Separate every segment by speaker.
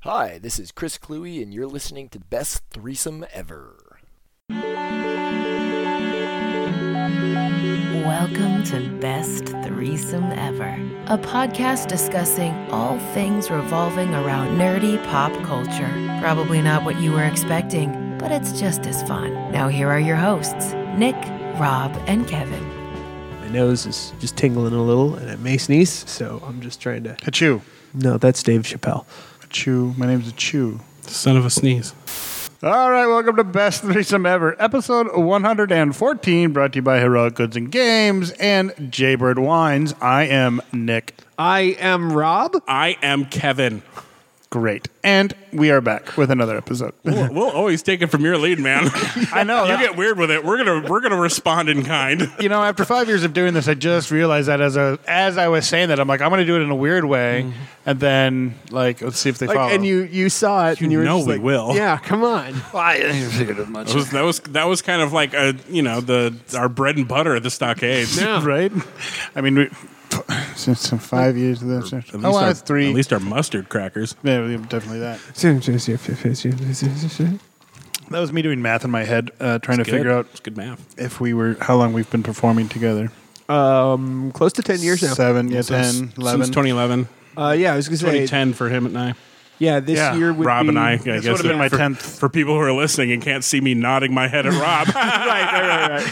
Speaker 1: Hi, this is Chris Cluey, and you're listening to Best Threesome Ever.
Speaker 2: Welcome to Best Threesome Ever, a podcast discussing all things revolving around nerdy pop culture. Probably not what you were expecting, but it's just as fun. Now, here are your hosts Nick, Rob, and Kevin.
Speaker 3: My nose is just tingling a little, and I may sneeze, so I'm just trying to.
Speaker 4: Achoo.
Speaker 3: No, that's Dave Chappelle.
Speaker 4: Achoo. My name's Achoo.
Speaker 5: Son of a sneeze.
Speaker 4: All right, welcome to Best Threesome Ever, episode 114, brought to you by Heroic Goods and Games and Jaybird Wines. I am Nick.
Speaker 3: I am Rob.
Speaker 5: I am Kevin.
Speaker 4: Great. And we are back with another episode.
Speaker 5: We'll, we'll always take it from your lead, man.
Speaker 4: I know.
Speaker 5: you
Speaker 4: that-
Speaker 5: get weird with it. We're gonna we're gonna respond in kind.
Speaker 4: you know, after five years of doing this, I just realized that as a, as I was saying that, I'm like, I'm going to do it in a weird way, and then Mm-hmm. like, let's see if they follow.
Speaker 3: Like, and you you saw it, and you were
Speaker 5: know
Speaker 3: just
Speaker 5: we
Speaker 3: like,
Speaker 5: will.
Speaker 3: Yeah, come on.
Speaker 4: I didn't figure it as much,
Speaker 5: That was, that was that was kind of like a you know the our bread and butter at the stockades.
Speaker 3: Yeah.
Speaker 4: right? I mean, we, since five years of this, oh,
Speaker 5: At least
Speaker 4: well,
Speaker 5: our,
Speaker 4: that's three.
Speaker 5: At least our mustard crackers.
Speaker 4: yeah, definitely that.
Speaker 3: That's
Speaker 4: That was me doing math in my head, uh, trying to
Speaker 5: Good.
Speaker 4: figure out
Speaker 5: It's good math.
Speaker 4: if we were how long we've been performing together.
Speaker 3: um, close to ten years now.
Speaker 4: Seven, yeah,
Speaker 5: So s-
Speaker 4: 10, 11.
Speaker 5: Since 2011,
Speaker 3: Uh, yeah, I was gonna say
Speaker 5: 2010 for him and I.
Speaker 3: Yeah, this
Speaker 4: Yeah,
Speaker 3: year would
Speaker 5: Rob
Speaker 3: be,
Speaker 5: and I. I
Speaker 4: This
Speaker 5: guess
Speaker 4: would have been my
Speaker 5: for,
Speaker 4: 10th.
Speaker 5: for people who are listening and can't see me nodding my head at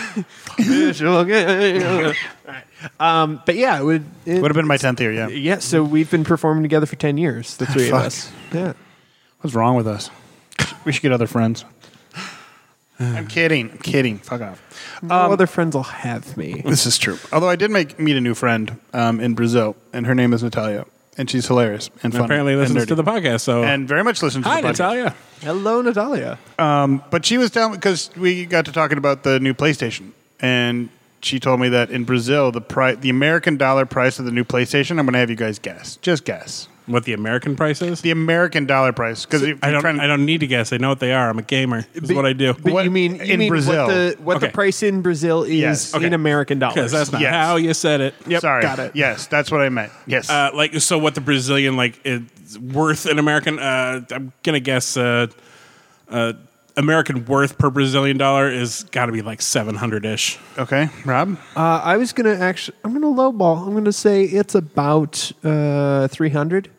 Speaker 5: Rob.
Speaker 3: um, but yeah, it would. It,
Speaker 4: Would have been my 10th year, yeah.
Speaker 3: yeah, so we've been performing together for ten years, the three of
Speaker 4: Fuck.
Speaker 3: us. Yeah.
Speaker 4: What's wrong with us? we should get other friends. I'm kidding. I'm kidding. Fuck off.
Speaker 3: No other friends will have me.
Speaker 4: This is true. Although I did make meet a new friend um, in Brazil, and her name is Natalia, and she's hilarious and funny.
Speaker 5: Apparently listens
Speaker 4: and
Speaker 5: to the podcast. So
Speaker 4: and very much listens to
Speaker 5: hi,
Speaker 4: the podcast.
Speaker 5: Natalia.
Speaker 3: Hello, Natalia.
Speaker 4: But she was down because we got to talking about the new PlayStation, and she told me that in Brazil, the pri- the American dollar price of the new PlayStation. I'm going to have you guys guess. Just guess
Speaker 5: What the American price is?
Speaker 4: the American dollar price because
Speaker 5: I don't. I don't need to guess. I know what they are. I'm a gamer. Is
Speaker 3: But-
Speaker 5: what I do.
Speaker 3: But
Speaker 4: What-
Speaker 3: you mean you
Speaker 4: in
Speaker 3: mean
Speaker 4: Brazil.
Speaker 3: What the, what the
Speaker 5: Okay.
Speaker 3: price in Brazil is
Speaker 4: Yes.
Speaker 5: Okay.
Speaker 3: in American dollars?
Speaker 5: Because that's not
Speaker 4: Yes.
Speaker 5: how you said it.
Speaker 3: Yep,
Speaker 4: Sorry.
Speaker 3: got it.
Speaker 4: Yes, that's what I meant. Yes.
Speaker 5: Uh, like so, what the Brazilian like is worth in American? Uh, I'm gonna guess uh, uh, American worth per Brazilian dollar is got to be like 700 ish.
Speaker 4: okay, Rob.
Speaker 3: Uh, I was gonna actually. I'm gonna lowball. I'm gonna say it's about uh, 300.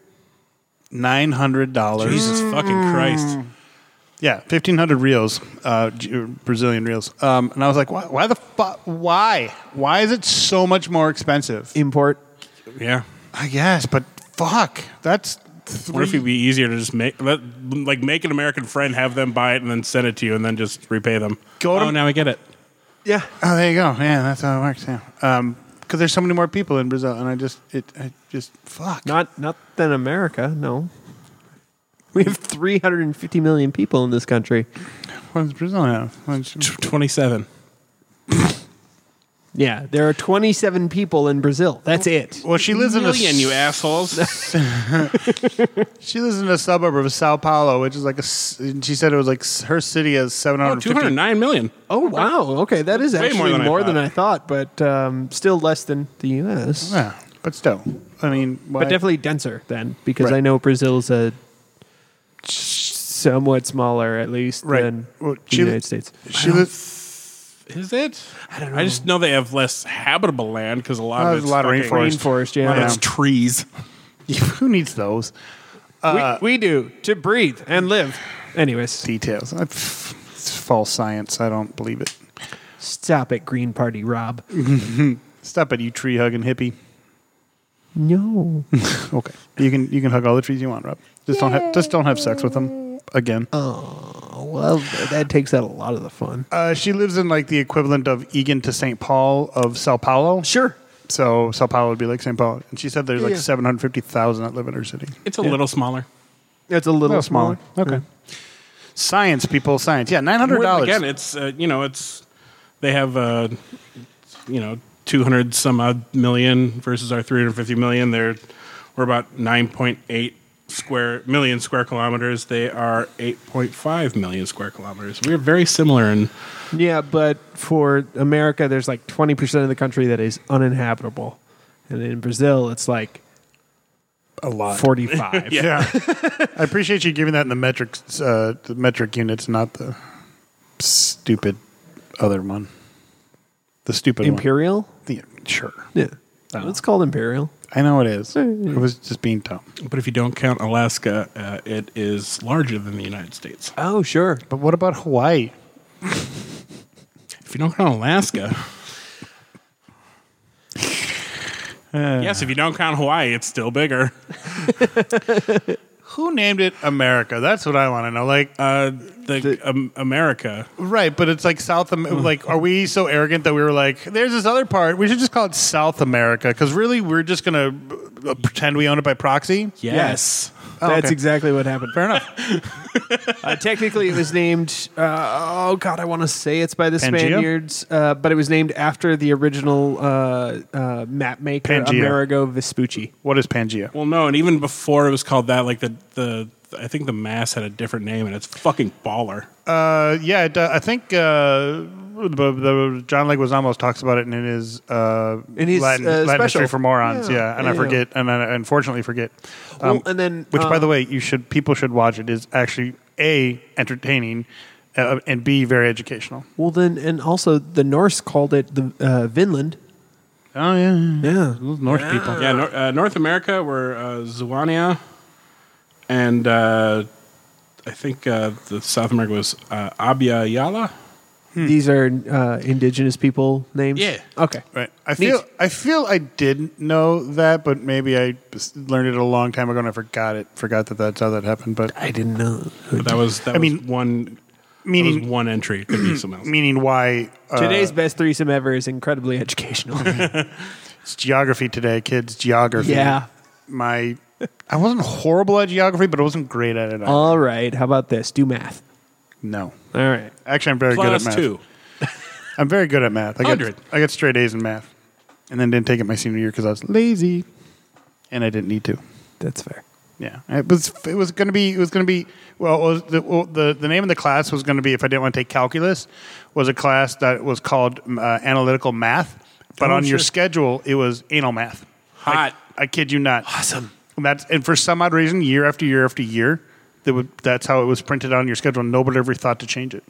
Speaker 4: Nine hundred dollars.
Speaker 5: Jesus fucking Christ!
Speaker 4: Mm. Yeah, fifteen hundred reals, uh, G- Brazilian reals. Um, and I was like, why, why the fuck? Why? Why is it so much more expensive?
Speaker 3: Import.
Speaker 5: Yeah,
Speaker 4: I guess, but fuck, that's.
Speaker 5: what if
Speaker 4: three-
Speaker 5: it'd be easier to just make let, like make an American friend, have them buy it, and then send it to you, and then just repay them?
Speaker 4: Go to-
Speaker 5: oh, now I get it.
Speaker 3: Yeah.
Speaker 4: Oh, there you go. Yeah, that's how it works. Yeah, because there's so many more people in Brazil, and I just it I just fuck.
Speaker 3: Not not than America. No. We have 350 million people in this country.
Speaker 4: what does Brazil have? What's-
Speaker 5: Tw- 27.
Speaker 3: Yeah, there are 27 people in Brazil. That's it.
Speaker 4: Well, she lives in
Speaker 5: Million,
Speaker 4: a
Speaker 5: you assholes.
Speaker 4: she lives in a suburb of Sao Paulo, which is like a. s- and She said it was like s- her city has seven
Speaker 5: oh,
Speaker 4: hundred fifty
Speaker 5: 209 million.
Speaker 3: Oh wow. Okay, that is
Speaker 5: Way
Speaker 3: actually more than, I, thought. but um, still less than the U.S.
Speaker 4: Yeah, but still, I mean, why-
Speaker 3: but definitely denser then because
Speaker 4: Right.
Speaker 3: I know Brazil's a somewhat smaller at least
Speaker 4: Right.
Speaker 3: than
Speaker 4: Well,
Speaker 3: the
Speaker 4: Chile-
Speaker 3: United States.
Speaker 4: She lives.
Speaker 5: Is it? I
Speaker 3: don't
Speaker 5: I just know they have less habitable land because a
Speaker 4: Oh,
Speaker 5: lot of
Speaker 4: there's
Speaker 5: it's
Speaker 4: a lot of
Speaker 5: fucking-
Speaker 4: rainforest.
Speaker 3: Rainforest, yeah.
Speaker 5: a lot of it's
Speaker 4: Yeah.
Speaker 5: trees.
Speaker 4: Who needs those
Speaker 3: we, we do to breathe and live. Anyways,
Speaker 4: details? I- pff, It's false science. I don't believe it.
Speaker 3: stop it, Green Party, Rob.
Speaker 4: Stop it, you tree hugging hippie.
Speaker 3: No.
Speaker 4: Okay, you can you can hug all the trees you want, Rob. Just don't have just don't have sex with them again.
Speaker 3: well, that takes out a lot of the fun.
Speaker 4: Uh, she lives in like the equivalent of Egan to St. Paul of Sao Paulo.
Speaker 3: Sure.
Speaker 4: So Sao Paulo would be like St. Paul. And she said there's like
Speaker 3: Yeah.
Speaker 4: 750,000 that live in her city.
Speaker 5: It's a little smaller.
Speaker 3: It's a little, smaller.
Speaker 4: Okay. Science, people, science. Yeah, $900.
Speaker 5: Well, Again, it's uh, you know it's they have uh, you know two hundred some odd million versus our three hundred fifty million. They're we're about nine point eight square million square kilometers. They are eight point five million square kilometers. We're very similar in
Speaker 3: Yeah, but for America, there's like 20% of the country that is uninhabitable. And in Brazil, it's like
Speaker 5: a lot.
Speaker 3: 45.
Speaker 4: Yeah. I appreciate you giving that in the metric, uh, the metric units, not the stupid other one. The stupid
Speaker 3: Imperial?
Speaker 4: one. The, sure.
Speaker 3: Yeah. It's called Imperial.
Speaker 4: I know it is. I was just being dumb.
Speaker 5: But if you don't count Alaska, uh, it is larger than the United States.
Speaker 3: Oh, sure.
Speaker 4: But what about Hawaii?
Speaker 5: If you don't count Alaska.
Speaker 4: Uh.
Speaker 5: yes, if you don't count Hawaii, it's still bigger.
Speaker 4: Who named it America? That's what I want to know. Like,
Speaker 5: Uh, the, um, America.
Speaker 4: right, but it's like South Am- like are we so arrogant that we were like there's this other part, we should just call it South America cuz really we're just going to pretend we own it by proxy?
Speaker 5: Yes.
Speaker 3: That's
Speaker 4: Oh, okay.
Speaker 3: exactly what happened.
Speaker 4: Fair enough.
Speaker 3: Uh, technically, it was named. Uh, oh God, I want to say it's by the
Speaker 4: Pangea?
Speaker 3: Spaniards, uh, but it was named after the original uh, uh, map maker
Speaker 4: Pangea.
Speaker 3: Amerigo Vespucci.
Speaker 4: what is Pangea?
Speaker 5: Well, no, and even before it was called that, like the the I think the mass had a different name, and it's fucking baller.
Speaker 4: Uh, yeah, it, uh, I think uh, the, the John Leguizamo talks about it in his uh,
Speaker 3: In his,
Speaker 4: Latin,
Speaker 3: uh,
Speaker 4: Latin
Speaker 3: special.
Speaker 4: history for morons.
Speaker 3: Yeah,
Speaker 4: Yeah, and I
Speaker 3: yeah.
Speaker 4: forget, and I unfortunately forget. Um,
Speaker 3: Well, and then,
Speaker 4: which by
Speaker 3: uh,
Speaker 4: the way, you should people should watch it. Is actually a entertaining. Uh, and B very educational.
Speaker 3: Well, then, and also the Norse called it the uh, Vinland.
Speaker 4: Oh yeah,
Speaker 3: Yeah,
Speaker 4: Norse people.
Speaker 5: Yeah, nor- uh, North America were uh, Zwania, and uh, I think uh, the South America was uh, Abya Yala.
Speaker 3: Hmm. these are uh, indigenous people names.
Speaker 5: Yeah.
Speaker 3: Okay.
Speaker 4: Right. I feel
Speaker 3: Neat.
Speaker 4: I feel I didn't know that, but maybe I s- learned it a long time ago and I forgot it. Forgot that that's how that happened. But
Speaker 3: I didn't know.
Speaker 5: But that was that
Speaker 4: I
Speaker 5: was
Speaker 4: mean,
Speaker 5: one that was
Speaker 4: meaning
Speaker 5: one entry. It could be something else.
Speaker 4: meaning why uh,
Speaker 3: Today's best threesome ever is incredibly educational.
Speaker 4: It's geography today, kids. Geography.
Speaker 3: Yeah.
Speaker 4: My, I wasn't horrible at geography, but I wasn't great at it. either.
Speaker 3: All right. How about this? Do math.
Speaker 4: no.
Speaker 3: All right.
Speaker 4: Actually, I'm very good at
Speaker 5: Plus
Speaker 4: math.
Speaker 5: two.
Speaker 4: I'm very good at math. I got,
Speaker 5: 100.
Speaker 4: I got straight A's in math, and then didn't take it my senior year because I was lazy, and I didn't need to.
Speaker 3: That's fair.
Speaker 4: Yeah, it was. It was going to be. It was going to be. Well, it was the, well, the the name of the class was going to be if I didn't want to take calculus, was a class that was called uh, analytical math, but
Speaker 5: Oh,
Speaker 4: on your
Speaker 5: sure.
Speaker 4: schedule it was anal math.
Speaker 5: Hot.
Speaker 4: I, I kid you not.
Speaker 3: Awesome.
Speaker 4: And that's and for some odd reason, year after year after year, that would, that's how it was printed on your schedule. Nobody ever thought to change it.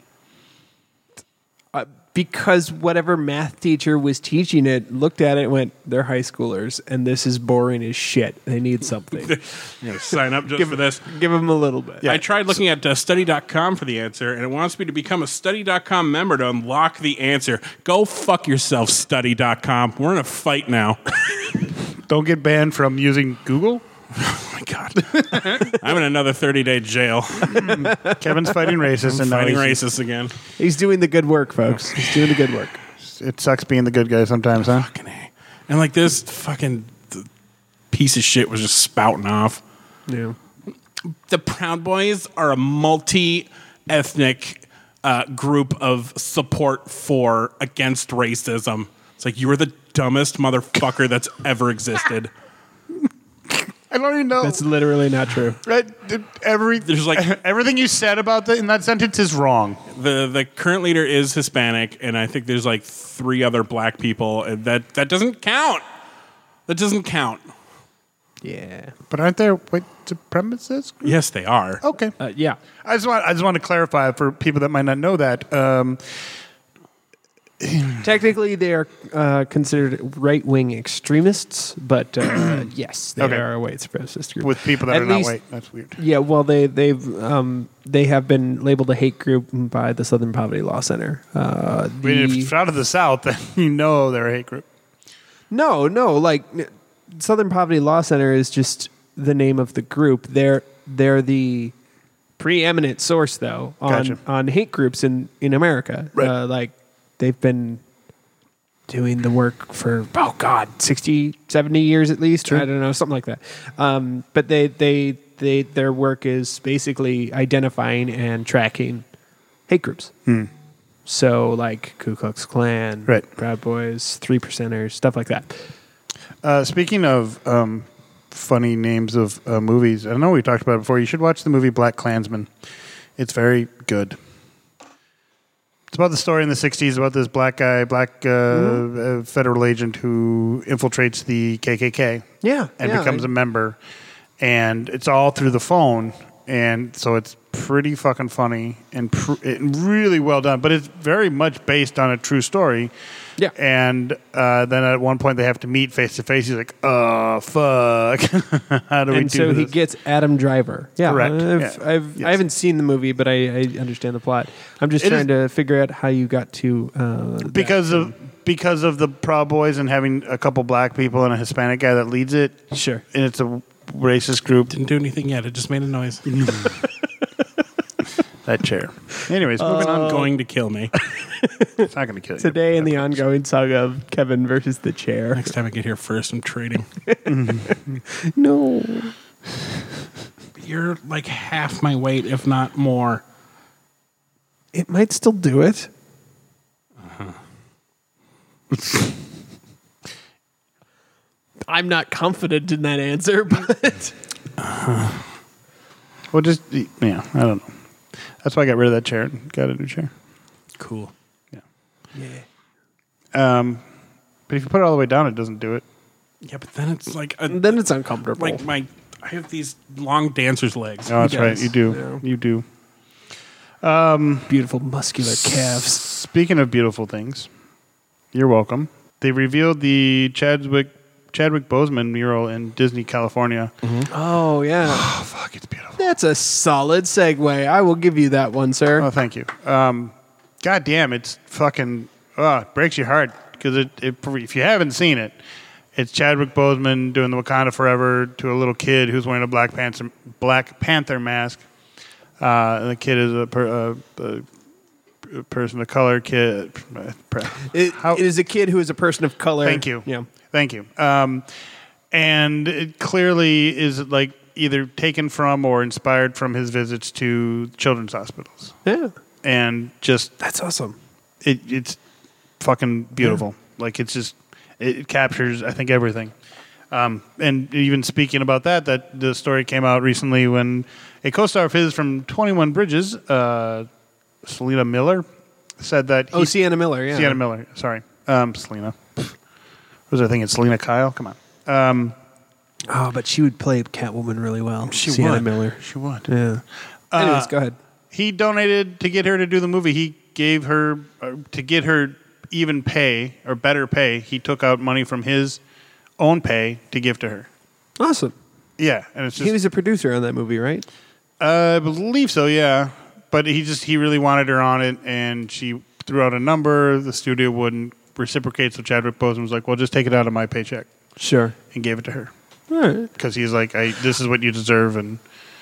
Speaker 3: uh, because whatever math teacher was teaching it looked at it and went, they're high schoolers and this is boring as shit. They need something.
Speaker 5: I'm gonna sign up just for this.
Speaker 3: Give them a little bit.
Speaker 5: I tried looking at uh, study.com for the answer, and it wants me to become a study.com member to unlock the answer. Go fuck yourself, study.com. We're in a fight now.
Speaker 4: Don't get banned from using Google.
Speaker 5: oh my God. I'm in another 30 day jail.
Speaker 4: Kevin's fighting racists and now
Speaker 5: fighting
Speaker 4: he's-
Speaker 5: racists again.
Speaker 3: He's doing the good work, folks. He's doing the good work.
Speaker 4: It sucks being the good guy sometimes, huh?
Speaker 5: Fucking A. And like this fucking th- piece of shit was just spouting off.
Speaker 3: Yeah.
Speaker 5: The Proud Boys are a multi ethnic uh, group of support for against racism. It's like you are the dumbest motherfucker that's ever existed.
Speaker 4: I don't even know.
Speaker 3: That's literally not true.
Speaker 4: That- every
Speaker 5: There's like-
Speaker 4: everything you said about that in that sentence is wrong.
Speaker 5: the the current leader is Hispanic, and I think there's like three other black people, and that that doesn't count. That doesn't count.
Speaker 3: Yeah.
Speaker 4: But aren't there white supremacists?
Speaker 5: Yes, they are.
Speaker 4: Okay,
Speaker 3: Uh, yeah.
Speaker 4: I just want I just want to clarify for people that might not know that. Um,
Speaker 3: Technically, they are uh, considered right wing extremists, but uh, yes, they
Speaker 4: Okay.
Speaker 3: are a white supremacist group.
Speaker 4: with people that
Speaker 3: At
Speaker 4: are not
Speaker 3: least-
Speaker 4: white, that's weird.
Speaker 3: Yeah, well, they they've um, they have been labeled a hate group by the Southern Poverty Law Center. Uh,
Speaker 4: I mean, if
Speaker 3: the-
Speaker 4: it's out of the south, then you know they're a hate group.
Speaker 3: No, no. Like n- Southern Poverty Law Center is just the name of the group. They're they're the preeminent source, though, on
Speaker 4: Gotcha.
Speaker 3: on hate groups in in America.
Speaker 4: Right.
Speaker 3: Uh, like they've been doing the work for oh god 60 70 years at least i don't know something like that um, but they, they they their work is basically identifying and tracking hate groups so like ku klux klan
Speaker 4: Hmm. Right.
Speaker 3: proud boys three percenters stuff like that
Speaker 4: Uh, speaking of um, funny names of uh, movies, I know we talked about it before. You should watch the movie Black Klansman. It's very good. It's about the story in the '60s about this black guy, black uh,
Speaker 3: Mm-hmm.
Speaker 4: uh, federal agent who infiltrates the KKK
Speaker 3: Yeah,
Speaker 4: and
Speaker 3: yeah,
Speaker 4: becomes
Speaker 3: I-
Speaker 4: a member. and it's all through the phone, and so it's pretty fucking funny and pr- it, really well done. But it's very much based on a true story.
Speaker 3: Yeah.
Speaker 4: And uh, then at one point they have to meet face to face. He's like, "Oh fuck, how do we do
Speaker 3: and so
Speaker 4: this?"
Speaker 3: he gets Adam Driver. Yeah,
Speaker 4: Correct.
Speaker 3: I've,
Speaker 4: Yeah.
Speaker 3: I've,
Speaker 4: Yes.
Speaker 3: I haven't seen the movie, but I, I understand the plot. I'm just
Speaker 4: It
Speaker 3: trying to figure out how you got to uh, that.
Speaker 4: because of because of the Proud Boys and having a couple black people and a Hispanic guy that leads it,
Speaker 3: Sure.
Speaker 4: and it's a racist group.
Speaker 5: Didn't do anything yet. It just made a noise.
Speaker 4: That chair. Anyways, moving on.
Speaker 5: going to kill me.
Speaker 4: It's not going to kill you.
Speaker 3: Uh, Today in the ongoing saga of Kevin versus the chair.
Speaker 5: Next time I get here first, I'm trading.
Speaker 3: No.
Speaker 5: You're like half my weight, if not more.
Speaker 3: It might still do it.
Speaker 4: Uh-huh.
Speaker 3: I'm not confident in that answer, but
Speaker 4: Well, just yeah. I don't know. That's why I got rid of that chair and got a new chair.
Speaker 5: Cool.
Speaker 4: Um, but if you put it all the way down, it doesn't do it.
Speaker 5: Yeah, but then it's like a,
Speaker 3: then it's uncomfortable.
Speaker 5: like my I have these long dancer's legs.
Speaker 4: No, Oh, that's
Speaker 3: Yes.
Speaker 4: right. You do.
Speaker 3: Yeah.
Speaker 4: You do.
Speaker 3: beautiful muscular calves.
Speaker 4: Speaking of beautiful things, you're welcome. They revealed the Chadwick Chadwick Boseman mural in Disney California.
Speaker 3: Oh yeah.
Speaker 4: Oh Mm-hmm. fuck, it's beautiful.
Speaker 3: That's a solid segue. I will give you that one, sir.
Speaker 4: Oh, thank you. Um, God damn, it's fucking. Oh, it breaks your heart because it, it. If you haven't seen it, it's Chadwick Boseman doing the Wakanda Forever to a little kid who's wearing a Black Panther Black Panther mask. Uh, and the kid is a, per, a, a person of color kid.
Speaker 3: It-
Speaker 4: How-
Speaker 3: it is a kid who is a person of color.
Speaker 4: Thank you.
Speaker 3: Yeah.
Speaker 4: Thank you. Um, and it clearly is like either taken from or inspired from his visits to children's hospitals,
Speaker 3: Yeah.
Speaker 4: and just
Speaker 3: That's awesome.
Speaker 4: it, it's fucking beautiful. Like it's just it, it captures I think everything. Um, and even speaking about that, that the story came out recently when a co-star of his from Twenty One Bridges, uh, Selena Miller, said that.
Speaker 3: Oh, Sienna Miller, yeah.
Speaker 4: Sienna Miller. Sorry, um, Selena. Was I thinking Selena Kyle? Come on, um,
Speaker 3: Oh, but she would play Catwoman really well.
Speaker 4: she
Speaker 3: Sienna
Speaker 4: would.
Speaker 3: Miller.
Speaker 4: She would.
Speaker 3: Yeah. Anyways, go ahead.
Speaker 4: he donated to get her to do the movie. He gave her uh, to get her even pay or better pay. He took out money from his own pay to give to her.
Speaker 3: Awesome.
Speaker 4: Yeah, and it's
Speaker 3: he
Speaker 4: just
Speaker 3: was a producer on that movie, right?
Speaker 4: uh, I believe so. Yeah, but he just he really wanted her on it, and she threw out a number. The studio wouldn't reciprocate, so Chadwick Boseman was like, "Well, just take it out of my paycheck,"
Speaker 3: Sure.
Speaker 4: and gave it to her
Speaker 3: All right.
Speaker 4: because he's like, I, "This is what you deserve." And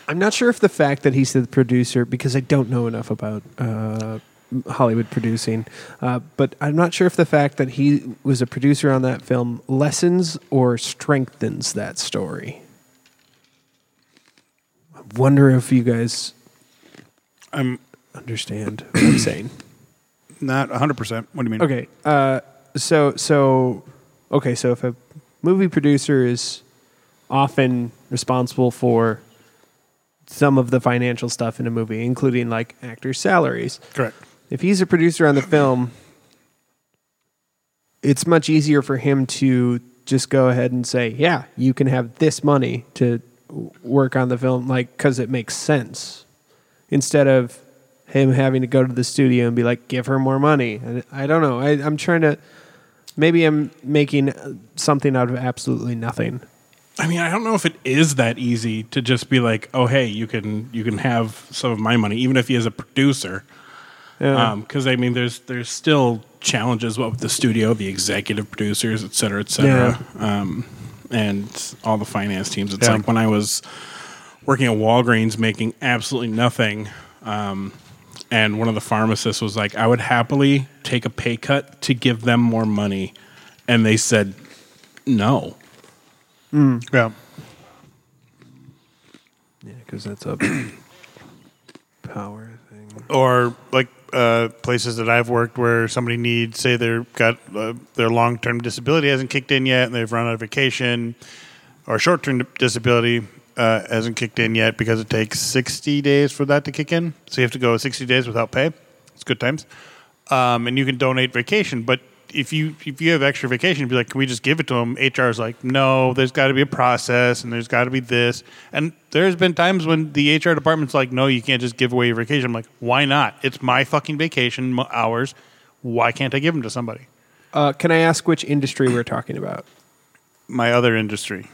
Speaker 3: I'm not sure if the fact that he's the producer, because I don't know enough about uh, Hollywood producing, uh, but I'm not sure if the fact that he was a producer on that film lessens or strengthens that story. I wonder if you guys
Speaker 4: I'm
Speaker 3: understand what I'm saying.
Speaker 4: not 100. percent What do you mean?
Speaker 3: Okay. Uh, so so okay. So if a movie producer is often responsible for some of the financial stuff in a movie, including like actors' salaries,
Speaker 4: correct.
Speaker 3: if he's a producer on the film, it's much easier for him to just go ahead and say, "Yeah, you can have this money to w- work on the film," like because it makes sense, instead of him having to go to the studio and be like, "Give her more money." And I don't know. I, I'm trying to. Maybe I'm making uh, something out of absolutely nothing.
Speaker 5: I mean, I don't know if it is that easy to just be like, oh hey, you can you can have some of my money, even if he is a producer.
Speaker 3: Yeah.
Speaker 5: because I mean, there's there's still challenges what with the studio, the executive producers, et cetera, et cetera, um, and all the finance teams. It's
Speaker 4: Yeah.
Speaker 5: like when I was working at Walgreens, making absolutely nothing, um, and one of the pharmacists was like, "I would happily take a pay cut to give them more money," and they said, "No."
Speaker 4: Yeah.
Speaker 3: Yeah, because that's a power thing.
Speaker 4: or like uh, places that I've worked where somebody needs, say, they've got uh, their long term disability hasn't kicked in yet, and they've run out of vacation, or short term disability uh, hasn't kicked in yet because it takes sixty days for that to kick in. So you have to go sixty days without pay. It's good times, um, and you can donate vacation, but if you if you have extra vacation, you'd be like, can we just give it to them? HR is like, no, there's got to be a process, and there's got to be this. And there's been times when the HR department's like, no, you can't just give away your vacation. I'm like, why not? It's my fucking vacation m- hours. Why can't I give them to somebody?
Speaker 3: Uh, can I ask which industry we're talking about?
Speaker 4: My other industry.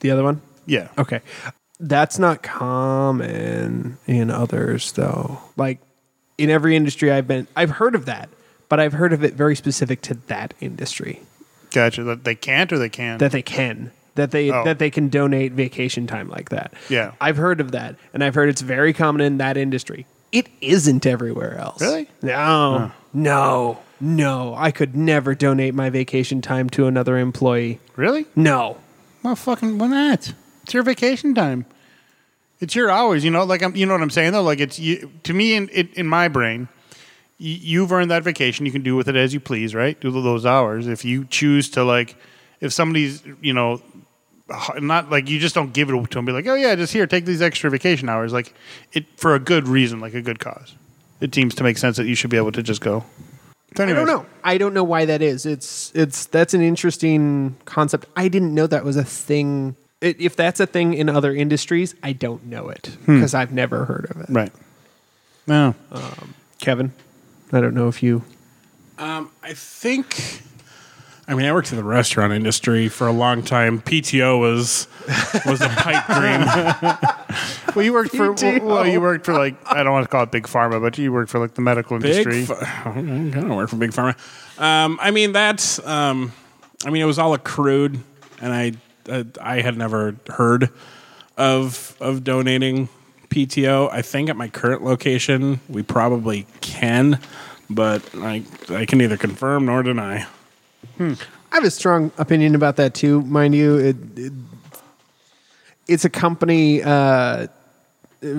Speaker 3: The other one?
Speaker 4: Yeah.
Speaker 3: Okay. That's not common in others though. Like in every industry I've been I've heard of that, but I've heard of it very specific to that industry.
Speaker 4: Gotcha. That they can't or they can.
Speaker 3: That they can. That they
Speaker 4: Oh.
Speaker 3: that they can donate vacation time like that.
Speaker 4: Yeah.
Speaker 3: I've heard of that and I've heard it's very common in that industry. It isn't everywhere else.
Speaker 4: Really?
Speaker 3: No. No. No. I could never donate my vacation time to another employee.
Speaker 4: really?
Speaker 3: No.
Speaker 4: Well, fucking why not? It's your vacation time. It's your hours. You know, like I'm. You know what I'm saying though. Like it's you, to me in it, in my brain. y- You've earned that vacation. You can do with it as you please, right? Do those hours if you choose to. Like, if somebody's, you know, h- not like you just don't give it to them. Be like, oh yeah, just here, take these extra vacation hours. Like, it for a good reason, like a good cause. It seems to make sense that you should be able to just go. So
Speaker 3: I don't
Speaker 4: anyways,
Speaker 3: know. I don't know why that is. It's it's that's an interesting concept. I didn't know that was a thing. I if that's a thing in other industries, I don't know it because I've never heard of it.
Speaker 4: Right. No.
Speaker 3: Kevin, I don't know if you.
Speaker 5: Um, I think. I mean, I worked in the restaurant industry for a long time. PTO was was a pipe dream.
Speaker 4: Well, you worked for
Speaker 3: PTO.
Speaker 4: well, you worked for like I don't want to call it big pharma, but you worked for like the medical industry.
Speaker 5: Big, ph- I don't work for big pharma. Um, I mean, that's. Um, I mean, it was all accrued, and I uh, I had never heard of of donating PTO. I think at my current location, we probably can, but I I can neither confirm nor deny.
Speaker 3: I have a strong opinion about that too, mind you. It, it, it's a company uh,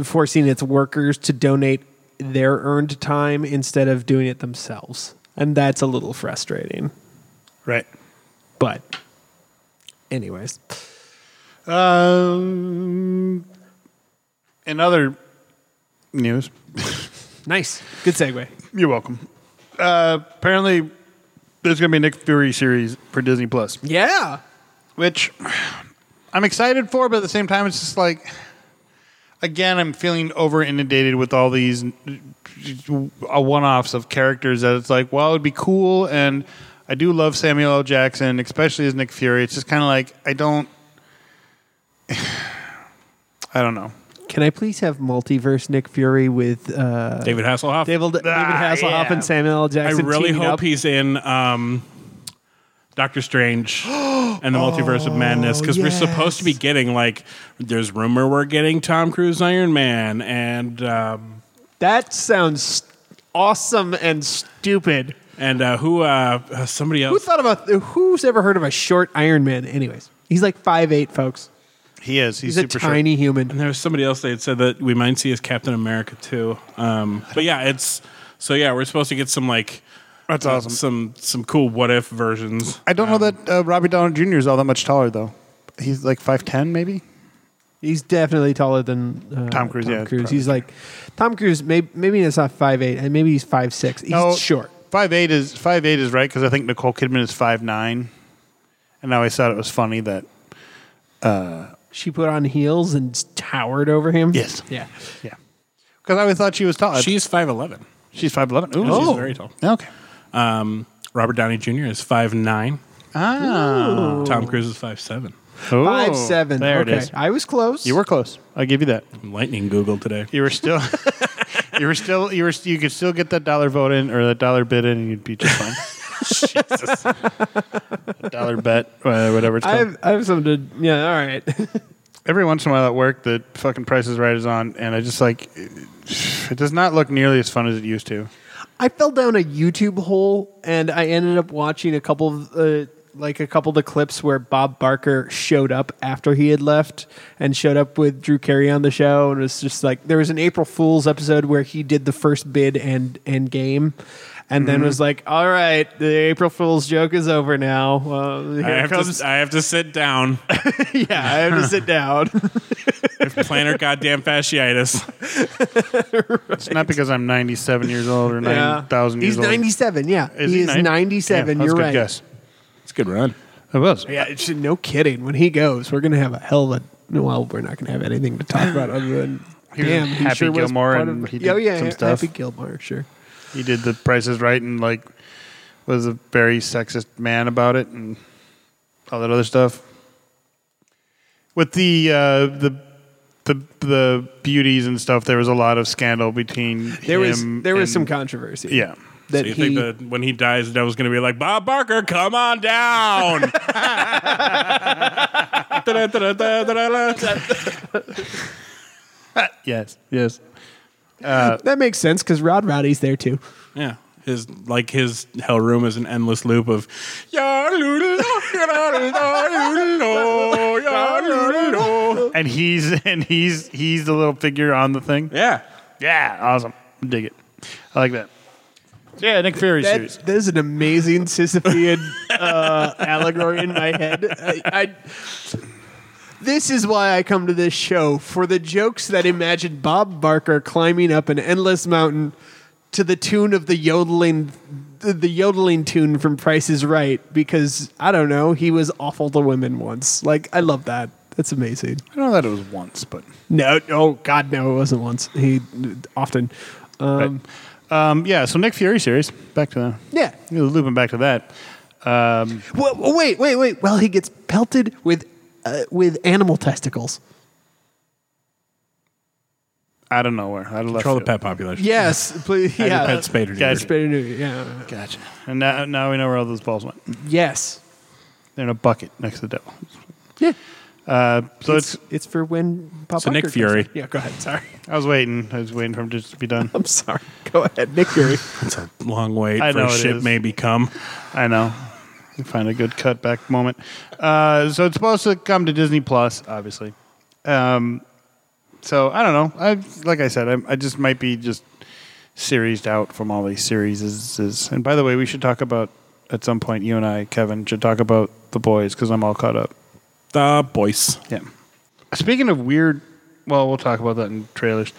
Speaker 3: forcing its workers to donate their earned time instead of doing it themselves, and that's a little frustrating.
Speaker 4: right.
Speaker 3: But, anyways.
Speaker 4: Um, in other news,
Speaker 3: Nice. Good segue.
Speaker 4: you're welcome. Uh, apparently, there's going to be a Nick Fury series for Disney Plus,
Speaker 3: Yeah.
Speaker 4: which I'm excited for, but at the same time, it's just like again, I'm feeling over inundated with all these uh, one-offs of characters that it's like, well, it'd be cool, and I do love Samuel L. Jackson, especially as Nick Fury. It's just kind of like I don't, I don't know.
Speaker 3: Can I please have multiverse Nick Fury with uh,
Speaker 5: David Hasselhoff.
Speaker 3: David, David
Speaker 4: Ah,
Speaker 3: Hasselhoff
Speaker 4: yeah.
Speaker 3: and Samuel L.
Speaker 5: I
Speaker 3: Jackson?
Speaker 5: really
Speaker 3: teaming
Speaker 5: hope
Speaker 3: up?
Speaker 5: he's in um, Doctor Strange and the Multiverse of Madness because we're supposed to be getting like there's rumor we're getting Tom Cruise Iron Man and um,
Speaker 3: That sounds awesome and stupid.
Speaker 5: and uh, who uh, uh, somebody
Speaker 3: Who
Speaker 5: else.
Speaker 3: thought about who's ever heard of a short Iron Man? Anyways, he's like five eight, folks.
Speaker 4: He is. He's,
Speaker 3: He's, a
Speaker 4: super
Speaker 3: tiny human.
Speaker 5: and there was somebody else they had said that we might see as Captain America too. Um, but yeah, it's so yeah we're supposed to get some like
Speaker 4: That's
Speaker 5: uh,
Speaker 4: awesome.
Speaker 5: some some cool what if versions.
Speaker 4: I don't
Speaker 3: Um,
Speaker 4: know that uh, Robbie Downey Jr. is all that much taller though. He's like five ten, maybe.
Speaker 3: He's definitely taller than uh,
Speaker 4: Tom Cruise, yeah,
Speaker 3: Cruise. He's like Tom Cruise. Maybe maybe it's not five eight, and maybe he's five six. He's short.
Speaker 4: Five eight is five eight is right because I think Nicole Kidman is five nine, and I always thought it was funny that
Speaker 3: She put on heels and towered over him.
Speaker 4: Yes.
Speaker 3: Yeah.
Speaker 4: yeah, because I always thought she was tall.
Speaker 5: She's five eleven.
Speaker 4: she's five eleven. Ooh,
Speaker 3: Oh.
Speaker 5: She's very tall.
Speaker 4: Okay,
Speaker 5: Um, Robert Downey Jr. is five nine.
Speaker 4: ah,
Speaker 5: Tom Cruise is five seven.
Speaker 3: Five seven.
Speaker 4: There
Speaker 3: okay.
Speaker 4: it is.
Speaker 3: I was close.
Speaker 4: You were close. I'll give you that.
Speaker 5: Lightning Google today.
Speaker 4: You were still. you were still. You were. You could still get that dollar vote in or that dollar bid in, and you'd be just fine. dollar bet, uh, whatever it's
Speaker 3: I
Speaker 4: called.
Speaker 3: have, I have something to. Yeah, all right.
Speaker 4: every once in a while at work the fucking price is right is on and i just like it, it does not look nearly as fun as it used to
Speaker 3: I fell down a YouTube hole and I ended up watching a couple of uh, like a couple of the clips where Bob Barker showed up after he had left and showed up with Drew Carey on the show and was just like there was an April Fools episode where he did the first bid and and game. And
Speaker 4: Mm-hmm.
Speaker 3: then was like, "All right, the April Fool's joke is over now. Well, here
Speaker 5: I have,
Speaker 3: comes,
Speaker 5: to, I have to sit down.
Speaker 3: yeah, I have to sit down."
Speaker 5: Plantar goddamn fasciitis.
Speaker 4: It's not because I'm 97 years old or 9,000 years
Speaker 3: He's
Speaker 4: old.
Speaker 3: 97. Yeah,
Speaker 4: Is
Speaker 3: he,
Speaker 4: he
Speaker 3: is
Speaker 4: nine-
Speaker 3: 97.
Speaker 4: Damn, that's
Speaker 3: You're
Speaker 4: a good
Speaker 3: right.
Speaker 4: Guess.
Speaker 5: It's a good run.
Speaker 4: It was.
Speaker 3: Yeah, it's no kidding. When he goes, we're gonna have a hell of a. Well, we're not gonna have anything to talk about other than
Speaker 4: He was
Speaker 3: damn, he
Speaker 4: Happy
Speaker 3: sure was
Speaker 4: Gilmore
Speaker 3: part
Speaker 4: and
Speaker 3: of-
Speaker 4: he
Speaker 3: oh,
Speaker 4: did
Speaker 3: yeah,
Speaker 4: some
Speaker 3: yeah,
Speaker 4: stuff.
Speaker 3: Happy Gilmore, sure.
Speaker 4: He did the prices right and like was a very sexist man about it and all that other stuff. With the uh, the the the beauties and stuff, there was a lot of scandal between
Speaker 3: There was
Speaker 4: him
Speaker 3: there was
Speaker 4: and-
Speaker 3: some controversy.
Speaker 4: yeah.
Speaker 3: that
Speaker 5: So you
Speaker 3: he
Speaker 5: think that when he dies, that was going to be like Bob Barker, come on down.
Speaker 4: Yes. Yes.
Speaker 3: that makes sense because Rod Rowdy's there too.
Speaker 5: yeah, his like his hell room is an endless loop of "Ya loodle, ya loodle, ya loodle, ya loodle."
Speaker 4: And he's and he's he's the little figure on the thing.
Speaker 5: yeah.
Speaker 4: Yeah, awesome. Dig it. I like that. Yeah, Nick Fury
Speaker 3: That, that is an amazing Sisyphean uh, allegory in my head. I, I, this is why I come to this show for the jokes that imagine Bob Barker climbing up an endless mountain to the tune of the yodeling, the, the yodeling tune from Price is Right. Because I don't know, he was awful to women once. Like I love that. That's amazing.
Speaker 4: I know that it was once, but
Speaker 3: No, oh God, no, it wasn't once. He often, um,
Speaker 4: um, yeah. So Nick Fury series. Back to the
Speaker 3: yeah.
Speaker 4: You know, looping back to that. Um,
Speaker 3: Well, wait, wait, wait. Well, he gets pelted with uh, with animal testicles.
Speaker 4: I don't know where. I don't
Speaker 5: Control the pet population.
Speaker 3: Yes, please.
Speaker 5: Have your
Speaker 3: Yeah,
Speaker 5: pet spayed or
Speaker 4: Guys.
Speaker 5: neutered.
Speaker 3: Spayed and neutered, Yeah.
Speaker 4: Gotcha. And now, now we know where all those balls went.
Speaker 3: Yes.
Speaker 4: They're in a bucket next to the devil.
Speaker 3: Yeah.
Speaker 4: Uh, so it's,
Speaker 3: It's for when Pop.
Speaker 5: So Nick
Speaker 3: Hunter
Speaker 5: Fury.
Speaker 3: comes. Yeah. Go ahead. Sorry.
Speaker 4: I was waiting. I was waiting for him just to be done.
Speaker 3: I'm sorry. Go ahead, Nick Fury.
Speaker 5: It's a long wait
Speaker 4: I
Speaker 5: for
Speaker 4: know it
Speaker 5: shit
Speaker 4: is.
Speaker 5: may become.
Speaker 4: I know. You find a good cutback moment. Uh, so it's supposed to come to Disney Plus, obviously. Um, so I don't know. I like I said, I, I just might be just seriesed out from all these series. And by the way, we should talk about at some point. You and I, Kevin, should talk about the boys because I'm all caught up.
Speaker 5: The boys.
Speaker 4: Yeah. Speaking of weird, well, we'll talk about that in trailers.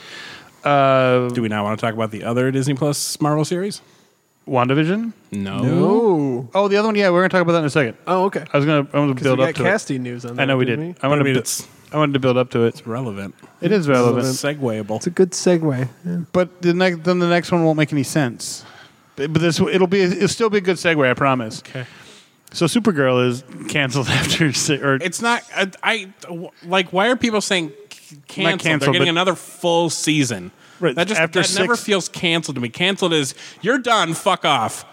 Speaker 4: Uh,
Speaker 5: Do we not want to talk about the other Disney Plus Marvel series?
Speaker 4: WandaVision.
Speaker 5: No.
Speaker 3: Oh.
Speaker 4: Oh, the other one. Yeah, we're gonna talk about that in a second.
Speaker 3: Oh. Okay.
Speaker 4: I was gonna. I'm gonna
Speaker 3: 'Cause
Speaker 4: build
Speaker 3: we
Speaker 4: up
Speaker 3: got
Speaker 4: to
Speaker 3: casting
Speaker 4: it.
Speaker 3: news on that.
Speaker 4: I know we did.
Speaker 3: didn't
Speaker 4: I wanted
Speaker 5: I mean,
Speaker 4: to.
Speaker 5: it's-
Speaker 4: I wanted to build up to it.
Speaker 5: Relevant.
Speaker 4: It is relevant,
Speaker 5: Segwayable.
Speaker 3: It's a good segue. Yeah.
Speaker 4: but the next then the next one won't make any sense. But but this it'll be it'll still be a good segue. I promise.
Speaker 5: Okay.
Speaker 4: So Supergirl is canceled after si- or
Speaker 5: It's not. I, I like. Why are people saying c- canceled?
Speaker 4: canceled,
Speaker 5: They're getting
Speaker 4: but-
Speaker 5: another full season.
Speaker 4: Right,
Speaker 5: That just
Speaker 4: after
Speaker 5: that never
Speaker 4: six-
Speaker 5: feels canceled to me. Canceled is you're done. Fuck off.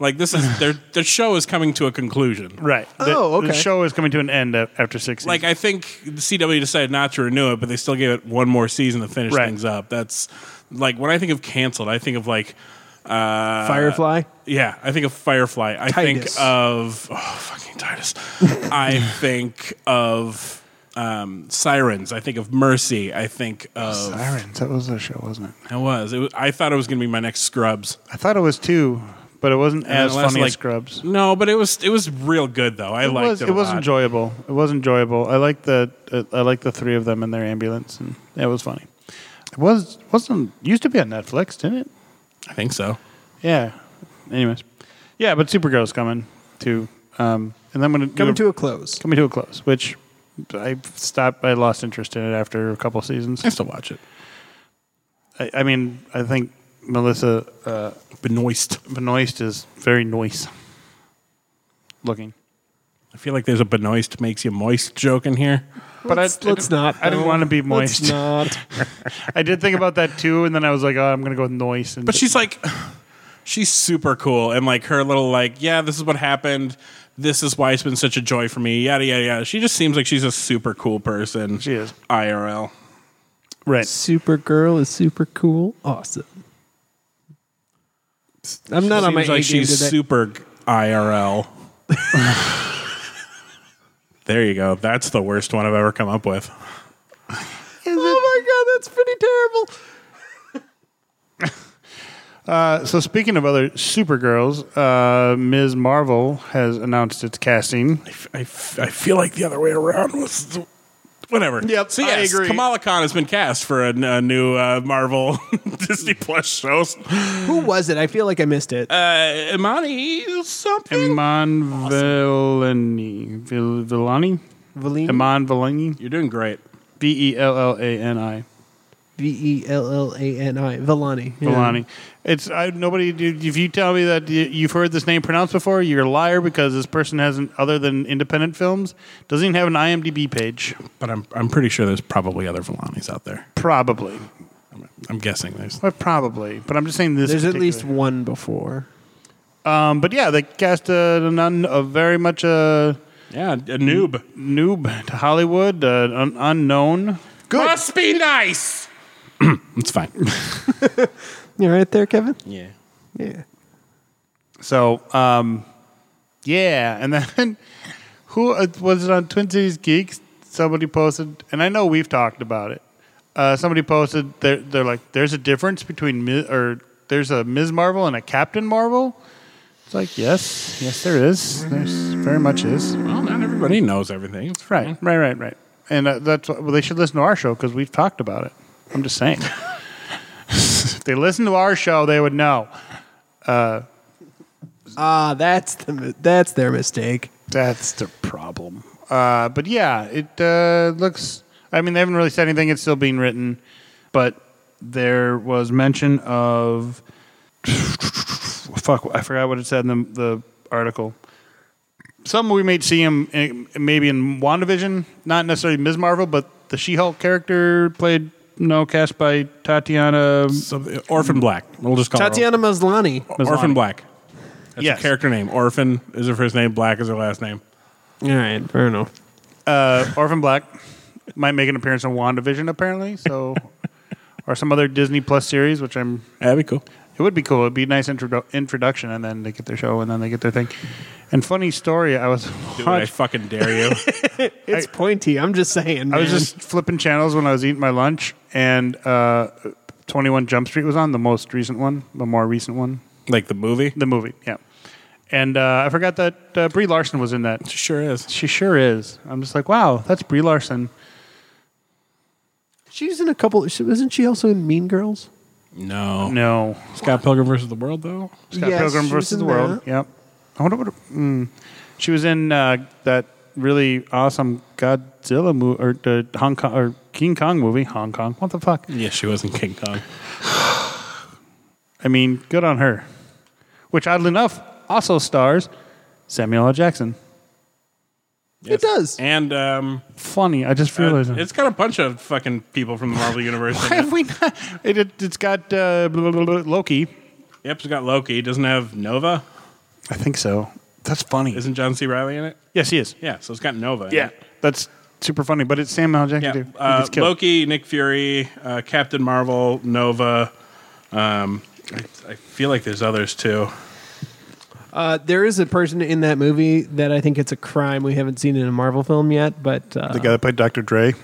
Speaker 5: Like this is their the show is coming to a conclusion.
Speaker 4: right. The-
Speaker 3: Oh,
Speaker 4: The
Speaker 3: okay.
Speaker 4: show is coming to an end a- after six.
Speaker 5: Like I think the CW decided not to renew it, but they still gave it one more season to finish
Speaker 4: Right.
Speaker 5: things up. That's like when I think of canceled, I think of like uh,
Speaker 3: Firefly.
Speaker 5: Yeah, I think of Firefly. I
Speaker 3: Titus.
Speaker 5: think of oh fucking Titus. I think of um, Sirens. I think of Mercy. I think of
Speaker 4: Oh, Sirens. That was a show, wasn't it?
Speaker 5: it was. It was. I thought it was gonna be my next Scrubs.
Speaker 4: I thought it was two, but it wasn't
Speaker 5: And
Speaker 4: as
Speaker 5: it lasted,
Speaker 4: funny
Speaker 5: like-
Speaker 4: as Scrubs.
Speaker 5: No, but it was it was real good though. I
Speaker 4: it
Speaker 5: liked
Speaker 4: was,
Speaker 5: it.
Speaker 4: it
Speaker 5: a
Speaker 4: was
Speaker 5: lot.
Speaker 4: enjoyable. It was enjoyable. I like the uh, I like the three of them in their ambulance, and it was funny. It was wasn't used to be on Netflix, didn't it?
Speaker 5: I think so.
Speaker 4: Yeah. Anyways, yeah, but Supergirl's coming to, um, and then when it
Speaker 3: Coming
Speaker 4: do
Speaker 3: to a close.
Speaker 4: coming to a close, which I stopped. I lost interest in it after a couple seasons.
Speaker 5: I still watch it.
Speaker 4: I, I mean, I think Melissa uh,
Speaker 5: Benoist.
Speaker 4: Benoist is very noise looking.
Speaker 5: I feel like there's a Benoist makes you moist joke in here.
Speaker 4: But
Speaker 3: let's, let's not.
Speaker 4: I didn't
Speaker 3: though.
Speaker 4: want to be
Speaker 3: Let's
Speaker 4: moist.
Speaker 3: not.
Speaker 4: I did think about that too, and then I was like, oh, I'm gonna go with noise. And
Speaker 5: But she's like, she's super cool, and like her little like, yeah, this is what happened. This is why it's been such a joy for me. Yada yada yada. She just seems like she's a super cool person.
Speaker 4: She is.
Speaker 5: IRL.
Speaker 4: right.
Speaker 3: Supergirl is super cool. Awesome. I'm not on my
Speaker 5: seems
Speaker 3: A
Speaker 5: like
Speaker 3: game
Speaker 5: she's
Speaker 3: today.
Speaker 5: super g- IRL. There you go. That's the worst one I've ever come up with.
Speaker 3: oh my god, that's pretty terrible.
Speaker 4: Uh, so speaking of other supergirls, uh, Ms. Marvel has announced its casting.
Speaker 5: I, f- I f- I feel like the other way around was. the- Whatever.
Speaker 4: Yep,
Speaker 5: So
Speaker 4: I
Speaker 5: yes,
Speaker 4: agree.
Speaker 5: Kamala Khan has been cast for a, n- a new uh, Marvel Disney Plus show.
Speaker 3: Who was it? I feel like I missed it.
Speaker 5: Uh, Imani something.
Speaker 4: Iman Vellani. Vill- Villani?
Speaker 3: Valini?
Speaker 4: Iman Villani?
Speaker 5: You're doing great.
Speaker 4: V E L L A N I.
Speaker 3: V E L L A N I. Villani. Yeah.
Speaker 4: Villani. It's I, nobody. If you tell me that you- you've heard this name pronounced before, you're a liar because this person hasn't, other than independent films, doesn't even have an IMDb page.
Speaker 5: But I'm I'm pretty sure there's probably other Villanis out there.
Speaker 4: Probably,
Speaker 5: I'm, I'm guessing there's.
Speaker 4: but probably. But I'm just saying this.
Speaker 3: There's at
Speaker 4: particular-
Speaker 3: least one before.
Speaker 4: Um, but yeah, they cast a, nun, a very much a
Speaker 5: Yeah, a noob.
Speaker 4: noob to Hollywood, uh, un- unknown. Good.
Speaker 5: Must be nice. it's fine.
Speaker 3: You right there, Kevin?
Speaker 5: yeah.
Speaker 3: Yeah.
Speaker 4: So, um, yeah, and then who uh, was it on Twin Cities Geeks? Somebody posted, and I know we've talked about it. Uh, somebody posted, they're, they're like, "There's a difference between Mi- or there's a Ms. Marvel and a Captain Marvel." It's like, yes, yes, there is. There's very much is.
Speaker 5: Well, not everybody knows everything. It's
Speaker 4: Right, right, right, right. And uh, that's why- well, they should listen to our show because we've talked about it. I'm just saying. if they listen to our show, they would know.
Speaker 3: Ah, that's the that's their mistake.
Speaker 4: That's the problem. Uh, but yeah, it uh, looks. I mean, they haven't really said anything. It's still being written, but there was mention of. Fuck! I forgot what it said in the, the article. Some we may see him in, maybe in WandaVision, not necessarily Ms. Marvel, but the She-Hulk character played no cast by Tatiana.
Speaker 5: So, the- Orphan Black. We'll just
Speaker 4: Oh.
Speaker 5: call
Speaker 3: Tatiana Maslany.
Speaker 5: her. Or- Orphan Black. That's
Speaker 4: Yes.
Speaker 5: her character name. Orphan is her first name. Black is her last name.
Speaker 3: All right, fair enough.
Speaker 4: uh, Orphan Black might make an appearance on WandaVision apparently, so or some other Disney Plus series, which I'm
Speaker 5: That'd be cool.
Speaker 4: It would be cool. It'd be a nice introdu- introduction, and then they get their show, and then they get their thing. And funny story, I was
Speaker 5: Dude, I
Speaker 4: watch-
Speaker 5: fucking dare you.
Speaker 3: It's pointy. I'm just saying.
Speaker 4: I was
Speaker 3: man.
Speaker 4: just flipping channels when I was eating my lunch, and uh, Twenty One Jump Street was on the most recent one, the more recent one,
Speaker 5: like the movie?
Speaker 4: the movie. Yeah, and uh, I forgot that uh, Brie Larson was in that.
Speaker 5: Sure is.
Speaker 4: She sure is. I'm just like, wow, that's Brie Larson.
Speaker 3: she's in a couple. she- Wasn't she also in Mean Girls?
Speaker 5: No.
Speaker 4: No,
Speaker 5: Scott Pilgrim versus the World, though?
Speaker 4: Scott
Speaker 3: Yes,
Speaker 4: Pilgrim
Speaker 3: she was
Speaker 4: versus
Speaker 3: in
Speaker 4: the World.
Speaker 3: that.
Speaker 4: Yep. I wonder what. Mm, she was in uh, that really awesome Godzilla movie or the Hong Kong or King Kong movie. Hong Kong. What the fuck?
Speaker 5: Yes, she was in King Kong.
Speaker 4: I mean, good on her. Which oddly enough also stars Samuel L. Jackson.
Speaker 5: Yes.
Speaker 3: does.
Speaker 5: And um,
Speaker 4: Funny. I just
Speaker 5: uh,
Speaker 4: realized.
Speaker 5: it's got a bunch of fucking people from the Marvel Universe.
Speaker 4: why
Speaker 5: in
Speaker 4: have
Speaker 5: it.
Speaker 4: we not? It, it, it's got uh, blah, blah, blah, blah, Loki.
Speaker 5: Yep, it's got Loki. It doesn't have Nova.
Speaker 4: I think so. That's funny.
Speaker 5: Isn't John C. Riley in it?
Speaker 4: yes, he is.
Speaker 5: Yeah, so it's got Nova. in
Speaker 4: Yeah,
Speaker 5: it.
Speaker 4: that's super funny. But it's Samuel L. Jackson.
Speaker 5: Yeah.
Speaker 4: dude. He
Speaker 5: Uh,
Speaker 4: gets killed.
Speaker 5: Loki, Nick Fury, uh, Captain Marvel, Nova. Um, I, I feel like there's others too.
Speaker 3: Uh, there is a person in that movie that I think it's a crime we haven't seen in a Marvel film yet, but uh,
Speaker 4: The guy that played Dr. Dre.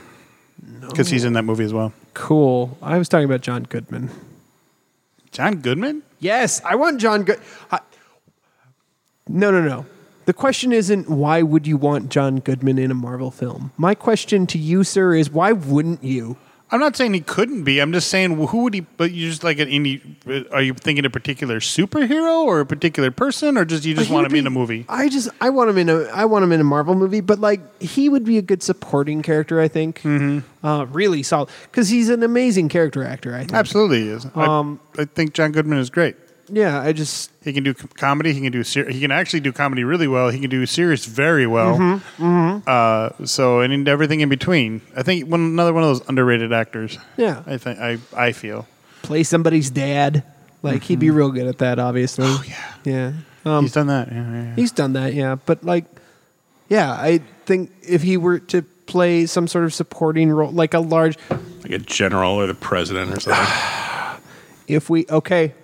Speaker 4: Because he's in that movie as well.
Speaker 3: cool. I was talking about John Goodman.
Speaker 4: John Goodman?
Speaker 3: Yes, I want John Good. I- No, no, no. The question isn't why would you want John Goodman in a Marvel film. My question to you, sir, is why wouldn't you?
Speaker 4: I'm not saying he couldn't be. I'm just saying who would he? But you just like an indie. uh, Are you thinking a particular superhero or a particular person, or just you just
Speaker 3: He
Speaker 4: want
Speaker 3: would
Speaker 4: him in
Speaker 3: be-
Speaker 4: a movie?
Speaker 3: I just I want him in a I want him in a Marvel movie, but like he would be a good supporting character. I think
Speaker 4: Mm-hmm.
Speaker 3: uh, really solid because he's an amazing character actor. I think.
Speaker 4: Absolutely, he is. Um, I, think John Goodman is great.
Speaker 3: Yeah, I just
Speaker 4: He can do com- comedy. He can do ser- he can actually do comedy really well. He can do serious very well. Uh, so and in everything in between. I think one another one of those underrated actors.
Speaker 3: Yeah.
Speaker 4: I think I I feel
Speaker 3: play somebody's dad. Like he'd
Speaker 4: Mm-hmm.
Speaker 3: be real good at that, obviously. Oh yeah, yeah. Um,
Speaker 4: he's done that. Yeah, yeah, yeah.
Speaker 3: He's done that, yeah. But like, yeah, I think if he were to play some sort of supporting role, like a large,
Speaker 5: Like a general or the president or something.
Speaker 3: if we okay,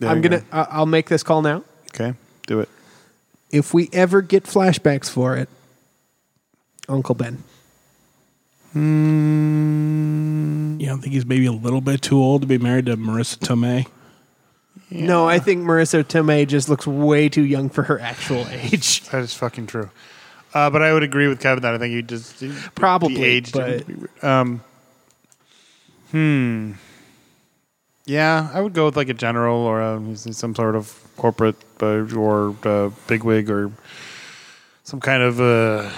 Speaker 4: There
Speaker 3: I'm
Speaker 4: you
Speaker 3: gonna, I I'll make this call now.
Speaker 4: Okay, do it.
Speaker 3: if we ever get flashbacks for it, Uncle Ben.
Speaker 5: You don't think he's maybe a little bit too old to be married to Marissa Tomei?
Speaker 3: No, I think Marissa Tomei just looks way too young for her actual age.
Speaker 4: That is fucking true. Uh, but I would agree with Kevin that I think you just the-
Speaker 3: Probably,
Speaker 4: the age difference
Speaker 3: but-
Speaker 4: would be weird. Um, hmm. Yeah, I would go with like a general or a, some sort of corporate uh, or uh, bigwig or some kind of uh,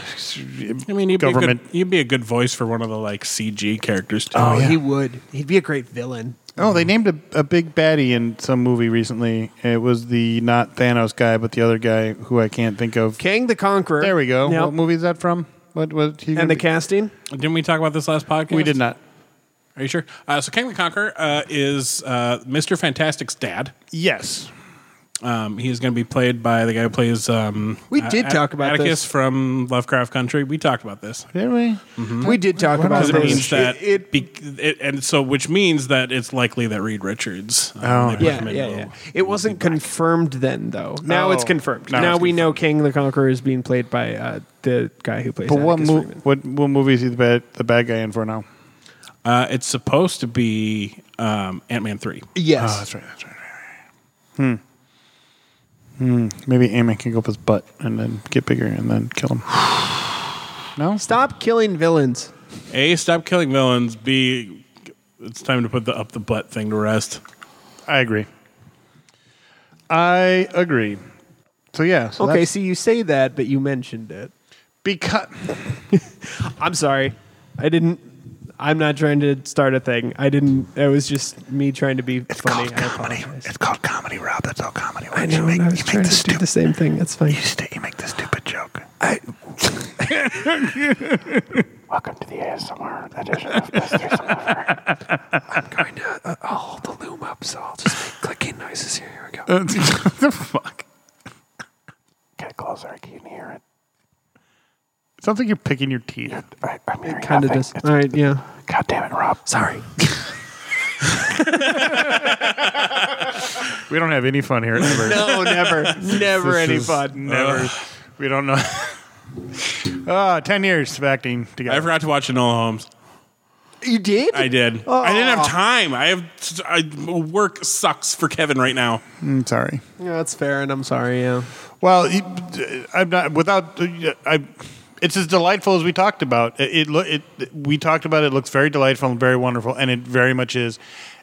Speaker 5: I mean, you'd
Speaker 4: government.
Speaker 5: Be a good, you'd be a good voice for one of the like CG characters too.
Speaker 3: Oh,
Speaker 4: yeah.
Speaker 3: he would. He'd be a great villain.
Speaker 4: Oh, they named a, a big baddie in some movie recently. It was the not Thanos guy, but the other guy who I can't think of.
Speaker 3: Kang the Conqueror.
Speaker 4: There we go.
Speaker 3: Yep.
Speaker 4: What movie is that from? What was
Speaker 3: And
Speaker 4: he
Speaker 3: the
Speaker 4: gonna be-
Speaker 3: casting?
Speaker 5: Didn't we talk about this last podcast?
Speaker 4: We did not.
Speaker 5: Are you sure? Uh, so King the Conqueror uh, is uh, Mr. Fantastic's dad.
Speaker 4: Yes,
Speaker 5: Um, he is going to be played by the guy who plays. Um,
Speaker 3: We did
Speaker 5: At-
Speaker 3: talk about
Speaker 5: Atticus
Speaker 3: this.
Speaker 5: from Lovecraft Country. We talked about this
Speaker 4: did we?
Speaker 3: We did talk
Speaker 4: Why not?
Speaker 3: about
Speaker 5: because
Speaker 4: Oh,
Speaker 5: it
Speaker 3: this.
Speaker 5: means that
Speaker 3: It-
Speaker 5: it, be, it and so which means that it's likely that Reed Richards. um,
Speaker 4: Oh,
Speaker 5: they put
Speaker 3: yeah,
Speaker 5: him in
Speaker 3: yeah,
Speaker 5: will-
Speaker 3: yeah. It wasn't confirmed then, though. Now
Speaker 4: Oh,
Speaker 3: it's confirmed.
Speaker 4: now
Speaker 3: Now,
Speaker 4: it's
Speaker 3: we know King the Conqueror is being played by uh, the guy who plays.
Speaker 4: But what,
Speaker 3: Atticus
Speaker 4: mo-
Speaker 3: Freeman.
Speaker 4: what what movie is he the bad the bad guy in for now?
Speaker 5: Uh, it's supposed to be um, Ant Man three.
Speaker 3: Yes.
Speaker 4: Oh, that's right. That's right. right, right, right. Hmm. Hmm. Maybe Amy can go up his butt and then get bigger and then kill him. no.
Speaker 3: Stop killing villains.
Speaker 5: A, stop killing villains. B, it's time to put the up the butt thing to rest.
Speaker 4: I agree. I agree. So yeah. So
Speaker 3: okay,
Speaker 4: that's-
Speaker 3: so you say that, but you mentioned it.
Speaker 4: Because
Speaker 3: I'm sorry. I didn't. I'm not trying to start a thing. I didn't. It was just me trying to be funny. I apologize.
Speaker 4: called comedy, Rob. That's all comedy.
Speaker 3: I know. and I was trying to do the same thing. That's fine.
Speaker 4: stu- you make the stupid joke.
Speaker 6: Welcome to the ASMR edition of Best Threesome Ever. I'm going to, uh, I'll hold the loom up, so I'll just make clicking noises here. Here we go.
Speaker 4: the fuck.
Speaker 6: Get closer, I can't hear it.
Speaker 4: It sounds like you're picking your teeth.
Speaker 6: I, I'm hearing
Speaker 3: Kind of
Speaker 6: nothing.
Speaker 3: just. All right. Yeah.
Speaker 6: God damn it, Rob.
Speaker 3: Sorry.
Speaker 4: We don't have any fun here ever.
Speaker 3: No, never, never
Speaker 4: This
Speaker 3: any
Speaker 4: is-
Speaker 3: fun.
Speaker 4: Never. we don't know. Ah, 10 years of acting together.
Speaker 5: I forgot to watch Enola Holmes.
Speaker 3: You did?
Speaker 5: I did. I didn't have time. I have I, work sucks for Kevin right now.
Speaker 4: I'm Mm, sorry.
Speaker 3: Yeah, that's fair, and I'm sorry. Yeah.
Speaker 4: Well, he- I'm not without. I. It's as delightful as we talked about. It, it, lo- it. We talked about it. Looks very delightful and very wonderful, and it very much is,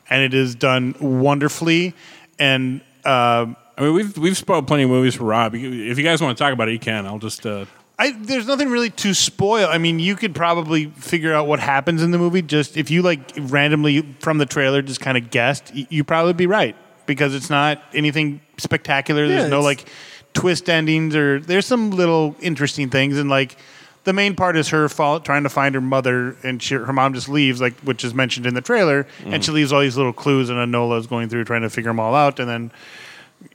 Speaker 4: and it is done wonderfully. And um
Speaker 5: I mean, we've we've spoiled plenty of movies for Rob. You- If you guys want to talk about it, you can. I'll just uh,
Speaker 4: I, there's nothing really to spoil. I mean, you could probably figure out what happens in the movie just if you like randomly from the trailer just kind of guessed. y- You'd probably be right because it's not anything spectacular.
Speaker 3: Yeah,
Speaker 4: there's no
Speaker 3: it's-
Speaker 4: like twist endings or there's some little interesting things and like the main part is her fault trying to find her mother and she, her mom just leaves like which is mentioned in the trailer
Speaker 3: Mm.
Speaker 4: and she leaves all these little clues and Anola is going through trying to figure them all out and then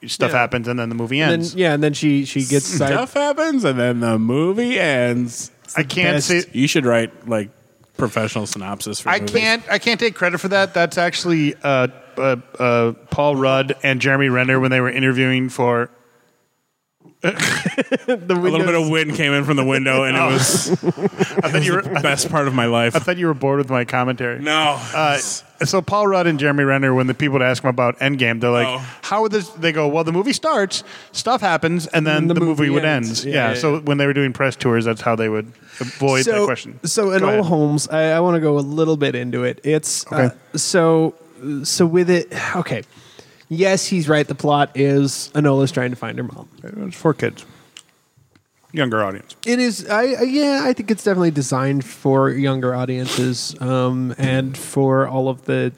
Speaker 4: stuff
Speaker 3: Yeah.
Speaker 4: happens and then the movie
Speaker 3: And
Speaker 4: ends.
Speaker 3: then, yeah, and then she she gets side.
Speaker 5: stuff happens, and then the movie ends.
Speaker 4: I can't
Speaker 3: best
Speaker 4: say
Speaker 5: You should write like professional synopsis. for
Speaker 4: I
Speaker 5: movies.
Speaker 4: can't. I can't take credit for that. That's actually uh, uh, uh, Paul Rudd and Jeremy Renner when they were interviewing for.
Speaker 3: The
Speaker 5: A little bit of wind came in from the window, and it was
Speaker 4: I thought you were.
Speaker 5: the best part of my life.
Speaker 4: Oh. I thought you were bored with my commentary.
Speaker 5: No,
Speaker 4: Uh, so Paul Rudd and Jeremy Renner, when the people would ask them about Endgame, they're like,
Speaker 5: Oh.
Speaker 4: "How would this?" They go, "Well, the movie starts, stuff happens, and then
Speaker 3: And
Speaker 4: the, movie, would
Speaker 3: ends. Yeah,
Speaker 4: end." Yeah,
Speaker 3: yeah,
Speaker 4: So when they were doing press tours, that's how they would avoid that question.
Speaker 3: So in
Speaker 4: Go
Speaker 3: old
Speaker 4: ahead.
Speaker 3: Holmes, I, I want to go a little bit into it. It's
Speaker 4: Okay.
Speaker 3: uh, so so with it. Okay, yes, he's right. The plot is Anola's trying to find her mom.
Speaker 4: it was for kids, younger audience.
Speaker 3: It is. I I- yeah, I think it's definitely designed for younger audiences, um, and for all of the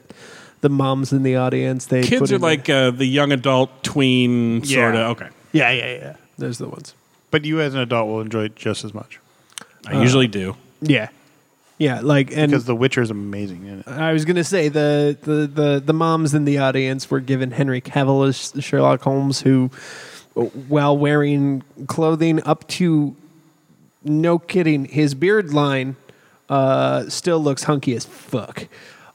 Speaker 3: the moms in the audience. They put
Speaker 5: kids are
Speaker 3: in the-
Speaker 5: like uh, the young adult tween
Speaker 4: Yeah.
Speaker 5: sort of. Okay,
Speaker 3: yeah, yeah, yeah. Those are the ones.
Speaker 4: But you, as an adult, will enjoy it just as much
Speaker 5: I usually do.
Speaker 3: Yeah, yeah. Like and
Speaker 4: because The Witcher is amazing. In it.
Speaker 3: I was gonna say the, the the the moms in the audience were given Henry Cavill as Sherlock Holmes, who, while wearing clothing up to, no kidding, his beard line, uh, still looks hunky as fuck.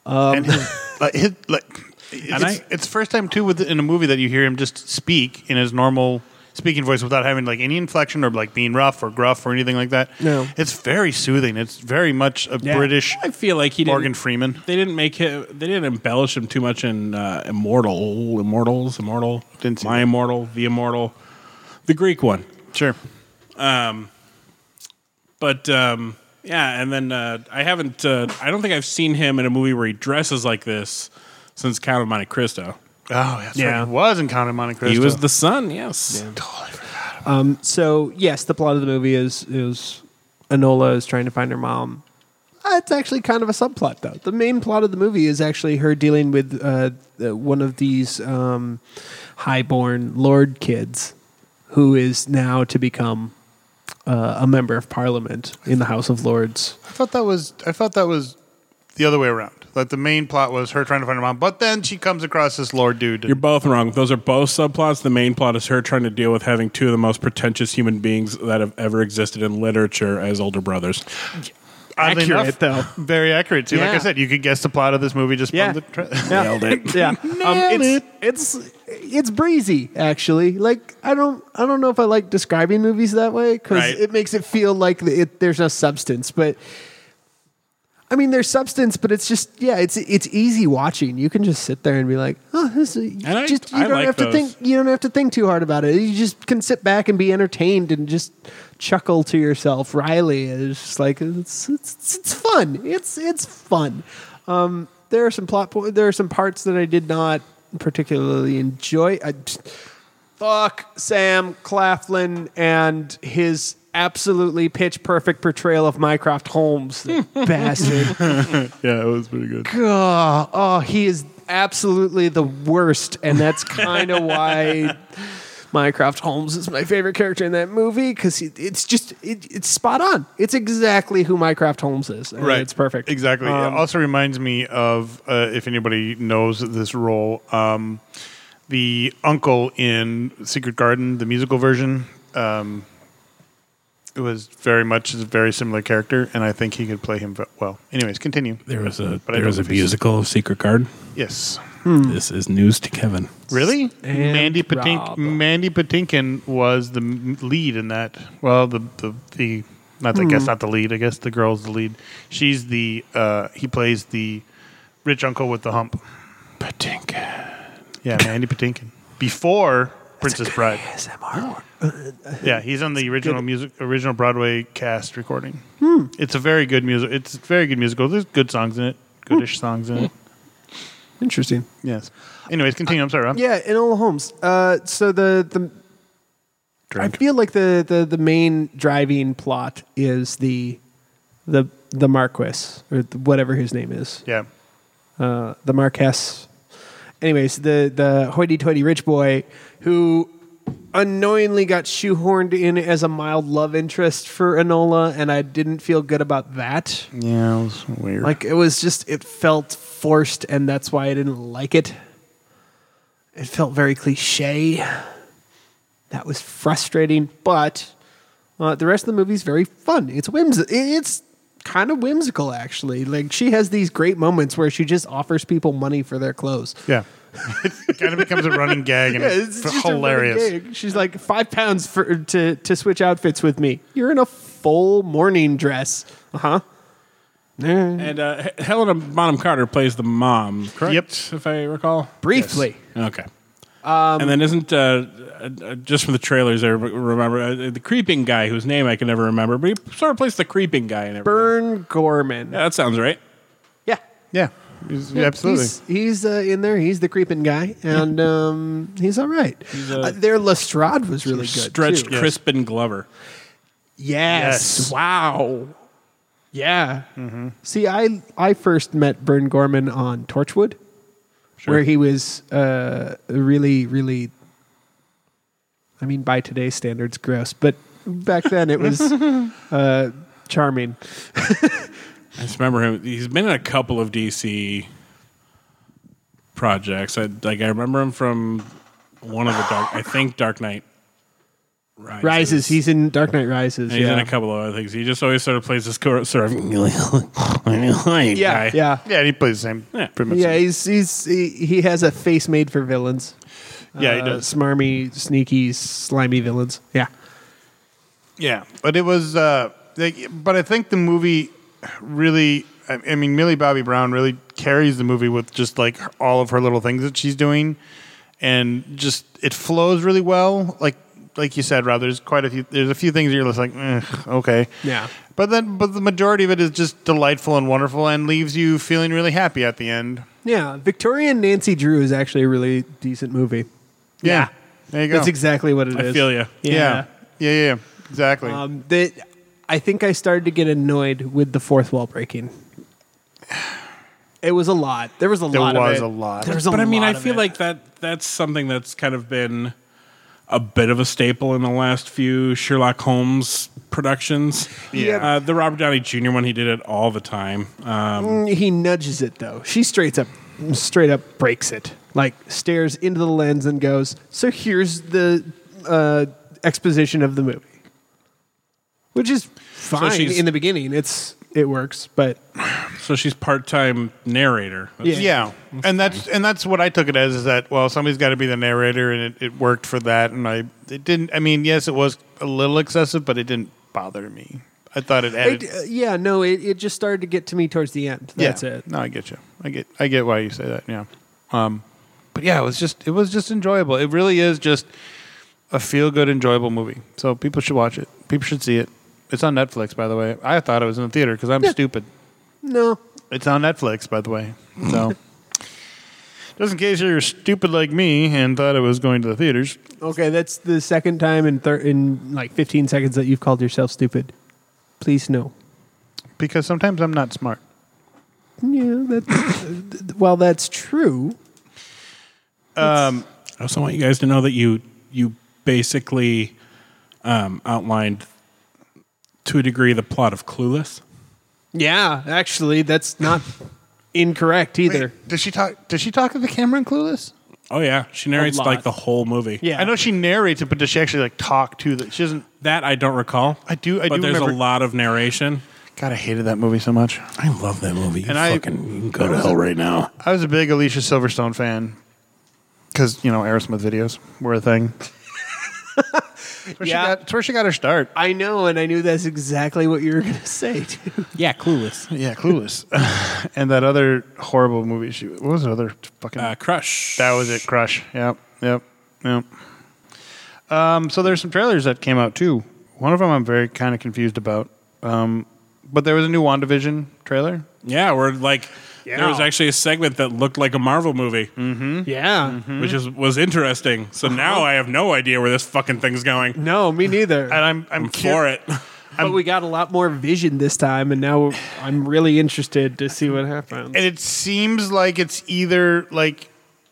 Speaker 3: Uh,
Speaker 4: and his, like, his, like, it's,
Speaker 5: I-
Speaker 4: it's the first time too with in a movie that you hear him just speak in his normal speaking voice without having like any inflection or like being rough or gruff or anything like that.
Speaker 3: No.
Speaker 4: it's very soothing. It's very much a
Speaker 3: Yeah.
Speaker 4: British
Speaker 5: I feel like he didn't,
Speaker 4: Morgan Freeman.
Speaker 5: They didn't make him. They didn't embellish him too much in uh, Immortal, Immortals, Immortal,
Speaker 4: Didn't see
Speaker 5: My
Speaker 4: that.
Speaker 5: Immortal, The Immortal, the Greek one.
Speaker 4: Sure,
Speaker 5: But um, yeah, and then uh, I haven't. Uh, I don't think I've seen him in a movie where he dresses like this since Count of Monte Cristo.
Speaker 4: oh that's yeah,
Speaker 3: Yeah.
Speaker 4: right. He was in Count of Monte Cristo.
Speaker 5: He was the son. Yes.
Speaker 3: So yes, the plot of the movie is is Enola is trying to find her mom. Uh, It's actually kind of a subplot though. The main plot of the movie is actually her dealing with uh, the- one of these um, highborn lord kids, who is now to become uh, a member of parliament in the House of Lords.
Speaker 4: I thought that was. I thought that was the other way around. Like the main plot was her trying to find her mom, but then she comes across this lord dude.
Speaker 5: You're both wrong. Those are both subplots. The main plot is her trying to deal with having two of the most pretentious human beings that have ever existed in literature as older brothers.
Speaker 4: Oddly
Speaker 3: accurate, though.
Speaker 4: Very accurate too. Like I
Speaker 3: Yeah.
Speaker 4: said, you could guess the plot of this movie just
Speaker 3: Yeah.
Speaker 4: from the. Tra-
Speaker 3: Nailed it. Yeah, um, it's, it's it's breezy actually. Like I don't I don't know if I like describing movies that way because
Speaker 5: Right.
Speaker 3: it makes it feel like the, it, there's no substance. But I mean, there's substance, but it's just yeah, it's it's easy watching. You can just sit there and be like, oh, this is, you
Speaker 5: And I-
Speaker 3: just you
Speaker 5: I
Speaker 3: don't
Speaker 5: like
Speaker 3: have
Speaker 5: those.
Speaker 3: to think you don't have to think too hard about it. You just can sit back and be entertained and just chuckle to yourself. Riley is just like it's it's it's fun. It's it's fun. Um, there are some plot po- there are some parts that I did not particularly enjoy. I just- fuck Sam Claflin and his absolutely pitch perfect portrayal of Mycroft Holmes, the bastard.
Speaker 4: yeah, it was pretty good.
Speaker 3: God, oh, he is absolutely the worst, and that's kind of why Mycroft Holmes is my favorite character in that movie because it's just it, it's spot on. It's exactly who Mycroft Holmes is. and
Speaker 4: Right.
Speaker 3: it's perfect. Um,
Speaker 4: Exactly. it also reminds me of uh, if anybody knows this role, um, the uncle in Secret Garden, the musical version. Um, it was very much a very similar character, and I think he could play him ve- well. Anyways, continue.
Speaker 5: There was a
Speaker 4: But I
Speaker 5: there
Speaker 4: don't
Speaker 5: was a
Speaker 4: think he's-
Speaker 5: musical of Secret Garden.
Speaker 4: Yes.
Speaker 5: This is news to Kevin.
Speaker 4: Really?
Speaker 3: And
Speaker 4: Mandy Patink-
Speaker 3: Rob.
Speaker 4: Mandy Patinkin was the m- lead in that. Well, the the, the not the, I guess not the lead. I guess the girl's the lead. She's the uh, he plays the rich uncle with the hump.
Speaker 5: Patinkin.
Speaker 4: Yeah, Mandy Patinkin. Before Princess Bride. Yeah, he's on the original music, original Broadway cast recording. It's a very good music. It's a very good musical. There's good songs in it. Goodish songs in it.
Speaker 3: Interesting.
Speaker 4: Yes. Anyways, continue. I'm sorry, Rob.
Speaker 3: Yeah, Enola Holmes. Uh, so the the I feel like the, the the main driving plot is the the the Marquis or the, whatever his name is.
Speaker 4: Yeah.
Speaker 3: uh, the Marquess. Anyways, the the hoity-toity rich boy who unknowingly got shoehorned in as a mild love interest for Enola, and I didn't feel good about that.
Speaker 4: Yeah, it was weird.
Speaker 3: Like it was just it felt forced, and that's why I didn't like it. It felt very cliche. That was frustrating, but uh, the rest of the movie's very fun. It's whims. It's kind of whimsical, actually. Like she has these great moments where she just offers people money for their clothes.
Speaker 4: Yeah. it kind of becomes a running gag and it's,
Speaker 3: just a running
Speaker 4: hilarious.
Speaker 3: gag. She's like five pounds for to to switch outfits with me. You're in a full morning dress, uh huh.
Speaker 5: And uh, H- Helena Bonham Carter plays the mom, correct?
Speaker 4: Yep.
Speaker 5: If I recall.
Speaker 3: Briefly,
Speaker 5: Okay. and then isn't uh, uh, uh, just from the trailers I re- remember uh, the creeping guy whose name I can never remember, but he sort of plays the creeping guy in everything.
Speaker 3: Bern Gorman.
Speaker 5: Yeah, that sounds right.
Speaker 3: yeah.
Speaker 4: Yeah. He's- absolutely.
Speaker 3: He's, he's uh, in there. He's the creeping guy, and um, he's all right.
Speaker 5: uh,
Speaker 3: uh, their Lestrade was really good.
Speaker 5: Stretched
Speaker 3: too.
Speaker 5: Crispin Glover.
Speaker 3: Yes.
Speaker 4: Yes.
Speaker 3: Wow. Yeah.
Speaker 5: Mm-hmm.
Speaker 3: See, I I first met Bern Gorman on Torchwood, where he was uh, really, really. I mean, by today's standards, gross, but back then it was uh, charming.
Speaker 5: I just remember him. He's been in a couple of DC projects. I like I remember him from one of the dark. I think Dark Knight Rises.
Speaker 3: Rises. He's in Dark Knight Rises.
Speaker 5: And he's
Speaker 3: yeah.
Speaker 5: in a couple of other things. He just always sort of plays this cor- sort of like
Speaker 3: yeah,
Speaker 5: guy.
Speaker 3: yeah.
Speaker 4: Yeah, and he plays the same.
Speaker 5: Yeah.
Speaker 4: Pretty much.
Speaker 3: Yeah,
Speaker 4: Yeah.
Speaker 3: he's he's he, he has a face made for villains.
Speaker 5: Yeah, he
Speaker 3: Uh,
Speaker 5: does.
Speaker 3: Smarmy, sneaky, slimy villains. Yeah.
Speaker 4: Yeah, but it was. Uh, they, but I think the movie really. I I mean, Millie Bobby Brown really carries the movie with just like her- all of her little things that she's doing, and just it flows really well. Like like you said, Rob, there's quite a few. There's a few things you're just like, eh, okay,
Speaker 3: Yeah.
Speaker 4: But then, but the majority of it is just delightful and wonderful, and leaves you feeling really happy at the end.
Speaker 3: Yeah. Victorian Nancy Drew is actually a really decent movie.
Speaker 4: Yeah, there you go.
Speaker 3: That's exactly what it is.
Speaker 5: I feel you.
Speaker 4: yeah, yeah, yeah, yeah. exactly.
Speaker 3: Um, that I think I started to get annoyed with the fourth wall breaking. It was a lot. There was a
Speaker 4: there
Speaker 3: lot of
Speaker 4: was
Speaker 3: it.
Speaker 4: a lot.
Speaker 3: There was a
Speaker 5: But I mean,
Speaker 3: lot
Speaker 5: I
Speaker 3: of
Speaker 5: feel
Speaker 3: it.
Speaker 5: like that that's something that's kind of been a bit of a staple in the last few Sherlock Holmes productions.
Speaker 4: Yeah.
Speaker 5: Uh, the Robert Downey Jr. one, he did it all the time. Um,
Speaker 3: Mm, he nudges it though. She straight up, straight up breaks it. Like stares into the lens and goes. So here's the uh, exposition of the movie, which is fine
Speaker 5: she's-
Speaker 3: in the beginning. It's it works, but
Speaker 5: so she's part time narrator. That's-
Speaker 4: Yeah, and that's and that's what I took it as is that well somebody's got to be the narrator and it, it worked for that and I it didn't I mean yes it was a little excessive but it didn't bother me I thought it added
Speaker 3: It- uh, yeah, no, it, it just started to get to me towards the end.
Speaker 4: yeah.
Speaker 3: That's it.
Speaker 4: no I get you I get I get why you say that yeah um but yeah it was just it was just enjoyable it really is just a feel good enjoyable movie so people should watch it people should see it it's on Netflix by the way I thought it was in the theater because I'm stupid
Speaker 3: No,
Speaker 4: It's on Netflix, by the way. So, just in case you're stupid like me and thought it was going to the theaters,
Speaker 3: Okay, that's the second time in thir- in like 15 seconds that you've called yourself stupid. Please no.
Speaker 4: because sometimes I'm not smart.
Speaker 3: Yeah, that. well, that's true.
Speaker 4: Um,
Speaker 5: I also want you guys to know that you you basically um, outlined to a degree the plot of Clueless.
Speaker 3: Yeah, actually, that's not incorrect either.
Speaker 4: does she talk? Does she talk to the camera in Clueless?
Speaker 5: Oh yeah, she narrates
Speaker 3: lot.
Speaker 5: like the whole movie.
Speaker 3: Yeah,
Speaker 4: I know she narrates it, but does she actually like talk to the? She doesn't.
Speaker 5: that I don't recall.
Speaker 4: I do- I
Speaker 5: but
Speaker 4: do
Speaker 5: there's
Speaker 4: remember-
Speaker 5: a lot of narration.
Speaker 4: God, I hated that movie so much.
Speaker 5: I love that movie. You
Speaker 4: And I-
Speaker 5: you can go to hell right now.
Speaker 4: I was a big Alicia Silverstone fan because you know Aerosmith videos were a thing. It's where she
Speaker 3: Yeah.
Speaker 4: got- it's where she got her start.
Speaker 3: I know, and I knew that's exactly what you were gonna say too.
Speaker 5: Yeah, Clueless.
Speaker 4: Yeah, Clueless, and that other horrible movie. She what was the other fucking
Speaker 5: Uh, Crush.
Speaker 4: That was it, Crush. Yep, yep, yep. Um, so there's some trailers that came out too. One of them I'm very kind of confused about. Um, but there was a new WandaVision trailer.
Speaker 5: Yeah, where like there was actually a segment that looked like a Marvel movie,
Speaker 4: Mm-hmm.
Speaker 3: Yeah.
Speaker 5: which is was interesting.
Speaker 4: Uh-huh.
Speaker 5: So now I have no idea where this fucking thing's going.
Speaker 3: No, me neither.
Speaker 4: And I'm I'm,
Speaker 5: I'm for it.
Speaker 3: but we got a lot more vision this time, and now I'm really interested to see what happens.
Speaker 4: And it seems like it's either like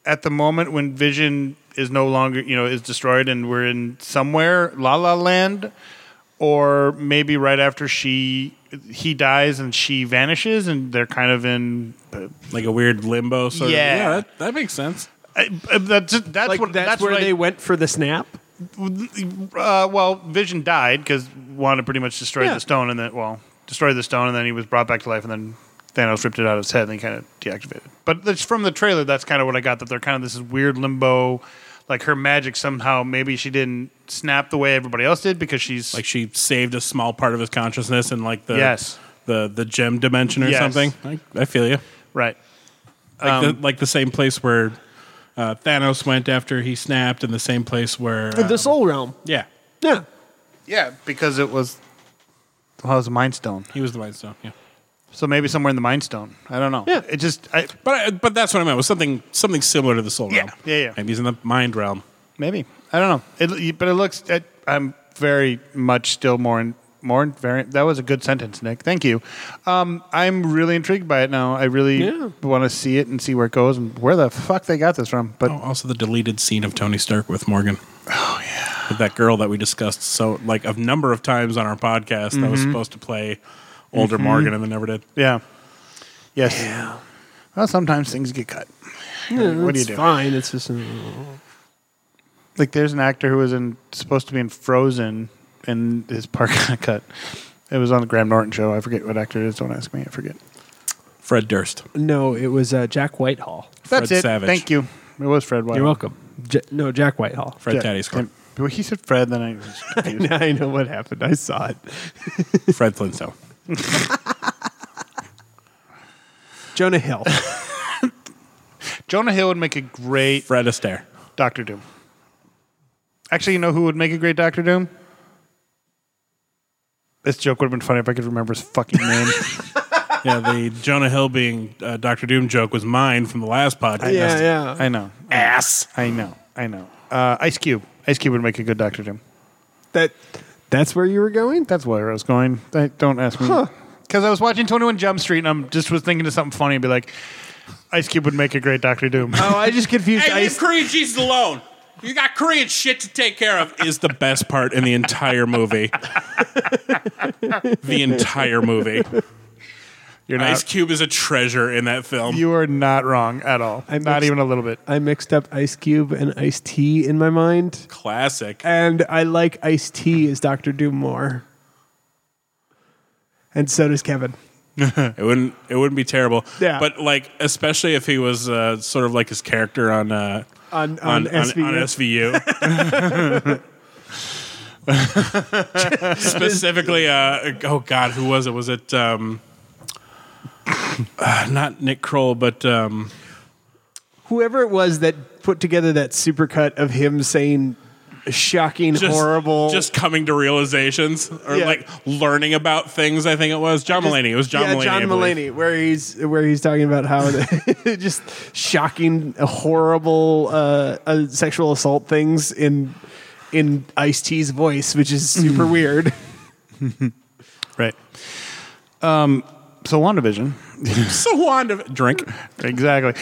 Speaker 4: at the moment when Vision is no longer, you know, is destroyed and we're in somewhere, La La Land, or maybe right after she he dies and she vanishes and they're kind of in
Speaker 5: like a weird limbo sort
Speaker 4: Yeah.
Speaker 5: of. Yeah, that, that makes sense.
Speaker 4: I, I- that's that's
Speaker 3: like
Speaker 4: what
Speaker 3: that's,
Speaker 4: that's
Speaker 3: where
Speaker 4: what I-
Speaker 3: they went for the snap.
Speaker 4: Uh, well, Vision died because Wanda pretty much destroyed
Speaker 3: Yeah.
Speaker 4: the stone, and then well, destroyed the stone, and then he was brought back to life, and then Thanos ripped it out of his head, and he kind of deactivated. But that's from the trailer. That's kind of what I got. That they're kind of this is weird limbo, like her magic somehow. Maybe she didn't snap the way everybody else did because she's
Speaker 5: Like she saved a small part of his consciousness in like the
Speaker 4: Yes.
Speaker 5: the the gem dimension or
Speaker 4: Yes.
Speaker 5: something. I, I feel you.
Speaker 4: right.
Speaker 5: Like,
Speaker 4: Um,
Speaker 5: the, like the same place where uh, Thanos went after he snapped, and the same place where
Speaker 3: the
Speaker 5: um,
Speaker 3: Soul Realm.
Speaker 5: yeah,
Speaker 3: Yeah.
Speaker 4: Yeah, because it was well, it was a mind stone.
Speaker 5: he was the Mind Stone. Yeah.
Speaker 4: So maybe somewhere in the mind stone. I don't know.
Speaker 3: Yeah.
Speaker 4: It just I,
Speaker 5: But I, but that's what I meant was something something similar to the soul
Speaker 4: Yeah.
Speaker 5: realm.
Speaker 4: Yeah, yeah.
Speaker 5: Maybe he's in the mind realm.
Speaker 4: Maybe I don't know. It, but it looks. It, I'm very much still more in, more in, very. That was a good sentence, Nick. Thank you. Um, I'm really intrigued by it now. I really
Speaker 3: Yeah.
Speaker 4: want to see it and see where it goes and where the fuck they got this from. But
Speaker 5: Oh, also the deleted scene of Tony Stark with Morgan. Oh yeah, with that girl that we discussed so like a number of times on our podcast that was supposed to play older Morgan and then never did.
Speaker 4: yeah, yes. Well, sometimes things get cut. what do you
Speaker 3: it's
Speaker 4: do?
Speaker 3: Fine. It's just
Speaker 4: Like there's an actor who was in supposed to be in Frozen and his part got cut. It was on the Graham Norton show. I forget what actor it is. Don't ask me. I forget.
Speaker 5: Fred Durst.
Speaker 3: no. It was uh, Jack Whitehall.
Speaker 5: Fred
Speaker 4: That's it.
Speaker 5: Savage.
Speaker 4: Thank you. It was Fred White.
Speaker 3: Oh. You're welcome. J- no, Jack Whitehall.
Speaker 5: Fred
Speaker 4: Yeah.
Speaker 5: Taddy score.
Speaker 4: Well, he said Fred, then I was confused.
Speaker 3: I know what happened. I saw it.
Speaker 5: Fred Flintstone.
Speaker 3: Jonah Hill.
Speaker 4: Jonah Hill would make a great
Speaker 5: Fred Astaire.
Speaker 4: Doctor Doom. Actually, you know who would make a great Doctor Doom? This joke would have been funny if I could remember his fucking name.
Speaker 5: Yeah, the Jonah Hill being uh, Doctor Doom joke was mine from the last podcast.
Speaker 3: yeah, yeah.
Speaker 4: I know.
Speaker 5: Ass.
Speaker 4: I know. I know. Uh, Ice Cube. Ice Cube would make a good Doctor Doom.
Speaker 3: that that's where you were going.
Speaker 4: That's where I was going. I, don't ask me. Because I was watching 21 Jump Street and I'm just was thinking of something funny and be like, Ice Cube would make a great Doctor Doom.
Speaker 3: Oh, I just confused.
Speaker 5: Hey, leave
Speaker 3: Ice.
Speaker 5: Korean Jesus alone. You got Korean shit to take care of. Is the best part in the entire movie. the entire movie.
Speaker 4: You're
Speaker 5: Ice
Speaker 4: not,
Speaker 5: Cube is a treasure in that film.
Speaker 4: you are not wrong at all.
Speaker 3: I
Speaker 4: not
Speaker 3: mixed-
Speaker 4: even a little bit.
Speaker 3: I mixed up Ice Cube and Ice T in my mind,
Speaker 5: Classic.
Speaker 3: and I like Ice T as Doctor Doom more, and so does Kevin.
Speaker 5: It wouldn't. It wouldn't be terrible.
Speaker 3: Yeah.
Speaker 5: But like, especially if he was uh, sort of like his character on uh,
Speaker 3: On- on SVU.
Speaker 5: on SVU. Specifically, uh, oh god, who was it? Was it um, uh, not Nick Kroll, but um,
Speaker 3: Whoever it was that put together that supercut of him saying shocking,
Speaker 5: just,
Speaker 3: horrible,
Speaker 5: just coming to realizations or
Speaker 3: Yeah.
Speaker 5: like learning about things. I think it was John Mulaney. It was John
Speaker 3: yeah,
Speaker 5: Mulaney.
Speaker 3: John
Speaker 5: I believe.
Speaker 3: Mulaney, where he's where he's talking about how the- just shocking, horrible uh, uh, sexual assault things in in Ice T's voice, which is super weird.
Speaker 4: Right. Um, so WandaVision.
Speaker 5: So Wanda drink.
Speaker 4: Exactly.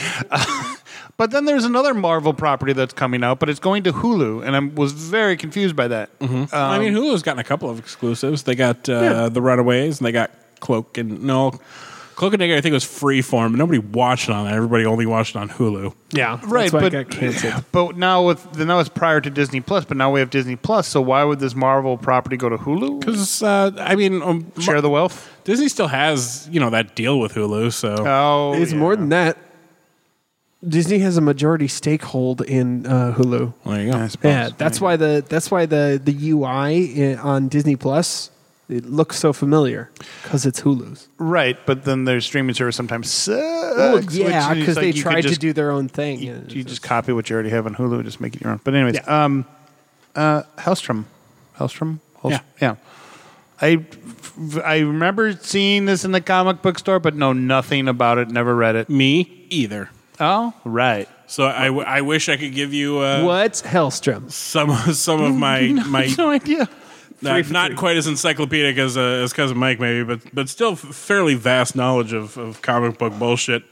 Speaker 4: but then there's another Marvel property that's coming out, but it's going to Hulu, and I was very confused by that.
Speaker 3: Mm-hmm.
Speaker 5: I mean,
Speaker 4: Um,
Speaker 5: Hulu's gotten a couple of exclusives. They got uh, The Runaways, and they got Cloak and no, Cloak and Dagger. I think was Freeform. but Nobody watched it on that. Everybody only watched it on Hulu.
Speaker 3: Yeah,
Speaker 4: Right,
Speaker 3: That's why
Speaker 4: but-
Speaker 3: it got canceled.
Speaker 4: But now with now it's prior to Disney Plus, but now we have Disney Plus. So why would this Marvel property go to Hulu?
Speaker 5: Because uh, I mean, um,
Speaker 4: Share the wealth.
Speaker 5: Disney still has you know that deal with Hulu, so
Speaker 4: Oh,
Speaker 3: It's
Speaker 4: yeah.
Speaker 3: more than that. Disney has a majority stakehold in uh, Hulu.
Speaker 5: there you go.
Speaker 3: Yeah, that's why the that's why the the UI i- eh, on Disney Plus it looks so familiar because it's Hulu's.
Speaker 4: right. But then their streaming service sometimes sucks.
Speaker 3: Well,
Speaker 4: which
Speaker 3: yeah,
Speaker 4: is
Speaker 3: because
Speaker 4: like
Speaker 3: they
Speaker 4: you could
Speaker 3: tried to
Speaker 4: just-
Speaker 3: do their own thing.
Speaker 4: You,
Speaker 3: and
Speaker 4: you
Speaker 3: it's-
Speaker 4: just copy what you already have on Hulu and just make it your own. But anyways,
Speaker 3: Yeah.
Speaker 4: um, uh, Hellstrom, Hellstrom, Hellstrom?
Speaker 5: Yeah.
Speaker 4: yeah. I I remember seeing this in the comic book store, but know nothing about it. Never read it.
Speaker 5: me either.
Speaker 4: Oh, right.
Speaker 5: So I, w- I wish I could give you uh,
Speaker 3: What's Hellstrom?
Speaker 5: some some of my my
Speaker 4: no idea.
Speaker 5: not, not quite as encyclopedic as uh, as cousin Mike, maybe, but but still f- fairly vast knowledge of, of comic book bullshit.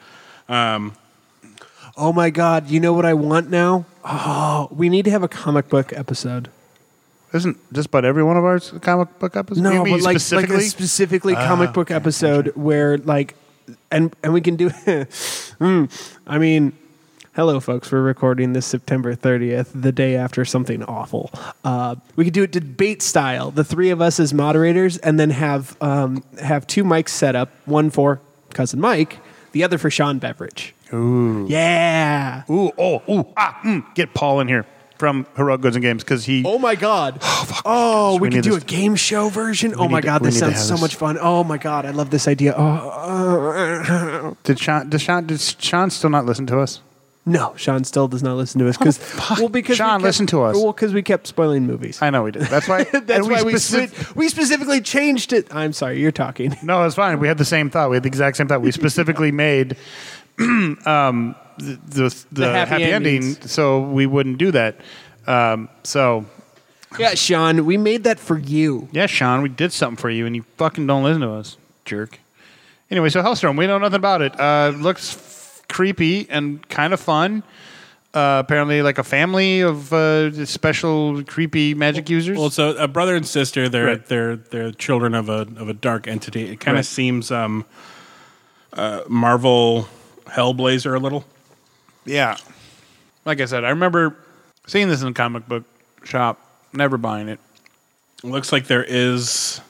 Speaker 3: Oh my God! You know what I want now? Oh, we need to have a comic book episode.
Speaker 4: Isn't just about every one of ours a comic book episode?
Speaker 3: No,
Speaker 4: You mean
Speaker 3: but like
Speaker 4: specifically. Ah,
Speaker 3: like a specifically comic book episode where like, and and we can do. Hmm, I mean, hello, folks. We're recording this September thirtieth, the day after something awful. Uh, we could do it debate style. The three of us as moderators, and then have um, have two mics set up. One for cousin Mike, the other for Sean Beveridge. Ooh, yeah.
Speaker 4: ooh, oh, ooh, ah, mm, get Paul in here from Heroic Goods and Games because he.
Speaker 3: Oh my god! Oh, we,
Speaker 4: We
Speaker 3: could
Speaker 4: need
Speaker 3: do
Speaker 4: this.
Speaker 3: a game show version. Oh my
Speaker 4: need to-
Speaker 3: god,
Speaker 4: we
Speaker 3: this
Speaker 4: need to
Speaker 3: sounds
Speaker 4: have
Speaker 3: so
Speaker 4: this.
Speaker 3: much fun. Oh my god, I love this idea. Oh,
Speaker 4: Did Sean? Did Sean? Did Sean still not listen to us?
Speaker 3: no, Sean still does not listen to us because well, because we
Speaker 4: Oh, Sean,
Speaker 3: kept-
Speaker 4: listen to us.
Speaker 3: Well, because we kept spoiling movies.
Speaker 4: I know we did. That's why.
Speaker 3: That's
Speaker 4: and
Speaker 3: why we
Speaker 4: specif-
Speaker 3: speci- we specifically changed it. I'm sorry, you're talking.
Speaker 4: No, it's fine. We had the same thought. We had the exact same thought. We specifically made um, the, the, the
Speaker 3: happy
Speaker 4: happy, ending,
Speaker 3: endings.
Speaker 4: so we wouldn't do that. Um, so,
Speaker 3: yeah, Sean, we made that for you.
Speaker 4: yeah, Sean, we did something for you, and you fucking don't listen to us, jerk. Anyway, so Hellstrom, we know nothing about it. Uh, looks f- creepy and kind of fun. Uh, apparently, like a family of uh, special creepy magic users.
Speaker 5: Well, so a brother and sister, they're
Speaker 4: Right.
Speaker 5: they're they're children of a of a dark entity. It kind of
Speaker 4: Right.
Speaker 5: seems um, uh, Marvel Hellblazer a little.
Speaker 4: Yeah. Like I said, I remember seeing this in a comic book shop, never buying it,
Speaker 5: Looks like there is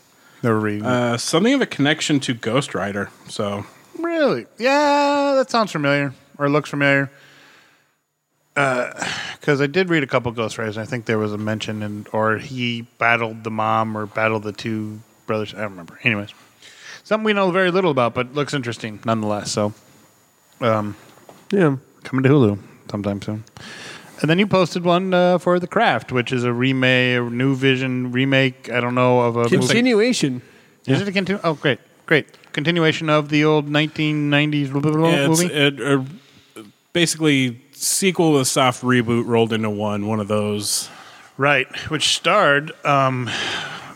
Speaker 4: never reading it.
Speaker 5: uh, something of a connection to Ghost Rider. So
Speaker 4: Really? Yeah, that sounds familiar or looks familiar. because Uh, I did read a couple Ghost Riders. And I think there was a mention, and or he battled the mom or battled the two brothers. I don't remember. Anyways, something we know very little about, but looks interesting nonetheless. So, um,
Speaker 3: Yeah.
Speaker 4: coming to Hulu sometime soon. And then you posted one uh, for The Craft, which is a remake, a new vision remake. I don't know of a movie.
Speaker 3: Continuation.
Speaker 4: Is it a continu- Oh, great, great continuation of the old 1990s blah, blah, blah,
Speaker 5: Yeah, it's
Speaker 4: movie.
Speaker 5: it, uh, basically sequel with soft reboot rolled into one. One of those.
Speaker 4: Right, which starred um,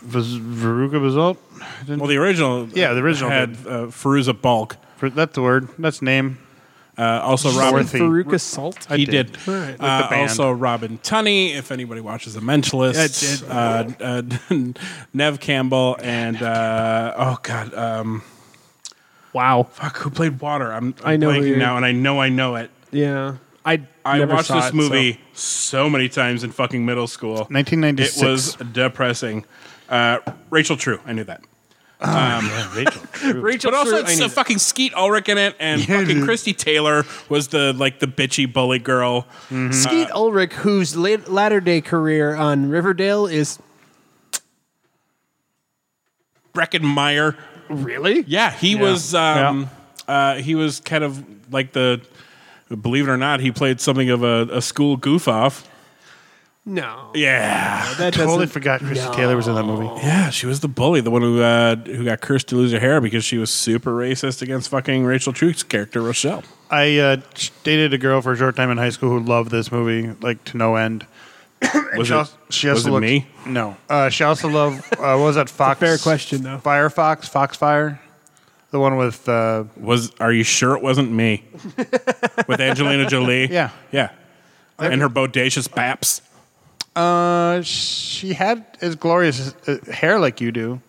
Speaker 4: Vaz- Veruca Basalt.
Speaker 5: Well, the original.
Speaker 4: Yeah, the original
Speaker 5: had
Speaker 4: did.
Speaker 5: uh, Feruza Balk.
Speaker 4: For- That's the word. That's the name.
Speaker 5: Uh, also,
Speaker 4: Just
Speaker 5: Robin.
Speaker 4: worth it. Farouk
Speaker 3: Salt.
Speaker 5: he did.
Speaker 4: All right, like the
Speaker 5: Uh,
Speaker 4: band.
Speaker 5: also, Robin Tunney. If anybody watches The Mentalist, Uh, uh, Nev Campbell and uh, oh god, um,
Speaker 3: Wow.
Speaker 5: fuck, who played Water? I'm, I'm
Speaker 3: I know who
Speaker 5: blanking
Speaker 3: you're-
Speaker 5: now, and I know I know it.
Speaker 3: Yeah. I
Speaker 5: I
Speaker 3: never
Speaker 5: watched
Speaker 3: saw
Speaker 5: this
Speaker 3: it,
Speaker 5: movie so. many times in fucking middle school.
Speaker 4: 1996.
Speaker 5: It was depressing. Uh, Rachel True, I knew that. Um,
Speaker 4: Rachel.
Speaker 3: so. Oh, Rachel.
Speaker 5: But also,
Speaker 3: True- I
Speaker 5: it's
Speaker 3: knew
Speaker 5: the fucking Skeet Ulrich in it, and fucking Christy Taylor was the like the bitchy bully girl.
Speaker 3: that. Mm-hmm. Skeet
Speaker 4: Uh,
Speaker 3: Ulrich, whose late, latter day career on Riverdale is
Speaker 5: Breckenmeyer.
Speaker 3: really
Speaker 5: Yeah, he was. Um, Uh, he was kind of like the. Believe it or not, he played something of a, a school goof off.
Speaker 3: no.
Speaker 5: Yeah,
Speaker 3: That
Speaker 4: totally
Speaker 3: doesn't-
Speaker 4: forgot Christy Taylor was in that movie.
Speaker 5: yeah, she was the bully, the one who uh, who got cursed to lose her hair because she was super racist against fucking Rachel True's character Rochelle.
Speaker 4: I uh, dated a girl for a short time in high school who loved this movie like to no end. And
Speaker 5: Was
Speaker 4: she
Speaker 5: it-
Speaker 4: also- she also
Speaker 5: was it
Speaker 4: looked-
Speaker 5: me?
Speaker 4: No. Uh, she also loved. Uh, what was that Fox?
Speaker 3: fair question, though.
Speaker 4: Firefox, Foxfire, the one with. Uh,
Speaker 5: Was are you sure it wasn't me with Angelina Jolie?
Speaker 4: Yeah.
Speaker 5: yeah, and her bodacious baps.
Speaker 4: uh, she had as glorious uh, hair like you do.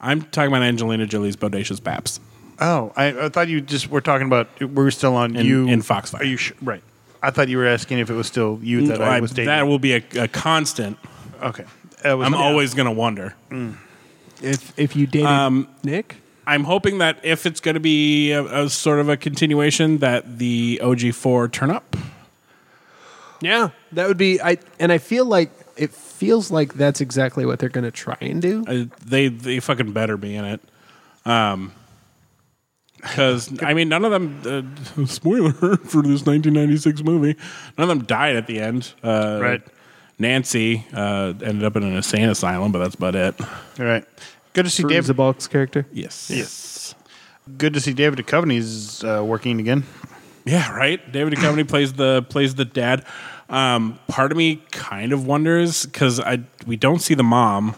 Speaker 5: I'm talking about Angelina Jolie's bodacious baps.
Speaker 4: Oh, I, I thought you just were talking about. We're still on
Speaker 5: In-
Speaker 4: you
Speaker 5: in Foxfire.
Speaker 4: Are you sh- right? I thought you were asking if it was still you that I,
Speaker 5: Mm, I-
Speaker 4: was dating.
Speaker 5: that will be a, a constant.
Speaker 4: okay. That was-
Speaker 5: I'm
Speaker 4: yeah.
Speaker 5: always going to wonder.
Speaker 3: If if you dated
Speaker 4: Um,
Speaker 3: Nick,
Speaker 5: Um, I'm hoping that if it's going to be a, a sort of a continuation, that the OG4 turn up.
Speaker 3: yeah, that would be. I and I feel like it feels like that's exactly what they're going to try and do.
Speaker 5: Uh, they they fucking better be in it. Because I mean, none of them. Uh, spoiler for this 1996 movie. None of them died at the end. Uh,
Speaker 4: Right.
Speaker 5: Nancy uh, ended up in an insane asylum, but that's about it.
Speaker 4: All right. Good to see
Speaker 3: Dave
Speaker 4: David.
Speaker 3: Zabalk's character.
Speaker 5: Yes.
Speaker 4: Yes. Good to see David Duchovny's uh, working again.
Speaker 5: Yeah, right. David Duchovny plays the plays the dad. Um, part of me kind of wonders because I we don't see the mom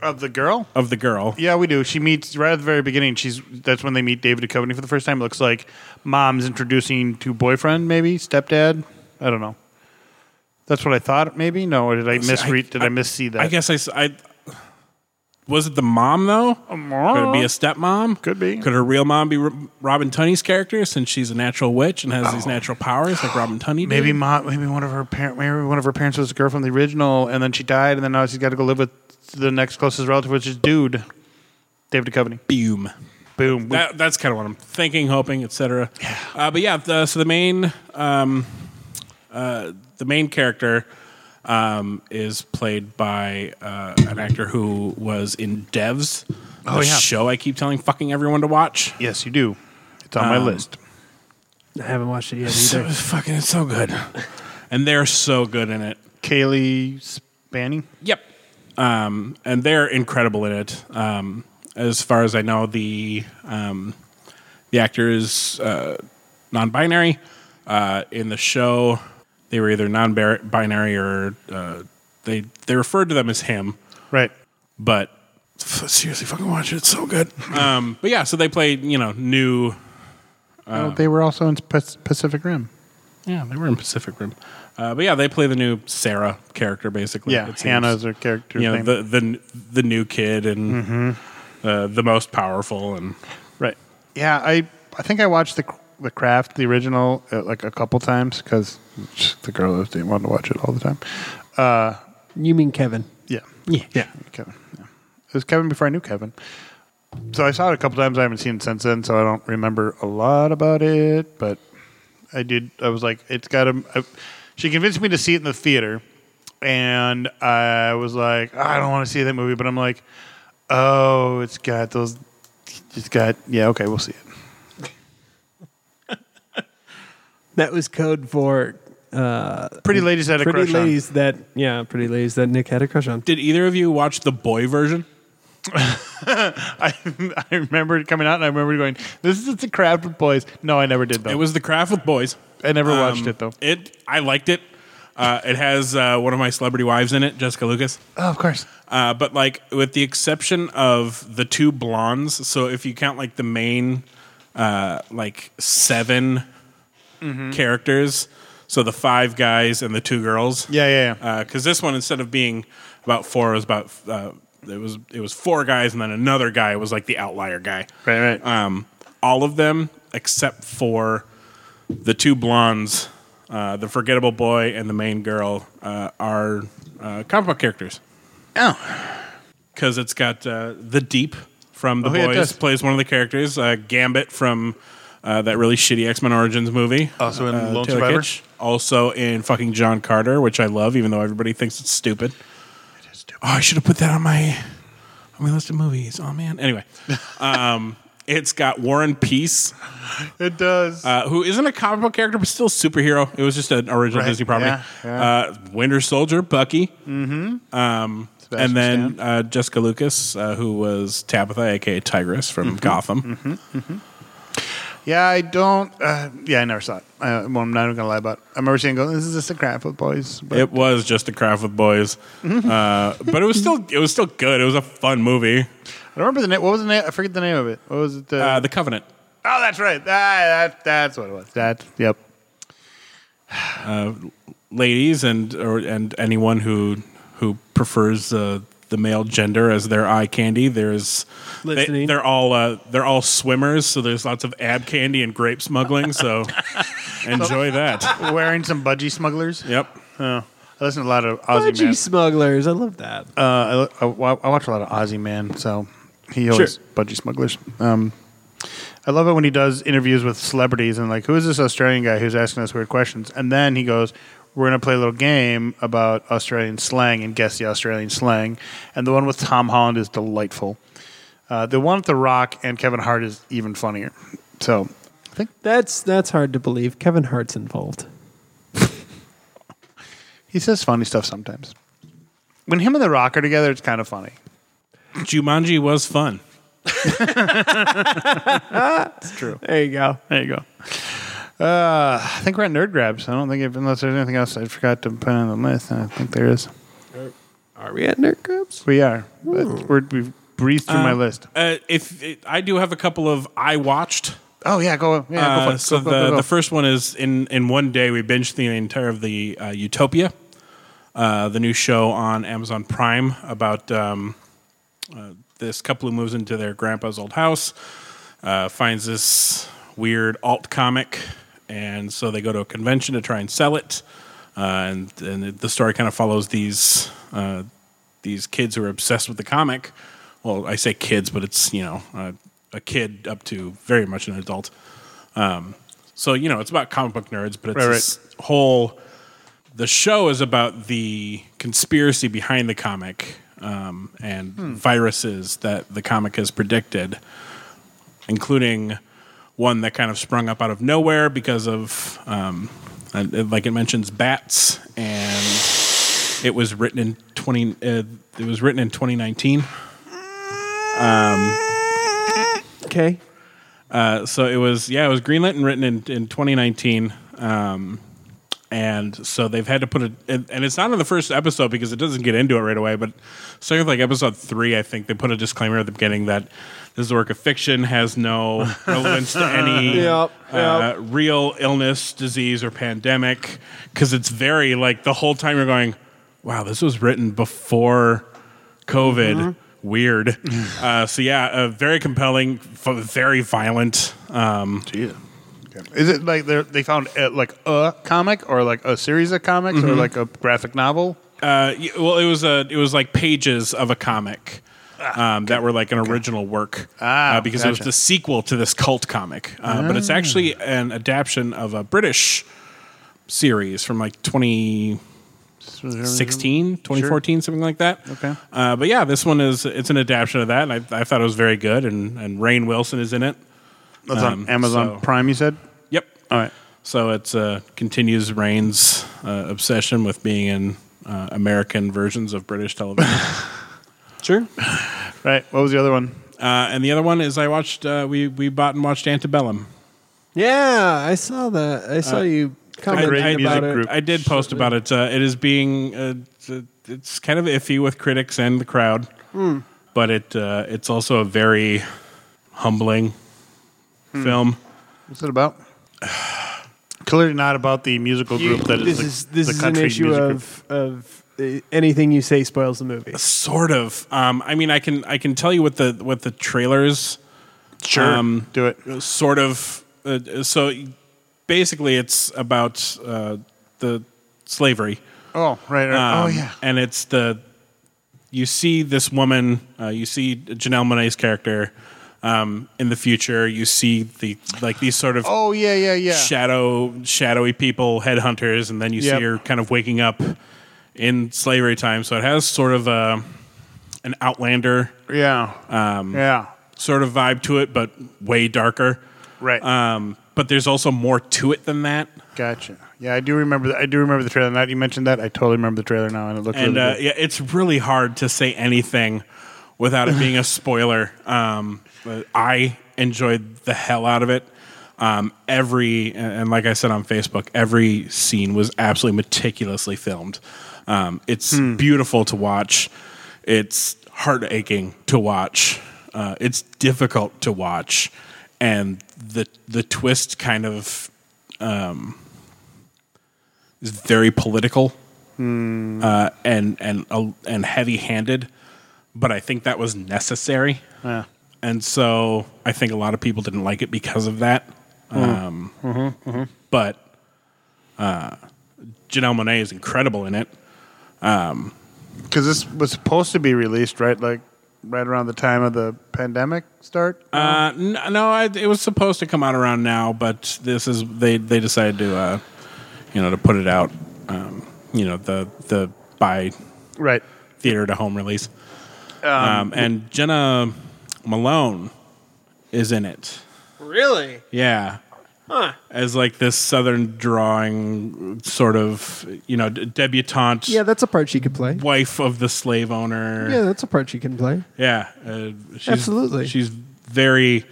Speaker 4: Of the girl?
Speaker 5: of the girl.
Speaker 4: Yeah, we do. She meets right at the very beginning. She's that's when they meet David Duchovny for the first time. It looks like mom's introducing to boyfriend, maybe stepdad. I don't know. That's what I thought. Maybe no. Or did I misread? did I, missee that?
Speaker 5: I guess I, s- I- was it the mom though. Could it be a stepmom?
Speaker 4: Uh, Could be.
Speaker 5: Could her real mom be R- Robin Tunney's character since she's a natural witch and has these natural powers like Robin Tunney? did?
Speaker 4: Oh. maybe mom. Maybe one of her parent. Maybe one of her parents was a girl from the original, and then she died, and then now she's got to go live with the next closest relative, which is dude, David Duchovny.
Speaker 5: Boom.
Speaker 4: Boom. We-
Speaker 5: That, that's kind of what I'm thinking, hoping, etc. Uh, but yeah, the, so the main um, uh, the main character um, is played by uh, an actor who was in Devs,
Speaker 4: Oh,
Speaker 5: the
Speaker 4: yeah.
Speaker 5: show I keep telling fucking everyone to watch.
Speaker 4: yes, you do. It's on my
Speaker 5: Um,
Speaker 4: list.
Speaker 3: I haven't watched it yet
Speaker 5: So
Speaker 3: either.
Speaker 5: fucking it's so good, and they're so good in it.
Speaker 4: Kaylee Spanning.
Speaker 5: Yep. Um, and they're incredible in it. Um, as far as I know, the um, the actor is uh, non-binary. Uh, in the show, they were either non-binary or uh, they they referred to them as him.
Speaker 4: Right.
Speaker 5: But f- seriously, fucking watch it; it's so good. um, but yeah, so they play you know new. Uh,
Speaker 4: Oh, they were also in Pac- Pacific Rim.
Speaker 5: Yeah, they were in Pacific Rim. Uh, but yeah, they play the new Sarah character basically.
Speaker 4: Yeah,
Speaker 5: it seems.
Speaker 4: Hannah's her character's
Speaker 5: you know
Speaker 4: name.
Speaker 5: the the the new kid and
Speaker 4: Mm-hmm.
Speaker 5: uh, the most powerful and
Speaker 4: right. Yeah, I I think I watched the the Craft, the original, uh, like a couple times because the girl I was dating wanted to watch it all the time.
Speaker 3: You mean Kevin?
Speaker 4: Yeah. Yeah. Yeah. Kevin. Yeah. It was Kevin before I knew Kevin. So I saw it a couple times. I haven't seen it since then, so I don't remember a lot about it. But I did. I was like, it's got to. I- She convinced me to see it in the theater, and I was like, "Ah, I don't want to see that movie, but I'm like, oh, it's got those. It's got yeah. Okay, we'll see it.
Speaker 3: That was code for
Speaker 4: Pretty ladies had a
Speaker 3: pretty
Speaker 4: crush on.
Speaker 3: ladies that yeah, pretty ladies that Nick had a crush on.
Speaker 5: Did either of you watch the boy version?
Speaker 4: I, I remember it coming out, and I remember going, "This is it's a craft with boys." No, I never did though.
Speaker 5: It was The Craft with Boys.
Speaker 4: I never watched
Speaker 5: Um,
Speaker 4: it though.
Speaker 5: It I liked it. Uh, it has uh, one of my celebrity wives in it, Jessica Lucas.
Speaker 4: Oh, of course.
Speaker 5: Uh, but like with the exception of the two blondes, so if you count like the main uh, like 7
Speaker 4: Mm-hmm.
Speaker 5: characters, so the five guys and the two girls.
Speaker 4: Yeah, yeah, yeah.
Speaker 5: Because Uh, this one, instead of being about four, it was about uh, it was it was four guys and then another guy was like the outlier guy.
Speaker 4: Right, right.
Speaker 5: Um, all of them except for the two blondes, uh, the forgettable boy and the main girl, uh, are uh, comic book characters
Speaker 4: oh,
Speaker 5: because it's got uh, the Deep from the
Speaker 4: Oh, yeah, it
Speaker 5: Boys
Speaker 4: does.
Speaker 5: plays one of the characters. Uh, Gambit from uh, that really shitty X Men Origins movie. uh,
Speaker 4: Also in Lone
Speaker 5: Taylor
Speaker 4: Survivor.
Speaker 5: Kitsch. Also in fucking John Carter, which I love, even though everybody thinks it's stupid. Oh, I should have put that on my on my list of movies. Oh man. Anyway, um, it's got Warren Peace,
Speaker 4: it does.
Speaker 5: uh, who isn't a comic book character but still a superhero. It was just an original
Speaker 4: Right,
Speaker 5: Disney property.
Speaker 4: yeah, Mm-hmm.
Speaker 5: Uh, Winter Soldier, Bucky,
Speaker 4: Sebastian
Speaker 5: Um, and
Speaker 4: Stan.
Speaker 5: then uh, Jessica Lucas, uh, who was Tabitha, aka Tigress from
Speaker 4: Mm-hmm.
Speaker 5: Gotham.
Speaker 4: Yeah, I don't. Uh, yeah, I never saw it. Uh, well, I'm not even gonna lie about. It. I remember seeing. it Go, this is just a crap with boys. But
Speaker 5: It was just a craft with boys,
Speaker 4: Mm-hmm.
Speaker 5: uh, but it was still it was still good. It was a fun movie.
Speaker 4: I remember the name. What was the name? I forget the name of it. What was it? Uh,
Speaker 5: Uh, the Covenant
Speaker 4: oh, that's right. Ah, that, that's what it was. That. Yep.
Speaker 5: ladies and or and anyone who who prefers uh, the male gender as their eye candy. There's they,
Speaker 3: Listening.
Speaker 5: they're all uh, they're all swimmers, so there's lots of ab candy and grape smuggling. So enjoy that.
Speaker 4: Wearing some budgie smugglers.
Speaker 5: Yep.
Speaker 4: Oh, I listen to a lot of Aussie man.
Speaker 3: Budgie smugglers, I love that.
Speaker 4: Uh, I, li- I, wa- I watch a lot of Aussie man, so he always
Speaker 3: Sure.
Speaker 4: budgie smugglers. Um, I love it when he does interviews with celebrities and like, who is this Australian guy who's asking us weird questions? And then he goes, "We're gonna play a little game about Australian slang and guess the Australian slang." And the one with Tom Holland is delightful. Uh, the one with The Rock and Kevin Hart is even funnier. So I think
Speaker 3: That's that's hard to believe. Kevin Hart's involved.
Speaker 4: he says funny stuff sometimes. When him and The Rock are together, it's kind of funny.
Speaker 5: Jumanji was fun.
Speaker 3: There you go.
Speaker 4: There you go. Uh, I think we're at nerd grabs. I don't think if, unless there's anything else I forgot to put on the list, and I think there is.
Speaker 3: Are we at nerd grabs?
Speaker 4: We are. But we're, we've breezed through my list.
Speaker 5: Uh, if it, I do have a couple of I watched.
Speaker 4: Oh yeah, go. Yeah,
Speaker 5: Uh,
Speaker 4: go for it.
Speaker 5: so
Speaker 4: go, go,
Speaker 5: the
Speaker 4: go, go.
Speaker 5: the first one is in in one day we binged the entire of the uh, Utopia, uh, the new show on Amazon Prime about um, uh, this couple who moves into their grandpa's old house, uh, finds this weird alt comic, and so they go to a convention to try and sell it, uh, and and the story kind of follows these uh, these kids who are obsessed with the comic. Well, I say kids, but it's you know uh, a kid up to very much an adult. Um, So you know, it's about comic book nerds, but it's
Speaker 4: Right, right.
Speaker 5: this whole. The show is about the conspiracy behind the comic um, and
Speaker 4: Hmm.
Speaker 5: viruses that the comic has predicted, including one that kind of sprung up out of nowhere because of, um, and- and like it mentions bats, and it was written in twenty. Uh, it was written in twenty nineteen. Um,
Speaker 3: Okay.
Speaker 5: uh, so it was yeah it was greenlit and written in, in 2019 um, and so they've had to put it and, and it's not in the first episode because it doesn't get into it right away but starting with like episode three i think they put a disclaimer at the beginning that this is a work of fiction has no relevance to any
Speaker 3: Yep,
Speaker 5: Uh, real illness disease or pandemic because it's very like the whole time you're going wow this was written before covid
Speaker 3: Mm-hmm.
Speaker 5: weird uh, so yeah uh, very compelling f- very violent um,
Speaker 4: is it like they they found uh, like a comic or like a series of comics or like a graphic novel?
Speaker 5: Uh, y- well, it was a it was like pages of a comic, um, that were like an original work
Speaker 4: Ah,
Speaker 5: uh, because it was
Speaker 4: gotcha. Ah.
Speaker 5: the sequel to this cult comic, uh, but it's actually an adaptation of a British series from like 20- 16 2014 something like that
Speaker 4: Okay.
Speaker 5: uh, but yeah this one is it's an adaptation of that and I, I thought it was very good and and rain wilson is in it
Speaker 4: That's
Speaker 5: Um,
Speaker 4: on Amazon
Speaker 5: so-
Speaker 4: Prime, you said?
Speaker 5: yep
Speaker 4: All right.
Speaker 5: so it's uh continues rain's uh, obsession with being in uh, american versions of british television
Speaker 3: Sure.
Speaker 4: Right. What was the other one?
Speaker 5: uh, and the other one is i watched uh, we we bought and watched antebellum
Speaker 3: Yeah, I saw that. I saw you comment
Speaker 4: great
Speaker 3: about
Speaker 4: music
Speaker 3: it.
Speaker 4: group.
Speaker 5: I did post about it. Uh, it is being uh, t- it's kind of iffy with critics and the crowd, but it uh, it's also a very humbling film.
Speaker 4: What's it about? Clearly not about the musical group that
Speaker 3: this
Speaker 4: is the,
Speaker 3: is this
Speaker 4: the
Speaker 3: is an
Speaker 4: country
Speaker 3: issue
Speaker 4: music group.
Speaker 3: of of uh, anything you say spoils the movie.
Speaker 5: Sort of. Um, I mean, I can I can tell you what the what the trailers
Speaker 4: Sure.
Speaker 5: um,
Speaker 4: Do it.
Speaker 5: sort of. Uh, so basically, it's about uh, the slavery.
Speaker 4: Oh, right. right. oh,
Speaker 5: Um,
Speaker 4: yeah.
Speaker 5: And it's the you see this woman, uh, you see Janelle Monae's character um, in the future. You see the like these sort of
Speaker 4: Oh, yeah, yeah, yeah.
Speaker 5: shadow shadowy people, headhunters, and then you
Speaker 4: Yep.
Speaker 5: see her kind of waking up in slavery time. So it has sort of a an Outlander
Speaker 4: Yeah. Um, yeah.
Speaker 5: sort of vibe to it, but way darker.
Speaker 4: Right.
Speaker 5: Um, but there's also more to it than that.
Speaker 4: gotcha. Yeah, I do remember. The, I do remember the trailer. Now that you mentioned that, I totally remember the trailer now, and it looked
Speaker 5: and
Speaker 4: really
Speaker 5: uh,
Speaker 4: good.
Speaker 5: yeah, it's really hard to say anything without it being a spoiler. Um, but I enjoyed the hell out of it. Um, every and and like I said on Facebook, every scene was absolutely meticulously filmed. Um, it's beautiful to watch. It's heart aching to watch. Uh, it's difficult to watch, and the the twist kind of um, is very political uh, and and uh, and heavy handed, but I think that was necessary.
Speaker 4: Yeah.
Speaker 5: And so I think a lot of people didn't like it because of that. Um, But uh, Janelle Monet is incredible in it.
Speaker 4: Because this was supposed to be released right, like right around the time of the pandemic start.
Speaker 5: Uh, n- no, I, it was supposed to come out around now, but this is they they decided to uh, you know to put it out. Um, you know the the by
Speaker 4: right.
Speaker 5: theater to home release. Um, and Jenna Malone is in it.
Speaker 3: Really?
Speaker 5: Yeah. As like this southern drawing sort of, you know, d- debutante
Speaker 3: Yeah, that's a part she could play.
Speaker 5: wife of the slave owner.
Speaker 3: Yeah, that's a part she can play.
Speaker 5: Yeah, uh, she's,
Speaker 3: Absolutely.
Speaker 5: She's very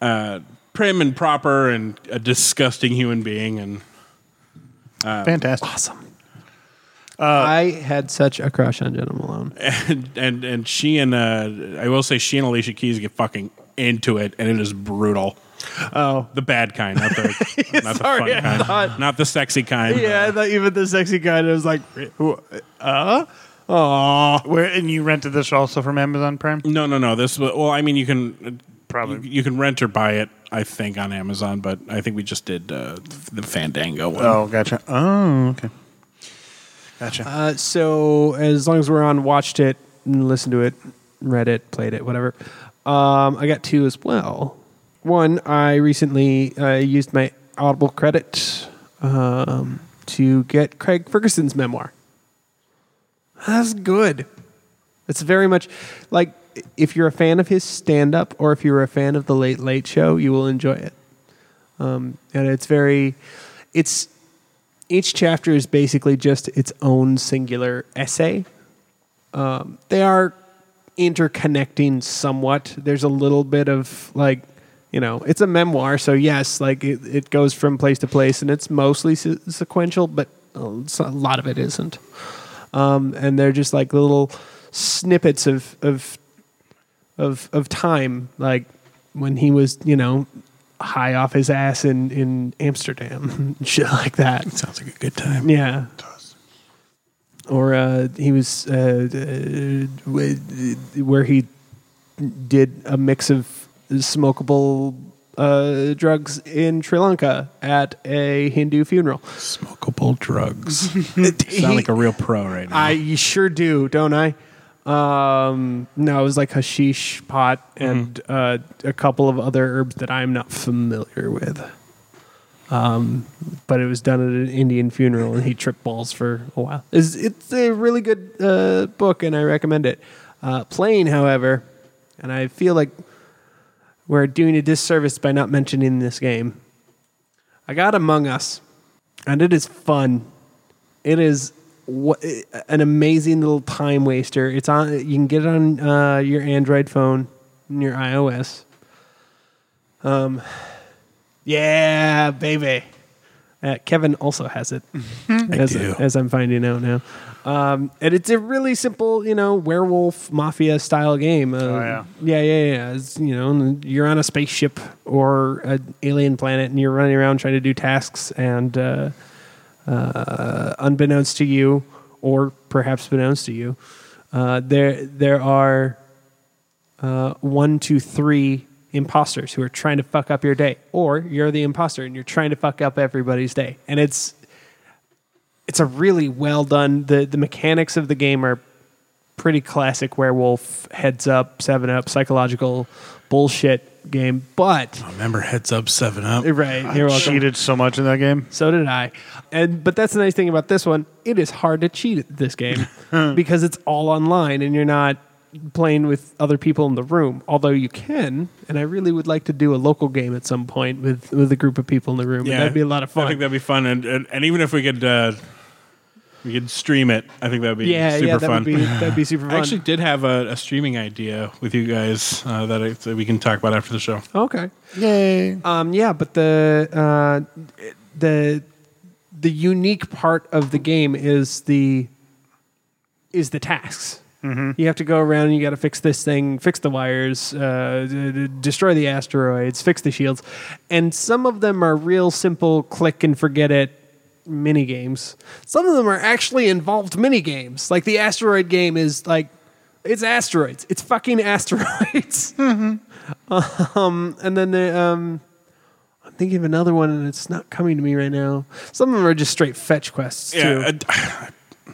Speaker 5: uh, prim and proper and a disgusting human being. And
Speaker 4: Fantastic.
Speaker 3: Awesome. I had such a crush on Jenna Malone.
Speaker 5: and and, and she and uh, I will say she and Alicia Keys get fucking into it, and it is brutal.
Speaker 3: Oh.
Speaker 5: The bad kind, not the, not the
Speaker 3: Sorry, I
Speaker 5: fun kind,
Speaker 3: thought-
Speaker 5: not the sexy kind.
Speaker 3: Yeah, I thought even the sexy guy and I was like, who- uh? Aw.
Speaker 4: Where and you rented this also from Amazon Prime?
Speaker 5: No, no, no. This wa- well, I mean, you can
Speaker 4: Probably.
Speaker 5: you, you can rent or buy it. I think on Amazon, but I think we just did uh, the Fandango one.
Speaker 4: Oh, gotcha. Oh, okay. Gotcha.
Speaker 3: Uh, so as long as we're on, watched it, and listened to it, read it, played it, whatever. Um, I got two as well. One, I recently uh, used my Audible credit um, to get Craig Ferguson's memoir. That's good. It's very much like if you're a fan of his stand up or if you're a fan of The Late Late Show, you will enjoy it. Um, and it's very, it's each chapter is basically just its own singular essay. Um, they are interconnecting somewhat. There's a little bit of like, you know, it's a memoir, so yes, like it, it goes from place to place, and it's mostly se- sequential, but uh, s- a lot of it isn't. Um, and they're just like little snippets of of of of time, like when he was, you know, high off his ass in in Amsterdam, shit like that.
Speaker 5: Sounds like a good time.
Speaker 3: Yeah. Or uh, he was uh, uh, w- where he did a mix of smokable uh, drugs in Sri Lanka at a Hindu funeral.
Speaker 5: Smokable drugs. Sound like a real pro right now.
Speaker 3: I sure do, don't I? Um, no, it was like hashish pot and
Speaker 5: Mm-hmm.
Speaker 3: uh, a couple of other herbs that I'm not familiar with. Um, but it was done at an Indian funeral, and he tripped balls for a while. It's, it's a really good uh, book, and I recommend it. Uh, Plain, however, and I feel like we're doing a disservice by not mentioning this game. I got Among Us, and it is fun. It is wha- an amazing little time waster. It's on. You can get it on uh, your Android phone and your iOS. Um, yeah, baby. Uh, Kevin also has it, as,
Speaker 5: do.
Speaker 3: as I'm finding out now. Um, and it's a really simple, you know, werewolf mafia style game. Uh,
Speaker 4: yeah.
Speaker 3: yeah, yeah, yeah. It's, you know, you're on a spaceship or an alien planet, and you're running around trying to do tasks and. Uh, unbeknownst to you, or perhaps beknownst to you, uh, there there are uh, one to three imposters who are trying to fuck up your day, or you're the imposter and you're trying to fuck up everybody's day, and it's it's a really well done. the The mechanics of the game are pretty classic werewolf heads up, seven up, psychological bullshit game, but
Speaker 5: Remember, heads up, seven up.
Speaker 3: right, you're
Speaker 4: I
Speaker 3: welcome.
Speaker 4: cheated so much in that game.
Speaker 3: So did I. And but that's the nice thing about this one. It is hard to cheat at this game because it's all online and you're not playing with other people in the room. Although you can, and I really would like to do a local game at some point with with a group of people in the room. And that'd be a lot of fun.
Speaker 5: I think that'd be fun, and and, and even if we could uh, we could stream it, I think that'd be
Speaker 3: yeah,
Speaker 5: super
Speaker 3: yeah, that would
Speaker 5: fun.
Speaker 3: be that'd be super fun.
Speaker 5: I actually did have a, a streaming idea with you guys uh, that, I, that we can talk about after the show.
Speaker 3: okay.
Speaker 4: Yay!
Speaker 3: Um, yeah, but the uh, the the unique part of the game is the is the tasks. You have to go around and you got to fix this thing, fix the wires, uh, d- d- destroy the asteroids, fix the shields, and some of them are real simple click and forget it mini games. Some of them are actually involved mini games. Like the asteroid game is like it's asteroids. It's fucking asteroids. um, and then the um, I'm thinking of another one, and it's not coming to me right now. Some of them are just straight fetch quests too.
Speaker 5: Yeah, I, I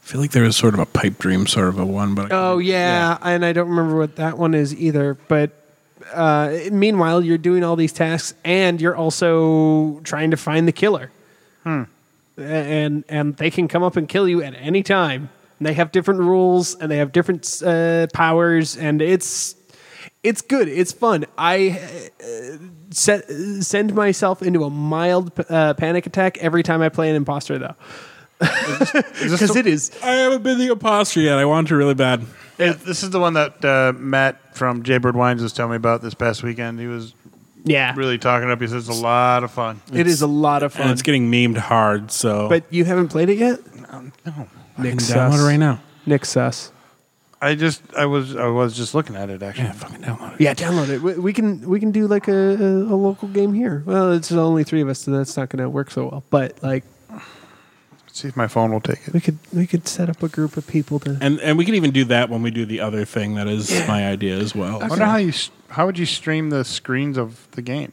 Speaker 5: feel like there was sort of a pipe dream, sort of a one, but I
Speaker 3: Oh
Speaker 5: couldn't-
Speaker 3: yeah, and I don't remember what that one is either. But uh, meanwhile, you're doing all these tasks, and you're also trying to find the killer. A- And and they can come up and kill you at any time. And they have different rules, and they have different uh, powers, and it's it's good. It's fun. I uh, set, send myself into a mild uh, panic attack every time I play an imposter, though, because it is
Speaker 5: I haven't been the imposter yet. I want to really bad.
Speaker 4: It- this is the one that uh, Matt from Jaybird Wines was telling me about this past weekend. He was
Speaker 3: yeah,
Speaker 4: really talking up. He says it's a lot of fun.
Speaker 3: it is a lot of
Speaker 5: And
Speaker 3: fun.
Speaker 5: it's getting memed hard, so
Speaker 3: But you haven't played it yet?
Speaker 5: Oh. I can
Speaker 3: Nick
Speaker 5: download
Speaker 3: Suss.
Speaker 5: it right now.
Speaker 3: Nick Sus.
Speaker 4: I just, I was, I was just looking at it actually.
Speaker 5: Yeah, fucking download it.
Speaker 3: Yeah, download it. We, we can we can do like a, a, a local game here. Well, it's only three of us, so that's not going to work so well. But like
Speaker 4: See if my phone will take it.
Speaker 3: we could we could set up a group of people to.
Speaker 5: And and we can even do that when we do the other thing that is my idea as well.
Speaker 4: I wonder how you, s- how would you stream the screens of the game?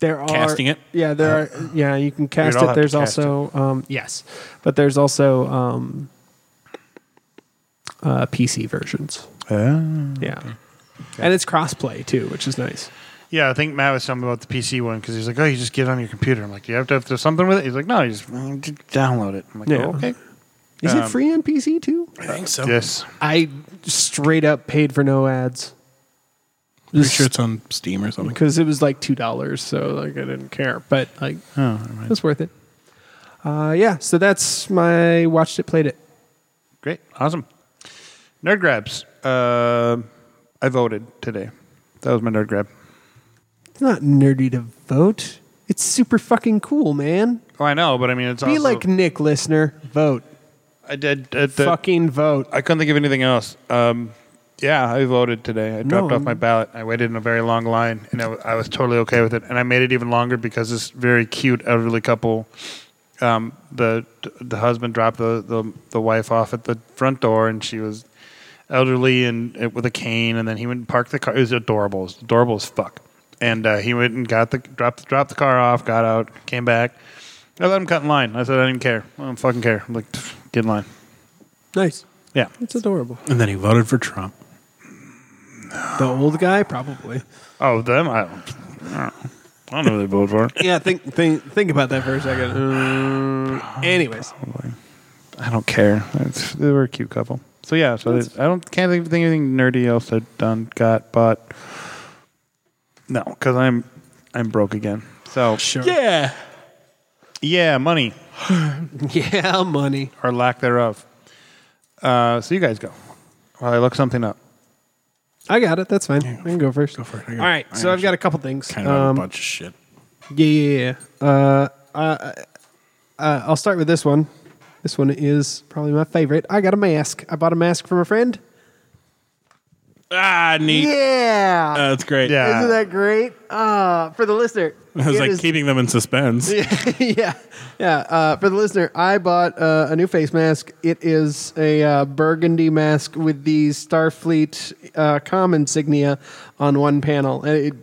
Speaker 3: There are
Speaker 5: Casting it?
Speaker 3: Yeah, there are. Yeah, you can cast
Speaker 4: I'll
Speaker 3: it.
Speaker 4: have to
Speaker 3: There's
Speaker 4: cast
Speaker 3: also um, yes, but there's also um, uh, PC versions.
Speaker 4: Ah.
Speaker 3: Yeah, and it's crossplay too, which is nice.
Speaker 4: Yeah, I think Matt was something about the PC one because he's like, "Oh, you just get it on your computer." I'm like, "Do you have to have to do something with it?" He's like, "No, you just, mm, just download it." I'm like,
Speaker 3: Yeah.
Speaker 4: "Oh, "Okay."
Speaker 3: Is it free on PC too?
Speaker 5: I think so.
Speaker 4: Yes,
Speaker 3: I straight up paid for no ads.
Speaker 5: Pretty sure it's on Steam or something.
Speaker 3: because it was like two dollars, so like I didn't care, but like it was worth it. Uh, yeah, so that's my watched it, played it.
Speaker 4: great, awesome. Nerd grabs. Uh, I voted today. That was my nerd grab.
Speaker 3: It's not nerdy to vote. It's super fucking cool, man.
Speaker 4: Oh, I know, but I mean, it's
Speaker 3: Be
Speaker 4: also,
Speaker 3: like Nick, listener. Vote.
Speaker 4: I did. At the,
Speaker 3: fucking vote.
Speaker 4: I couldn't think of anything else. Um, yeah, I voted today. I dropped off
Speaker 3: I'm-
Speaker 4: my ballot. I waited in a very long line, and I, w- I was totally okay with it. And I made it even longer because this very cute elderly couple, um, the the husband dropped the, the the wife off at the front door, and she was elderly and uh, with a cane. And then he went and parked the car. It was adorable. It was adorable as fuck. And uh, he went and got the dropped dropped the car off, got out, came back. I let him cut in line. I said I didn't care. I don't fucking care. I'm like, "Pff, get in line.
Speaker 3: Nice.
Speaker 4: Yeah.
Speaker 3: It's adorable.
Speaker 5: And then he voted for Trump.
Speaker 3: The old guy, probably.
Speaker 4: Oh, them? I don't, I don't know who they voted for.
Speaker 3: Yeah, think think think about that for a second. Um, anyways,
Speaker 4: I don't care. It's, they were a cute couple. So yeah, so there's- I don't can't think of anything nerdy else I've done, got, bought. No, because I'm I'm broke again. So
Speaker 3: sure.
Speaker 5: Yeah.
Speaker 4: yeah, money
Speaker 3: yeah, money.
Speaker 4: or lack thereof. Uh, so you guys go while I look something up.
Speaker 3: I got it. That's fine. I can go first.
Speaker 5: Go for it. I got-
Speaker 3: All right.
Speaker 5: I
Speaker 3: So I've
Speaker 5: actually
Speaker 3: got a couple things.
Speaker 5: Kind of have
Speaker 3: Um,
Speaker 5: a bunch of shit.
Speaker 3: Yeah, yeah, yeah. Uh, uh, uh, I'll start with this one. This one is probably my favorite. I got a mask. I bought a mask from a friend.
Speaker 5: Ah, neat.
Speaker 3: Yeah.
Speaker 5: Uh, that's great.
Speaker 4: Yeah.
Speaker 3: Isn't that great? Uh, for the listener.
Speaker 5: I was
Speaker 3: it
Speaker 5: like
Speaker 3: is-
Speaker 5: keeping them in suspense.
Speaker 3: yeah. Yeah. Uh, for the listener, I bought uh, a new face mask. It is a uh, burgundy mask with the Starfleet uh, com insignia on one panel. And, it,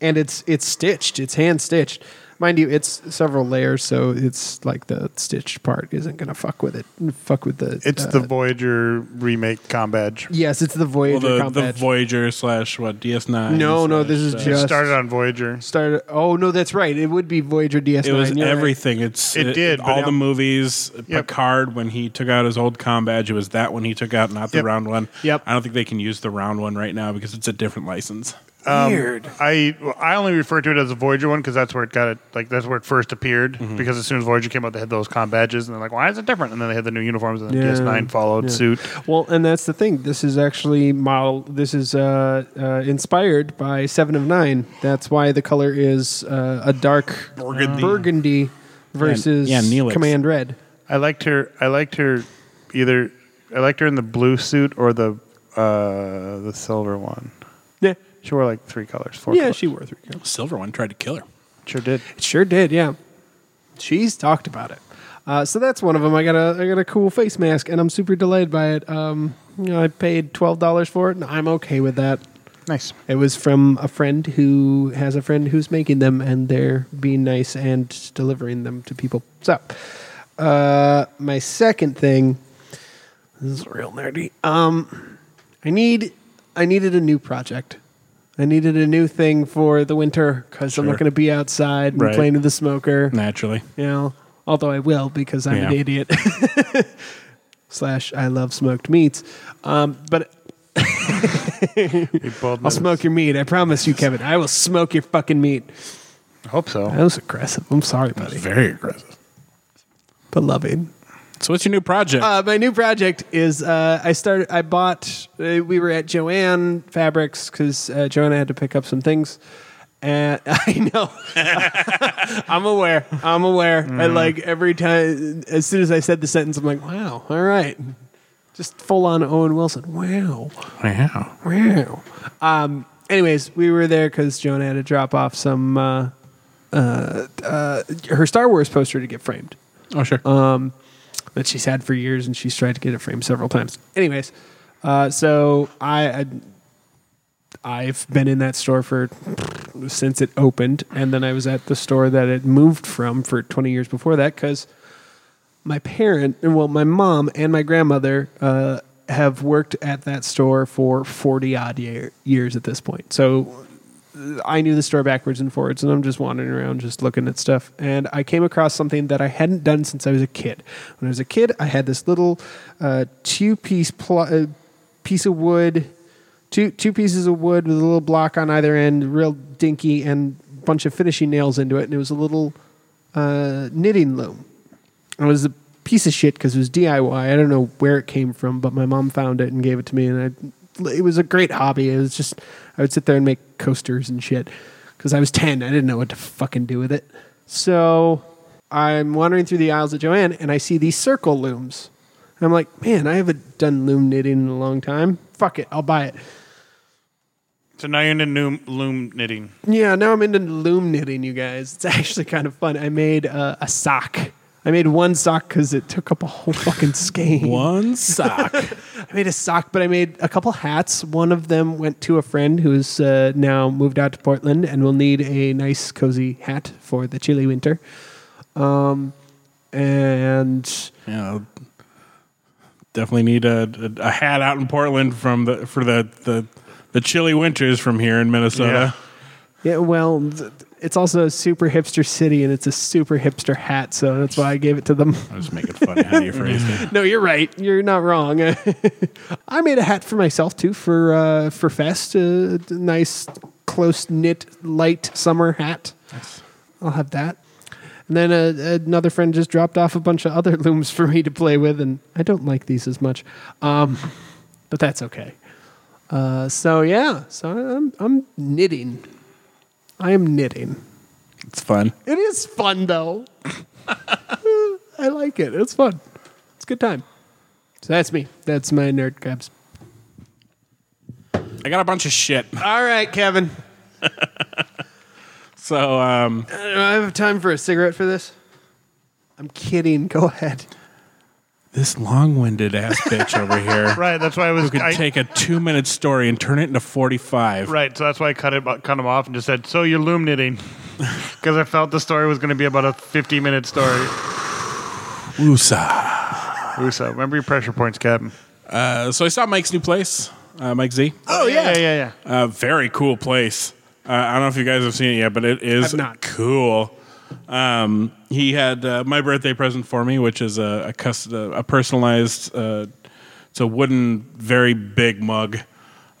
Speaker 3: and it's it's stitched, it's hand stitched. Mind you, it's several layers, so it's like the stitched part isn't going to fuck with it. Fuck with the.
Speaker 4: It's
Speaker 3: uh,
Speaker 4: the Voyager remake com badge.
Speaker 3: Yes, it's the Voyager
Speaker 5: Well, the,
Speaker 3: combat.
Speaker 5: the Voyager slash what DS9.
Speaker 3: No, no,
Speaker 5: slash,
Speaker 3: this is
Speaker 5: uh,
Speaker 3: just-
Speaker 4: It started on Voyager.
Speaker 3: started. Oh no, that's right. It would be Voyager DS9.
Speaker 5: It was
Speaker 3: you're right.
Speaker 5: everything. It's
Speaker 4: It did,
Speaker 5: all
Speaker 4: but-
Speaker 5: the movies.
Speaker 4: Yep.
Speaker 5: Picard when he took out his old com badge, it was that one he took out, not the
Speaker 4: Yep.
Speaker 5: round one.
Speaker 3: Yep.
Speaker 5: I don't think they can use the round one right now because it's a different license.
Speaker 4: Weird. Um, I well, I only refer to it as the Voyager one because that's where it got it. Like that's where it first appeared. Because as soon as Voyager came out, they had those com badges, and they're like, "Why is it different?" And then they had the new uniforms, and then
Speaker 3: Yeah.
Speaker 4: DS9 followed
Speaker 3: Yeah.
Speaker 4: suit.
Speaker 3: Well, and that's the thing. This is actually model. This is uh, uh, inspired by Seven of Nine. That's why the color is uh, a dark
Speaker 5: Burgundy.
Speaker 3: burgundy versus
Speaker 5: Yeah, Neelix.
Speaker 3: Command Red.
Speaker 4: I liked her. I liked her either. I liked her in the blue suit or the uh, the silver one.
Speaker 3: Yeah,
Speaker 4: She wore like three colors. Four
Speaker 3: yeah,
Speaker 4: colors.
Speaker 3: she wore three colors.
Speaker 5: Silver one tried to kill her.
Speaker 4: sure did.
Speaker 3: It sure did. Yeah, she's talked about it. Uh, so that's one of them. I got a I got a cool face mask, and I'm super delayed by it. Um, you know, I paid twelve dollars for it, and I'm okay with that.
Speaker 4: Nice.
Speaker 3: It was from a friend who has a friend who's making them, and they're being nice and delivering them to people. So, uh, my second thing this is real nerdy. Um, I need I needed a new project. I needed a new thing for the winter because I'm
Speaker 5: Sure.
Speaker 3: not going to be outside and
Speaker 5: Right.
Speaker 3: playing with the smoker.
Speaker 5: Naturally.
Speaker 3: You know, although I will because I'm an
Speaker 5: Yeah.
Speaker 3: idiot. Slash, I love smoked meats. Um, but
Speaker 4: We both
Speaker 3: I'll
Speaker 4: noticed.
Speaker 3: smoke your meat. I promise you, Kevin. I will smoke your fucking meat.
Speaker 4: I hope so.
Speaker 3: That was aggressive. I'm sorry, buddy.
Speaker 5: Very aggressive.
Speaker 3: But loving.
Speaker 5: So what's your new project?
Speaker 3: Uh, my new project is uh, I started. I bought. Uh, we were at Joanne Fabrics because uh, Joanna had to pick up some things. And I know. I'm aware. I'm aware. I
Speaker 5: Mm-hmm.
Speaker 3: like every time. As soon as I said the sentence, I'm like, wow. All right. Just full on Owen Wilson. Wow.
Speaker 5: wow.
Speaker 3: Wow. Um, anyways, we were there because Joanna had to drop off some uh, uh, uh, her Star Wars poster to get framed
Speaker 5: Oh sure.
Speaker 3: Uh, that she's had for years, and she's tried to get it framed several times. Anyways, uh, so I, I have been in that store for since it opened, and then I was at the store that it moved from for 20 years before that because my parent, well, my mom and my grandmother uh, have worked at that store for 40 odd year, years at this point. So I knew the store backwards and forwards, and I'm just wandering around, just looking at stuff. And I came across something that I hadn't done since I was a kid. When I was a kid, I had this little uh, two piece pl- uh, piece of wood, two two pieces of wood with a little block on either end, real dinky, and a bunch of finishing nails into it. And it was a little uh, knitting loom. It was a piece of shit because it was DIY. I don't know where it came from, but my mom found it and gave it to me, and I, it was a great hobby. It was just I would sit there and make coasters and shit because I was ten. I didn't know what to fucking do with it. So I'm wandering through the aisles at Joanne, and I see these circle looms. And I'm like, man, I haven't done loom knitting in a long time. Fuck it, I'll buy it.
Speaker 4: So now you're into loom, loom knitting.
Speaker 3: Yeah, now I'm into loom knitting, you guys. It's actually kind of fun. I made uh, a sock. I made one sock because it took up a whole fucking skein.
Speaker 5: One sock.
Speaker 3: I made a sock, but I made a couple hats. One of them went to a friend who's uh, now moved out to Portland and will need a nice, cozy hat for the chilly winter. Um, and
Speaker 5: you know,
Speaker 7: definitely need a, a, a hat out in Portland from the for the the, the chilly winters from here in
Speaker 4: uh,
Speaker 7: Minnesota.
Speaker 3: Yeah, well, th- it's also a super hipster city, and it's a super hipster hat, so that's why I gave it to them.
Speaker 7: I was making fun of how you phrased it.
Speaker 3: no, you're right. You're not wrong. I made a hat for myself too for uh, for fest. A nice, close knit, light summer hat. I'll have that. And then uh, another friend just dropped off a bunch of other looms for me to play with, and I don't like these as much, um, but that's okay. Uh, so yeah, so I'm I'm knitting. I am knitting.
Speaker 7: It's fun.
Speaker 3: It is fun though. I like it. It's fun. It's a good time. So that's me. That's my nerd crabs.
Speaker 7: I got a bunch of shit.
Speaker 3: All right, Kevin.
Speaker 7: So um,
Speaker 3: Do I have time for a cigarette for this? I'm kidding. Go ahead.
Speaker 7: this long-winded ass bitch over here
Speaker 4: Right. That's why I was.
Speaker 7: could
Speaker 4: I,
Speaker 7: take a two-minute story and turn it into forty-five.
Speaker 4: Right, so that's why I cut it, cut him off, and just said, "So you're loom knitting," because I felt the story was going to be about a 50 minute story.
Speaker 7: Woosa.
Speaker 4: Russo, remember your pressure points, Captain.
Speaker 7: Uh, so I saw Mike's new place, uh, Mike Z.
Speaker 4: Oh yeah, yeah, yeah. yeah.
Speaker 7: Uh, very cool place. Uh, I don't know if you guys have seen it yet, but it is
Speaker 3: I've not.
Speaker 7: cool. Um, he had uh, my birthday present for me, which is a a, cust- uh, a personalized. Uh, it's a wooden, very big mug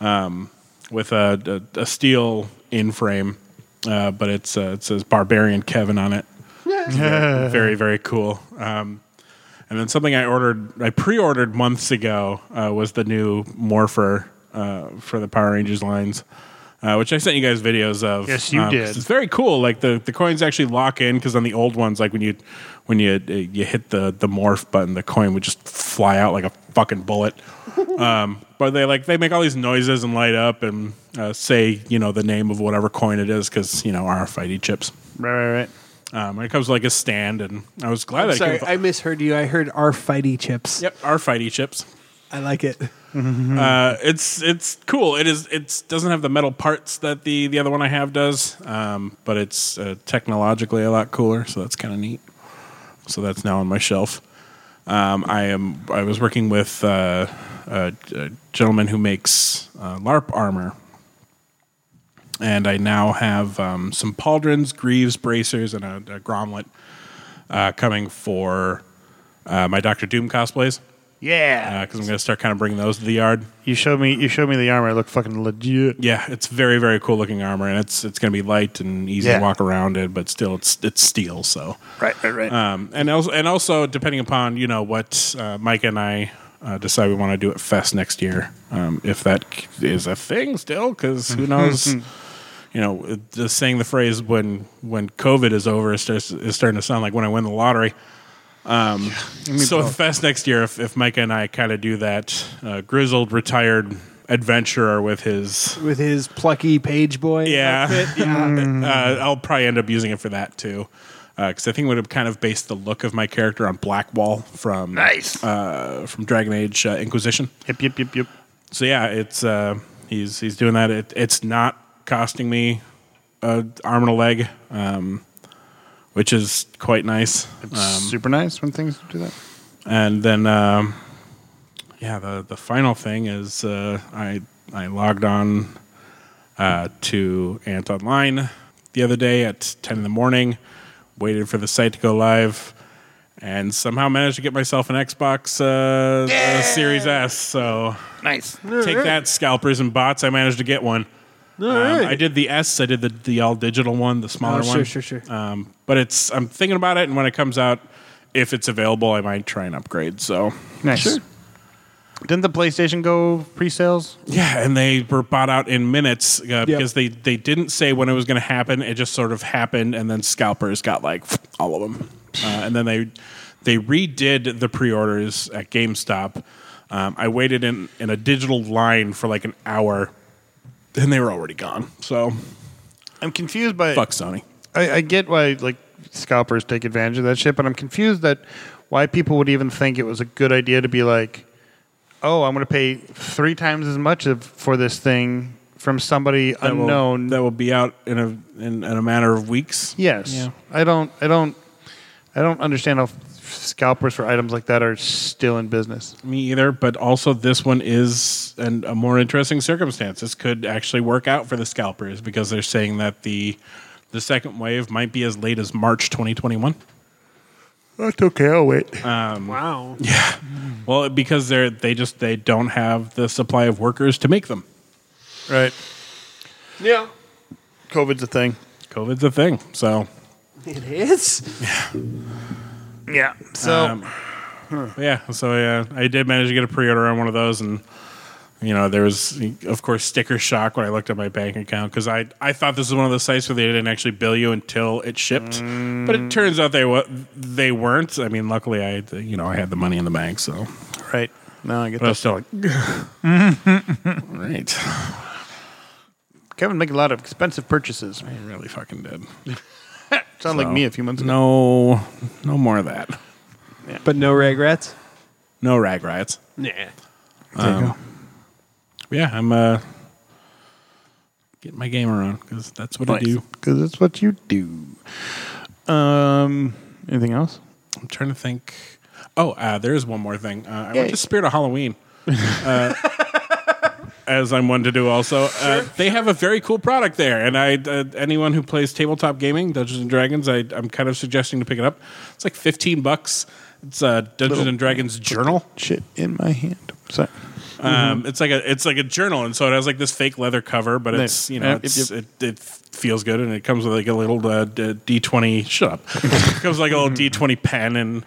Speaker 7: um, with a, a, a steel in frame, uh, but it's uh, it says Barbarian Kevin on it. It's very, very very cool. Um, and then something I ordered, I pre-ordered months ago, uh, was the new Morpher uh, for the Power Rangers lines, uh, which I sent you guys videos of. Um,
Speaker 4: Yes, you did.
Speaker 7: It's very cool. Like the, the coins actually lock in because on the old ones, like when you when you uh, you hit the the morph button, the coin would just fly out like a fucking bullet. um, but they like they make all these noises and light up and uh, say you know the name of whatever coin it is because you know RFID chips.
Speaker 4: Right, right, right.
Speaker 7: Um, and it comes with, like a stand, and I was glad that it came
Speaker 3: Sorry,
Speaker 7: with-
Speaker 3: I misheard you. I heard our fighty chips.
Speaker 7: Yep, our fighty chips.
Speaker 3: I like it.
Speaker 7: Uh, it's it's cool. It is. It doesn't have the metal parts that the the other one I have does, um, but it's uh, technologically a lot cooler. So that's kind of neat. So that's now on my shelf. Um, I am. I was working with uh, a, a gentleman who makes uh, LARP armor, and I now have um, some pauldrons, greaves, bracers, and a, a gromlet uh, coming for uh, my Doctor Doom cosplays
Speaker 4: Yeah.
Speaker 7: because I'm going to start kind of bringing those to the yard.
Speaker 4: you showed me. You showed me the armor. It looked fucking legit.
Speaker 7: Yeah, it's very very cool looking armor, and it's it's going to be light and easy
Speaker 4: Yeah.
Speaker 7: to walk around in, but still it's it's steel. So,
Speaker 4: Right, right, right.
Speaker 7: um, and also and also depending upon you know what uh, Mike and I uh, decide we want to do at Fest next year, um, if that c- is a thing still, because who knows. You know, it- just saying the phrase "when when COVID is over" is, starts, is starting to sound like when I win the lottery. Um, So if Fest next year, if, if Micah and I kind of do that uh, grizzled retired adventurer with his,
Speaker 3: With his plucky page boy.
Speaker 7: yeah, yeah. uh, I'll probably end up using it for that too, because I think it would have kind of based the look of my character on Blackwall from
Speaker 4: nice.
Speaker 7: uh, from Dragon Age uh, Inquisition.
Speaker 4: yep, yep, yep, yep.
Speaker 7: So yeah, it's uh, he's he's doing that. It, it's not costing me a arm and a leg, um, which is quite nice.
Speaker 4: Um, Super nice when things do that.
Speaker 7: and then um, yeah the the final thing is uh, I I logged on uh, to Ant Online the other day at ten in the morning, waited for the site to go live, and somehow managed to get myself an Xbox uh, uh, Series S. So
Speaker 4: Nice.
Speaker 7: take that, scalpers and bots! I managed to get one. Um, I did the S. I did the the all digital one, the smaller
Speaker 3: Oh, sure,
Speaker 7: one.
Speaker 3: sure, sure.
Speaker 4: Uh.
Speaker 7: Um, but it's I'm thinking about it, and when it comes out, if it's available, I might try and upgrade. So
Speaker 4: Nice. Didn't the PlayStation go pre-sales?
Speaker 7: yeah, and they were bought out in minutes uh, because they they didn't say when it was going to happen. It just sort of happened, and then scalpers got like all of them, uh, and then they they redid the pre-orders at GameStop. Um, I waited in in a digital line for like an hour, and they were already gone. So
Speaker 4: I'm confused by
Speaker 7: fuck Sony.
Speaker 4: I, I get why like scalpers take advantage of that shit, but I'm confused that why people would even think it was a good idea to be like, "Oh, I'm going to pay three times as much of, for this thing from somebody
Speaker 7: That will-
Speaker 4: unknown."
Speaker 7: that will be out in a in, in a matter of weeks.
Speaker 4: yes, I don't, I don't, I don't understand how scalpers for items like that are still in business.
Speaker 7: Me either, but also this one is an, a more interesting circumstance. This could actually work out for the scalpers because they're saying that the the second wave might be as late as March 2021.
Speaker 4: That's okay. I'll wait.
Speaker 3: Wow.
Speaker 7: Well, because they're they just they don't have the supply of workers to make them.
Speaker 4: right.
Speaker 3: Yeah.
Speaker 4: COVID's a thing.
Speaker 7: COVID's a thing, so
Speaker 3: It is.
Speaker 4: Yeah. So
Speaker 7: Um, yeah, so yeah, I did manage to get a pre-order on one of those, and you know there was, of course, sticker shock when I looked at my bank account because I I thought this was one of those sites where they didn't actually bill you until it shipped, but it turns out they wa- they weren't. I mean, luckily I you know I had the money in the bank, so
Speaker 4: right. No, I get
Speaker 7: but
Speaker 4: that.
Speaker 7: I was still like, right,
Speaker 4: Kevin made a lot of expensive purchases.
Speaker 7: I really fucking did.
Speaker 4: Sound like me a few months ago.
Speaker 7: No, no more of that.
Speaker 3: But no regrets.
Speaker 7: No rag riots.
Speaker 3: Yeah.
Speaker 4: um,
Speaker 7: Yeah, I'm uh getting my gamer on because that's what I do.
Speaker 4: Because that's what you do. Um, anything else?
Speaker 7: I'm trying to think. Oh, uh, there's one more thing. Uh, I went to Spirit of Halloween, uh, as I'm one to do. Also, uh, they have a very cool product there, and I uh, anyone who plays tabletop gaming, Dungeons and Dragons, I, I'm kind of suggesting to pick it up. It's like 15 bucks. It's a Dungeons and Dragons journal.
Speaker 4: Shit in my hand. Sorry. Mm-hmm.
Speaker 7: Um, it's like a it's like a journal, and so it has like this fake leather cover, but it's you know
Speaker 4: Yep,
Speaker 7: it's,
Speaker 4: yep,
Speaker 7: it, it feels good, and it comes with like a little uh, D twenty. Shut up! it comes with, like a little D twenty pen, and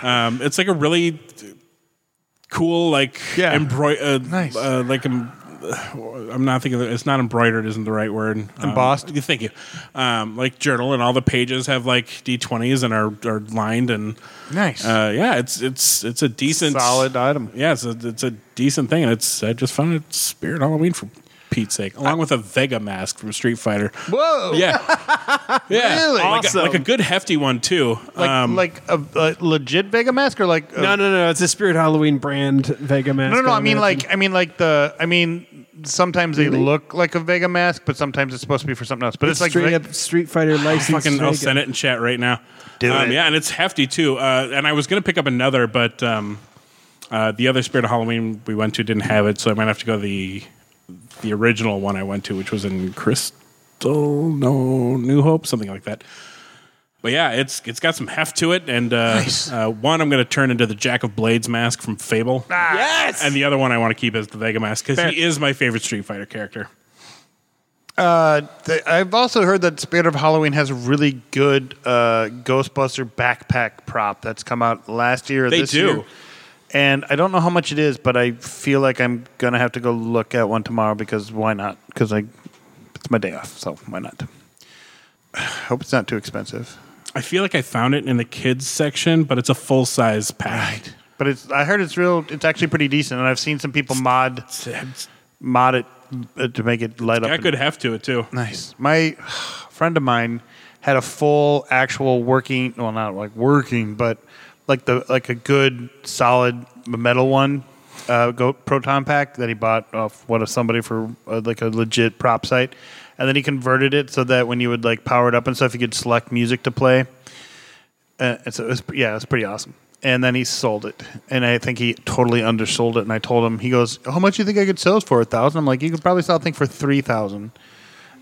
Speaker 7: um, it's like a really cool like
Speaker 4: Yeah.
Speaker 7: embroi- uh,
Speaker 4: Nice.
Speaker 7: uh, like em- I'm not thinking. It's not embroidered. Isn't the right word. Um,
Speaker 4: Embossed?
Speaker 7: yeah, Thank you. Um, like journal, and all the pages have like D20s and are, are lined and
Speaker 4: Nice.
Speaker 7: Uh, yeah, it's it's it's a decent
Speaker 4: Solid item.
Speaker 7: yeah, it's a, it's a decent thing, and it's I just found it Spirit Halloween for Pete's sake, along with a Vega mask from Street Fighter.
Speaker 4: Whoa.
Speaker 7: Yeah, yeah,
Speaker 4: Really?
Speaker 7: like,
Speaker 4: Awesome.
Speaker 7: a, like a good hefty one too.
Speaker 4: Like,
Speaker 7: um,
Speaker 4: like a, a legit Vega mask or like a-
Speaker 3: No, no, no. It's a Spirit Halloween brand Vega mask.
Speaker 4: Oh. No, no, no. I mean,
Speaker 3: imagine.
Speaker 4: like, I mean, like the. I mean, sometimes they look like a Vega mask, but sometimes it's supposed to be for something else. But it's, like
Speaker 3: straight
Speaker 4: Ve-
Speaker 3: up Street Fighter license.
Speaker 7: fucking, I'll
Speaker 3: Vega.
Speaker 7: send it in chat right now.
Speaker 4: Do
Speaker 7: um,
Speaker 4: it.
Speaker 7: Yeah, and it's hefty too. Uh, and I was gonna pick up another, but um, uh, the other Spirit of Halloween we went to didn't have it, so I might have to go the the original one I went to, which was in Crystal, no New Hope, something like that. But yeah, it's it's got some heft to it, and uh, uh, one I'm gonna turn into the Jack of Blades mask from Fable,
Speaker 3: Yes.
Speaker 7: and the other one I want to keep as the Vega mask because he is my favorite Street Fighter character.
Speaker 4: Uh, th- I've also heard that Spirit of Halloween has a really good uh, Ghostbuster backpack prop that's come out last year. Or
Speaker 7: They
Speaker 4: this
Speaker 7: do.
Speaker 4: year. And I don't know how much it is, but I feel like I'm gonna have to go look at one tomorrow because why not? Because I, it's my day off, so why not? I hope it's not too expensive.
Speaker 7: I feel like I found it in the kids section, but it's a full size pack.
Speaker 4: But it's I heard it's real. It's actually pretty decent, and I've seen some people mod
Speaker 7: It's
Speaker 4: mod it uh, to make it light up.
Speaker 7: got
Speaker 4: and-
Speaker 7: good heft to it too.
Speaker 4: Nice. My friend of mine had a full actual working well not like working, but like the like a good solid metal one uh go proton pack that he bought off one of somebody for uh, like a legit prop site. And then he converted it so that when you would like power it up and stuff you could select music to play. Uh, and so it was, yeah, it was pretty awesome. And then he sold it, and I think he totally undersold it. And I told him, he goes, "How much do you think I could sell it for? A thousand? I'm like, you could probably sell a thing for three thousand.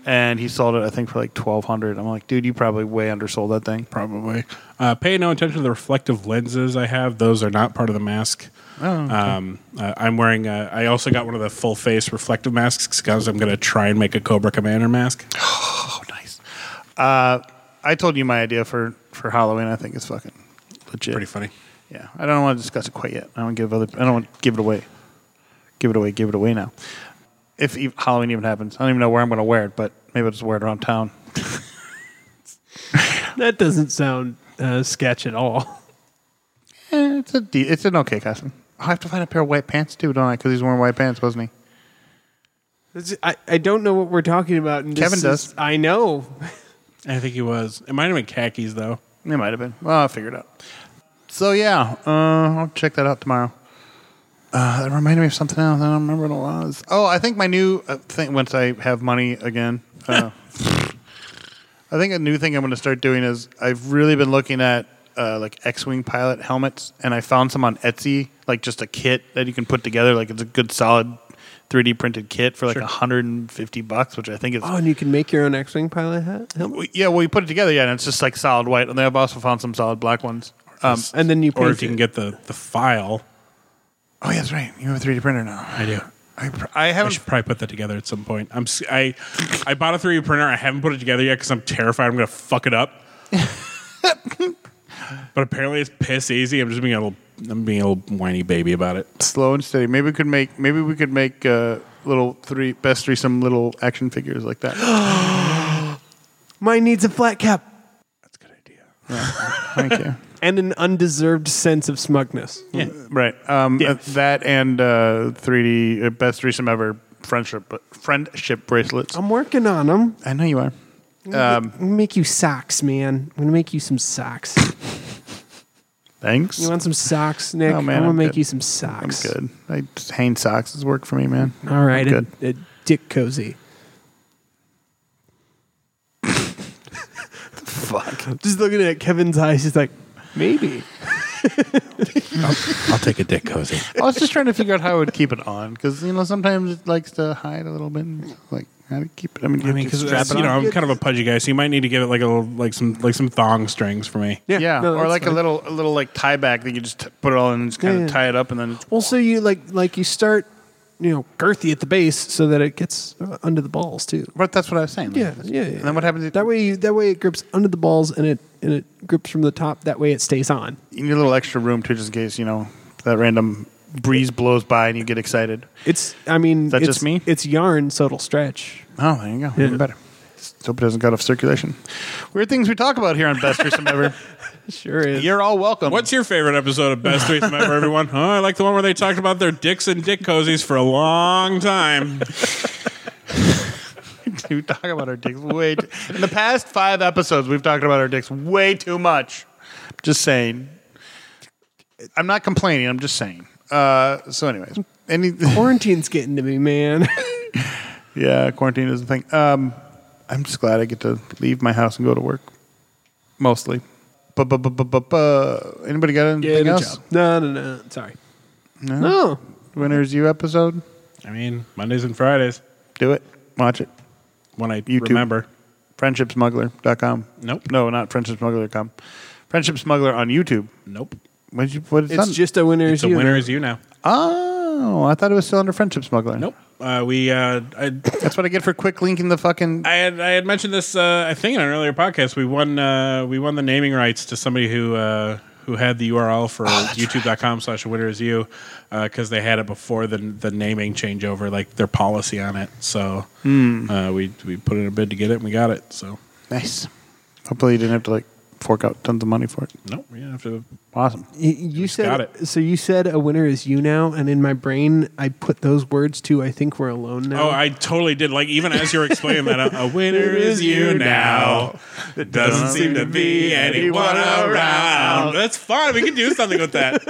Speaker 4: And he sold it, I think, for like twelve hundred. I'm like, dude, you probably way undersold that thing.
Speaker 7: Probably. Uh, pay no attention to the reflective lenses I have. Those are not part of the mask. um, uh, I'm wearing. uh, I also got one of the full face reflective masks because I'm going to try and make a Cobra Commander mask.
Speaker 4: Oh, nice. Uh, I told you my idea for for Halloween. I think it's fucking legit.
Speaker 7: Pretty funny.
Speaker 4: Yeah, I don't want to discuss it quite yet. I don't give other. I don't want to give it away. Give it away. Give it away now. If e- Halloween even happens, I don't even know where I'm going to wear it, but maybe I'll just wear it around town.
Speaker 3: that doesn't sound uh, sketch at all.
Speaker 4: Eh, it's a de- it's an okay costume. I have to find a pair of white pants too, don't I? Because he's wearing white pants, wasn't he?
Speaker 3: It's- I, I don't know what we're talking about. And this
Speaker 4: Kevin
Speaker 3: is-
Speaker 4: does.
Speaker 3: I know.
Speaker 7: I think he was. It might have been khakis though.
Speaker 4: It might have been. Well, I'll figure it out. So yeah, uh, I'll check that out tomorrow. Uh, that reminded me of something else. I don't remember what it was. Oh, I think my new uh, thing. Once I have money again, uh, I think a new thing I'm going to start doing is I've really been looking at uh, like X-wing pilot helmets, and I found some on Etsy, like just a kit that you can put together. Like it's a good solid 3D printed kit for like 150 bucks, which I think is
Speaker 3: Oh, and you can make your own X-wing pilot hat, helmet?
Speaker 4: We- yeah. Well, you put it together, yeah, and it's just like solid white. And then I've also found some solid black ones. Um,
Speaker 3: and then you
Speaker 7: or
Speaker 3: paint
Speaker 7: if you
Speaker 3: it.
Speaker 7: can get the, the file.
Speaker 4: oh yeah, that's right. You have a 3D printer now.
Speaker 7: I do.
Speaker 4: I, pr- I
Speaker 7: I
Speaker 4: haven't.
Speaker 7: should probably put that together at some point. I'm s- I I bought a 3D printer. I haven't put it together yet because I'm terrified I'm gonna fuck it up. but apparently it's piss easy. I'm just being a little I'm being a little whiny baby about it.
Speaker 4: slow and steady. Maybe we could make maybe we could make uh, little three best threesome little action figures like that.
Speaker 3: Mine needs a flat cap
Speaker 7: That's a good idea.
Speaker 4: Thank you.
Speaker 3: and an undeserved sense of smugness.
Speaker 7: Yeah.
Speaker 4: Right. Um,
Speaker 7: Yeah.
Speaker 4: uh, that and uh, 3D uh, best threesome ever friendship friendship bracelets. Um,
Speaker 3: I'm working on them.
Speaker 4: I know you are.
Speaker 3: I'm gonna make you socks, man. I'm gonna make you some socks.
Speaker 4: Thanks.
Speaker 3: You want some socks, Nick?
Speaker 4: No, Oh, man,
Speaker 3: I'm gonna
Speaker 4: I'm
Speaker 3: make
Speaker 4: good.
Speaker 3: you some
Speaker 4: I'm
Speaker 3: socks.
Speaker 4: good. I hang socks is work for me, man.
Speaker 3: All right,
Speaker 4: I'm good.
Speaker 3: At, at Dick Cozy. Fuck. Just looking at Kevin's eyes, he's like, maybe.
Speaker 7: I'll take a dick cozy.
Speaker 4: I was just trying to figure out how I would keep it on because you know sometimes it likes to hide a little bit. Like how to keep it. I mean, you
Speaker 7: I mean,
Speaker 4: have to
Speaker 7: because you
Speaker 4: strap it
Speaker 7: know
Speaker 4: on.
Speaker 7: I'm kind of a pudgy guy, so you might need to give it like a little, like some like some thong strings for me.
Speaker 4: yeah,
Speaker 3: no,
Speaker 4: or
Speaker 3: that's
Speaker 4: like
Speaker 3: fine.
Speaker 4: a little a little like tie back that you just t- put it all in and just kind
Speaker 3: Yeah,
Speaker 4: of
Speaker 3: yeah.
Speaker 4: tie it up and then
Speaker 3: Well, so you like like you start, you know, girthy at the base so that it gets uh, under the balls too.
Speaker 4: But that's what I was saying. Like,
Speaker 3: Yeah,
Speaker 4: that's-
Speaker 3: yeah. yeah.
Speaker 4: And then what happens? if-
Speaker 3: That way, you, that way it grips under the balls and it and it grips from the top. That way, it stays on.
Speaker 4: You need a little extra room too, just in case you know that random breeze blows by and you get excited.
Speaker 3: It's. I mean,
Speaker 4: that
Speaker 3: it's,
Speaker 4: just me?
Speaker 3: It's yarn, so it'll stretch.
Speaker 4: Oh, there you go. Even better. Just hope it doesn't cut off circulation. Weird things we talk about here on Best Threesome Ever.
Speaker 3: Sure is.
Speaker 4: You're all welcome.
Speaker 7: What's your favorite episode of Best Threesome Ever, everyone? Oh, I like the one where they talked about their dicks and dick cozies for a long time.
Speaker 4: we talk about our dicks way too, in the past five episodes we've talked about our dicks way too much just saying i'm not complaining i'm just saying uh, so anyways any
Speaker 3: Quarantine's getting to me, man.
Speaker 4: yeah quarantine is the thing um, i'm just glad i get to leave my house and go to work mostly bu- bu- bu- bu- bu- bu- anybody got anything else
Speaker 3: No, no, no. Sorry. No. no.
Speaker 4: winners you episode
Speaker 7: I mean, Mondays and Fridays
Speaker 4: do it watch it
Speaker 7: when I
Speaker 4: YouTube.
Speaker 7: remember.
Speaker 4: friendshipsmuggler.com
Speaker 7: Nope.
Speaker 4: no not friendshipsmuggler.com friendship smuggler on youtube
Speaker 7: Nope.
Speaker 4: what did you what is
Speaker 3: It's
Speaker 4: that?
Speaker 3: just a winner's
Speaker 7: It's a
Speaker 3: you.
Speaker 7: winner is you now.
Speaker 4: Oh, I thought it was still under friendship smuggling.
Speaker 7: Nope. Uh, we uh, I,
Speaker 4: That's what I get for quick linking the fucking.
Speaker 7: I had I had mentioned this uh, I think in an earlier podcast. We won uh, we won the naming rights to somebody who uh, who had the URL for youtube.com slash winner is you because they had it before the the naming changeover, like their policy on it. So uh, we we put in a bid to get it and we got it. So
Speaker 4: Nice. Hopefully, you didn't have to like fork out tons of money for it.
Speaker 7: nope, we didn't have to
Speaker 4: Awesome.
Speaker 3: You, you said
Speaker 7: got it.
Speaker 3: so. You said a winner is you now, and in my brain, I put those words to. I think we're alone now.
Speaker 7: Oh, I totally did. Like even as you're explaining that, uh, a, a winner is you now. It doesn't seem to be anyone around. That's fine. We can do something with that.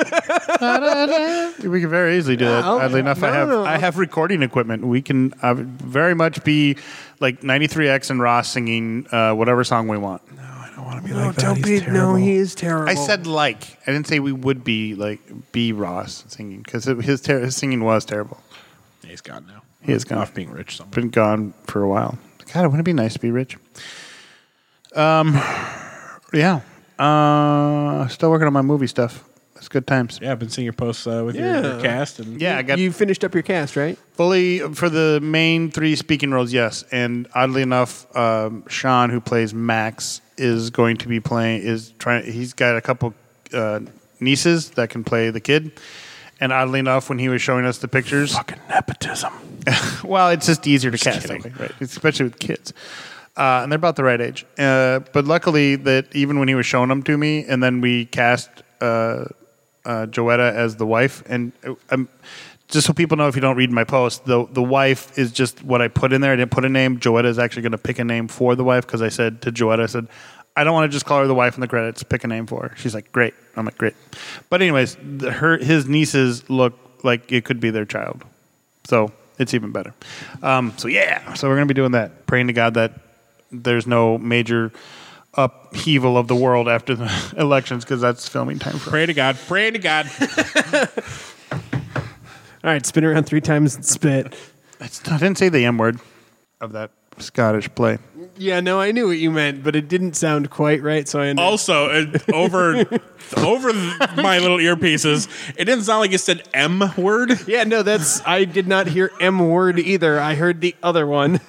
Speaker 4: We can very easily do that.
Speaker 3: I'll-
Speaker 4: Oddly enough, I
Speaker 3: no,
Speaker 4: have
Speaker 3: no.
Speaker 4: I have recording equipment. We can uh, very much be like 93x and Ross singing uh, whatever song we want.
Speaker 3: no, don't be. No, he is terrible.
Speaker 4: I said like. I didn't say we would be like be Ross singing because his, ter- his singing was terrible.
Speaker 7: He's gone now.
Speaker 4: He is gone.
Speaker 7: Off being rich somewhere.
Speaker 4: been gone for a while. God, wouldn't it be nice to be rich? Um, yeah. Uh, still working on my movie stuff. It's good times.
Speaker 7: Yeah, I've been seeing your posts uh, with your- your,
Speaker 3: Yeah.
Speaker 7: cast and
Speaker 4: Yeah, I got
Speaker 3: you finished up your cast, right?
Speaker 4: fully for the main three speaking roles. Yes, and oddly enough, um, Sean, who plays Max, is going to be playing. Is trying. He's got a couple uh, nieces that can play the kid. And oddly enough, when he was showing us the pictures,
Speaker 8: Fucking nepotism.
Speaker 4: well, it's just easier to cast, that way, right? Especially with kids, uh, and they're about the right age. Uh, but luckily, that even when he was showing them to me, and then we cast uh, uh, Joetta as the wife, and uh, um, just so people know, if you don't read my post, the the wife is just what I put in there. I didn't put a name. Joetta is actually going to pick a name for the wife because I said to Joetta, I said. I don't want to just call her the wife in the credits. Pick a name for her. She's like, great. I'm like, great. But anyways, the, her his nieces look like it could be their child. So it's even better. Um, so yeah, so we're gonna be doing that. Praying to God that there's no major upheaval of the world after the elections because that's filming time for
Speaker 7: Pray to God. Pray to God.
Speaker 3: All right, spin around three times and spit.
Speaker 4: It's, I didn't say the M word of that Scottish play.
Speaker 3: Yeah, no, I knew what you meant, but it didn't sound quite right, so I ended
Speaker 7: also, it, over over th- my little earpieces, it didn't sound like you said M word.
Speaker 3: Yeah, no, that's I did not hear M word either. I heard the other one.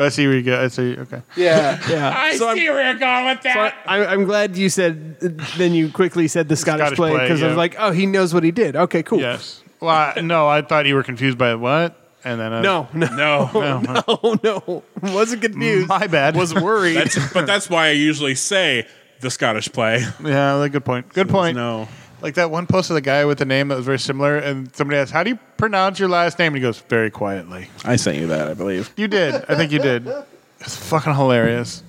Speaker 4: I see where you go. I see. Okay.
Speaker 3: Yeah, yeah.
Speaker 7: I
Speaker 3: so I'm,
Speaker 7: see where you're going with
Speaker 3: so I,
Speaker 7: that.
Speaker 3: I- I'm glad you said. Then you quickly said the Scottish,
Speaker 4: Scottish
Speaker 3: play
Speaker 4: play,
Speaker 3: because I
Speaker 4: yeah.
Speaker 3: was like, oh, he knows what he did. Okay, cool.
Speaker 4: Yes. Well, I, no, I thought you were confused by what, and then I,
Speaker 3: No, no,
Speaker 7: no,
Speaker 4: no,
Speaker 3: oh no, wasn't confused.
Speaker 4: my bad.
Speaker 3: was worried.
Speaker 7: that's, but that's why I ually say the Scottish play.
Speaker 4: yeah, like, good point. Good point.
Speaker 7: No,
Speaker 4: Like that one post of the guy with the name that was very similar, and somebody asked, "How do you pronounce your last name?" And he goes, "Very quietly."
Speaker 7: I sent you that, I believe.
Speaker 4: You did. I think you did. It's fucking hilarious.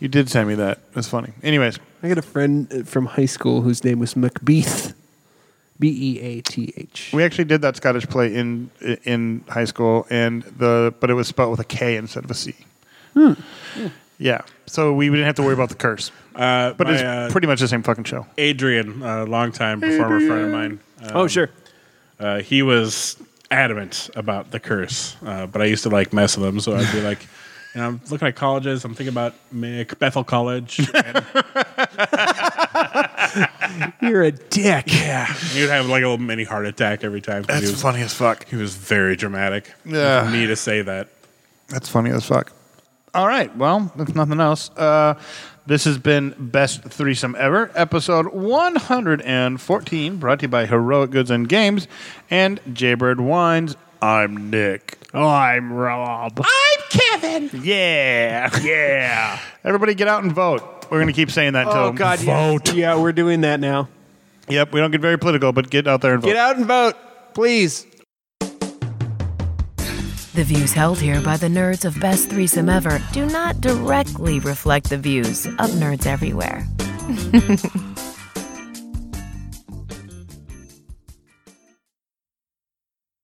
Speaker 4: You did send me that. It's funny. Anyways,
Speaker 3: I got a friend uh, from high school whose name was Macbeth, B E A T H.
Speaker 4: we actually did that Scottish play in in high school, and the but it was spelled with a K instead of a C.
Speaker 7: Hmm.
Speaker 4: Yeah, so we didn't have to worry about the curse.
Speaker 7: Uh,
Speaker 4: But
Speaker 7: my,
Speaker 4: it's
Speaker 7: uh,
Speaker 4: pretty much the same fucking show.
Speaker 7: Adrian, a longtime performer friend of mine. Uh,
Speaker 3: Oh sure.
Speaker 7: uh, he was adamant about the curse, uh, but I used to like mess with him, so I'd be like, you know, I'm looking at colleges. I'm thinking about Mick, Bethel College. And
Speaker 3: You're a dick.
Speaker 7: he would have like a little mini heart attack every time. 'cause he was,
Speaker 4: funny as fuck.
Speaker 7: He was very dramatic.
Speaker 4: Yeah.
Speaker 7: For me to say that.
Speaker 4: That's funny as fuck. All right. Well, if nothing else, uh, this has been Best Threesome Ever, episode 114, brought to you by Heroic Goods and Games and Jaybird Wines. I'm Nick. I'm Rob. I'm Kevin. Yeah. Yeah. Everybody get out and vote. We're going to keep saying that until.
Speaker 3: Oh god. Vote. Yeah, we're doing that now.
Speaker 4: Yep. We don't get very political, but get out there and vote.
Speaker 3: Get out and vote, please.
Speaker 2: The views held here by the nerds of Best Threesome Ever do not directly reflect the views of nerds everywhere.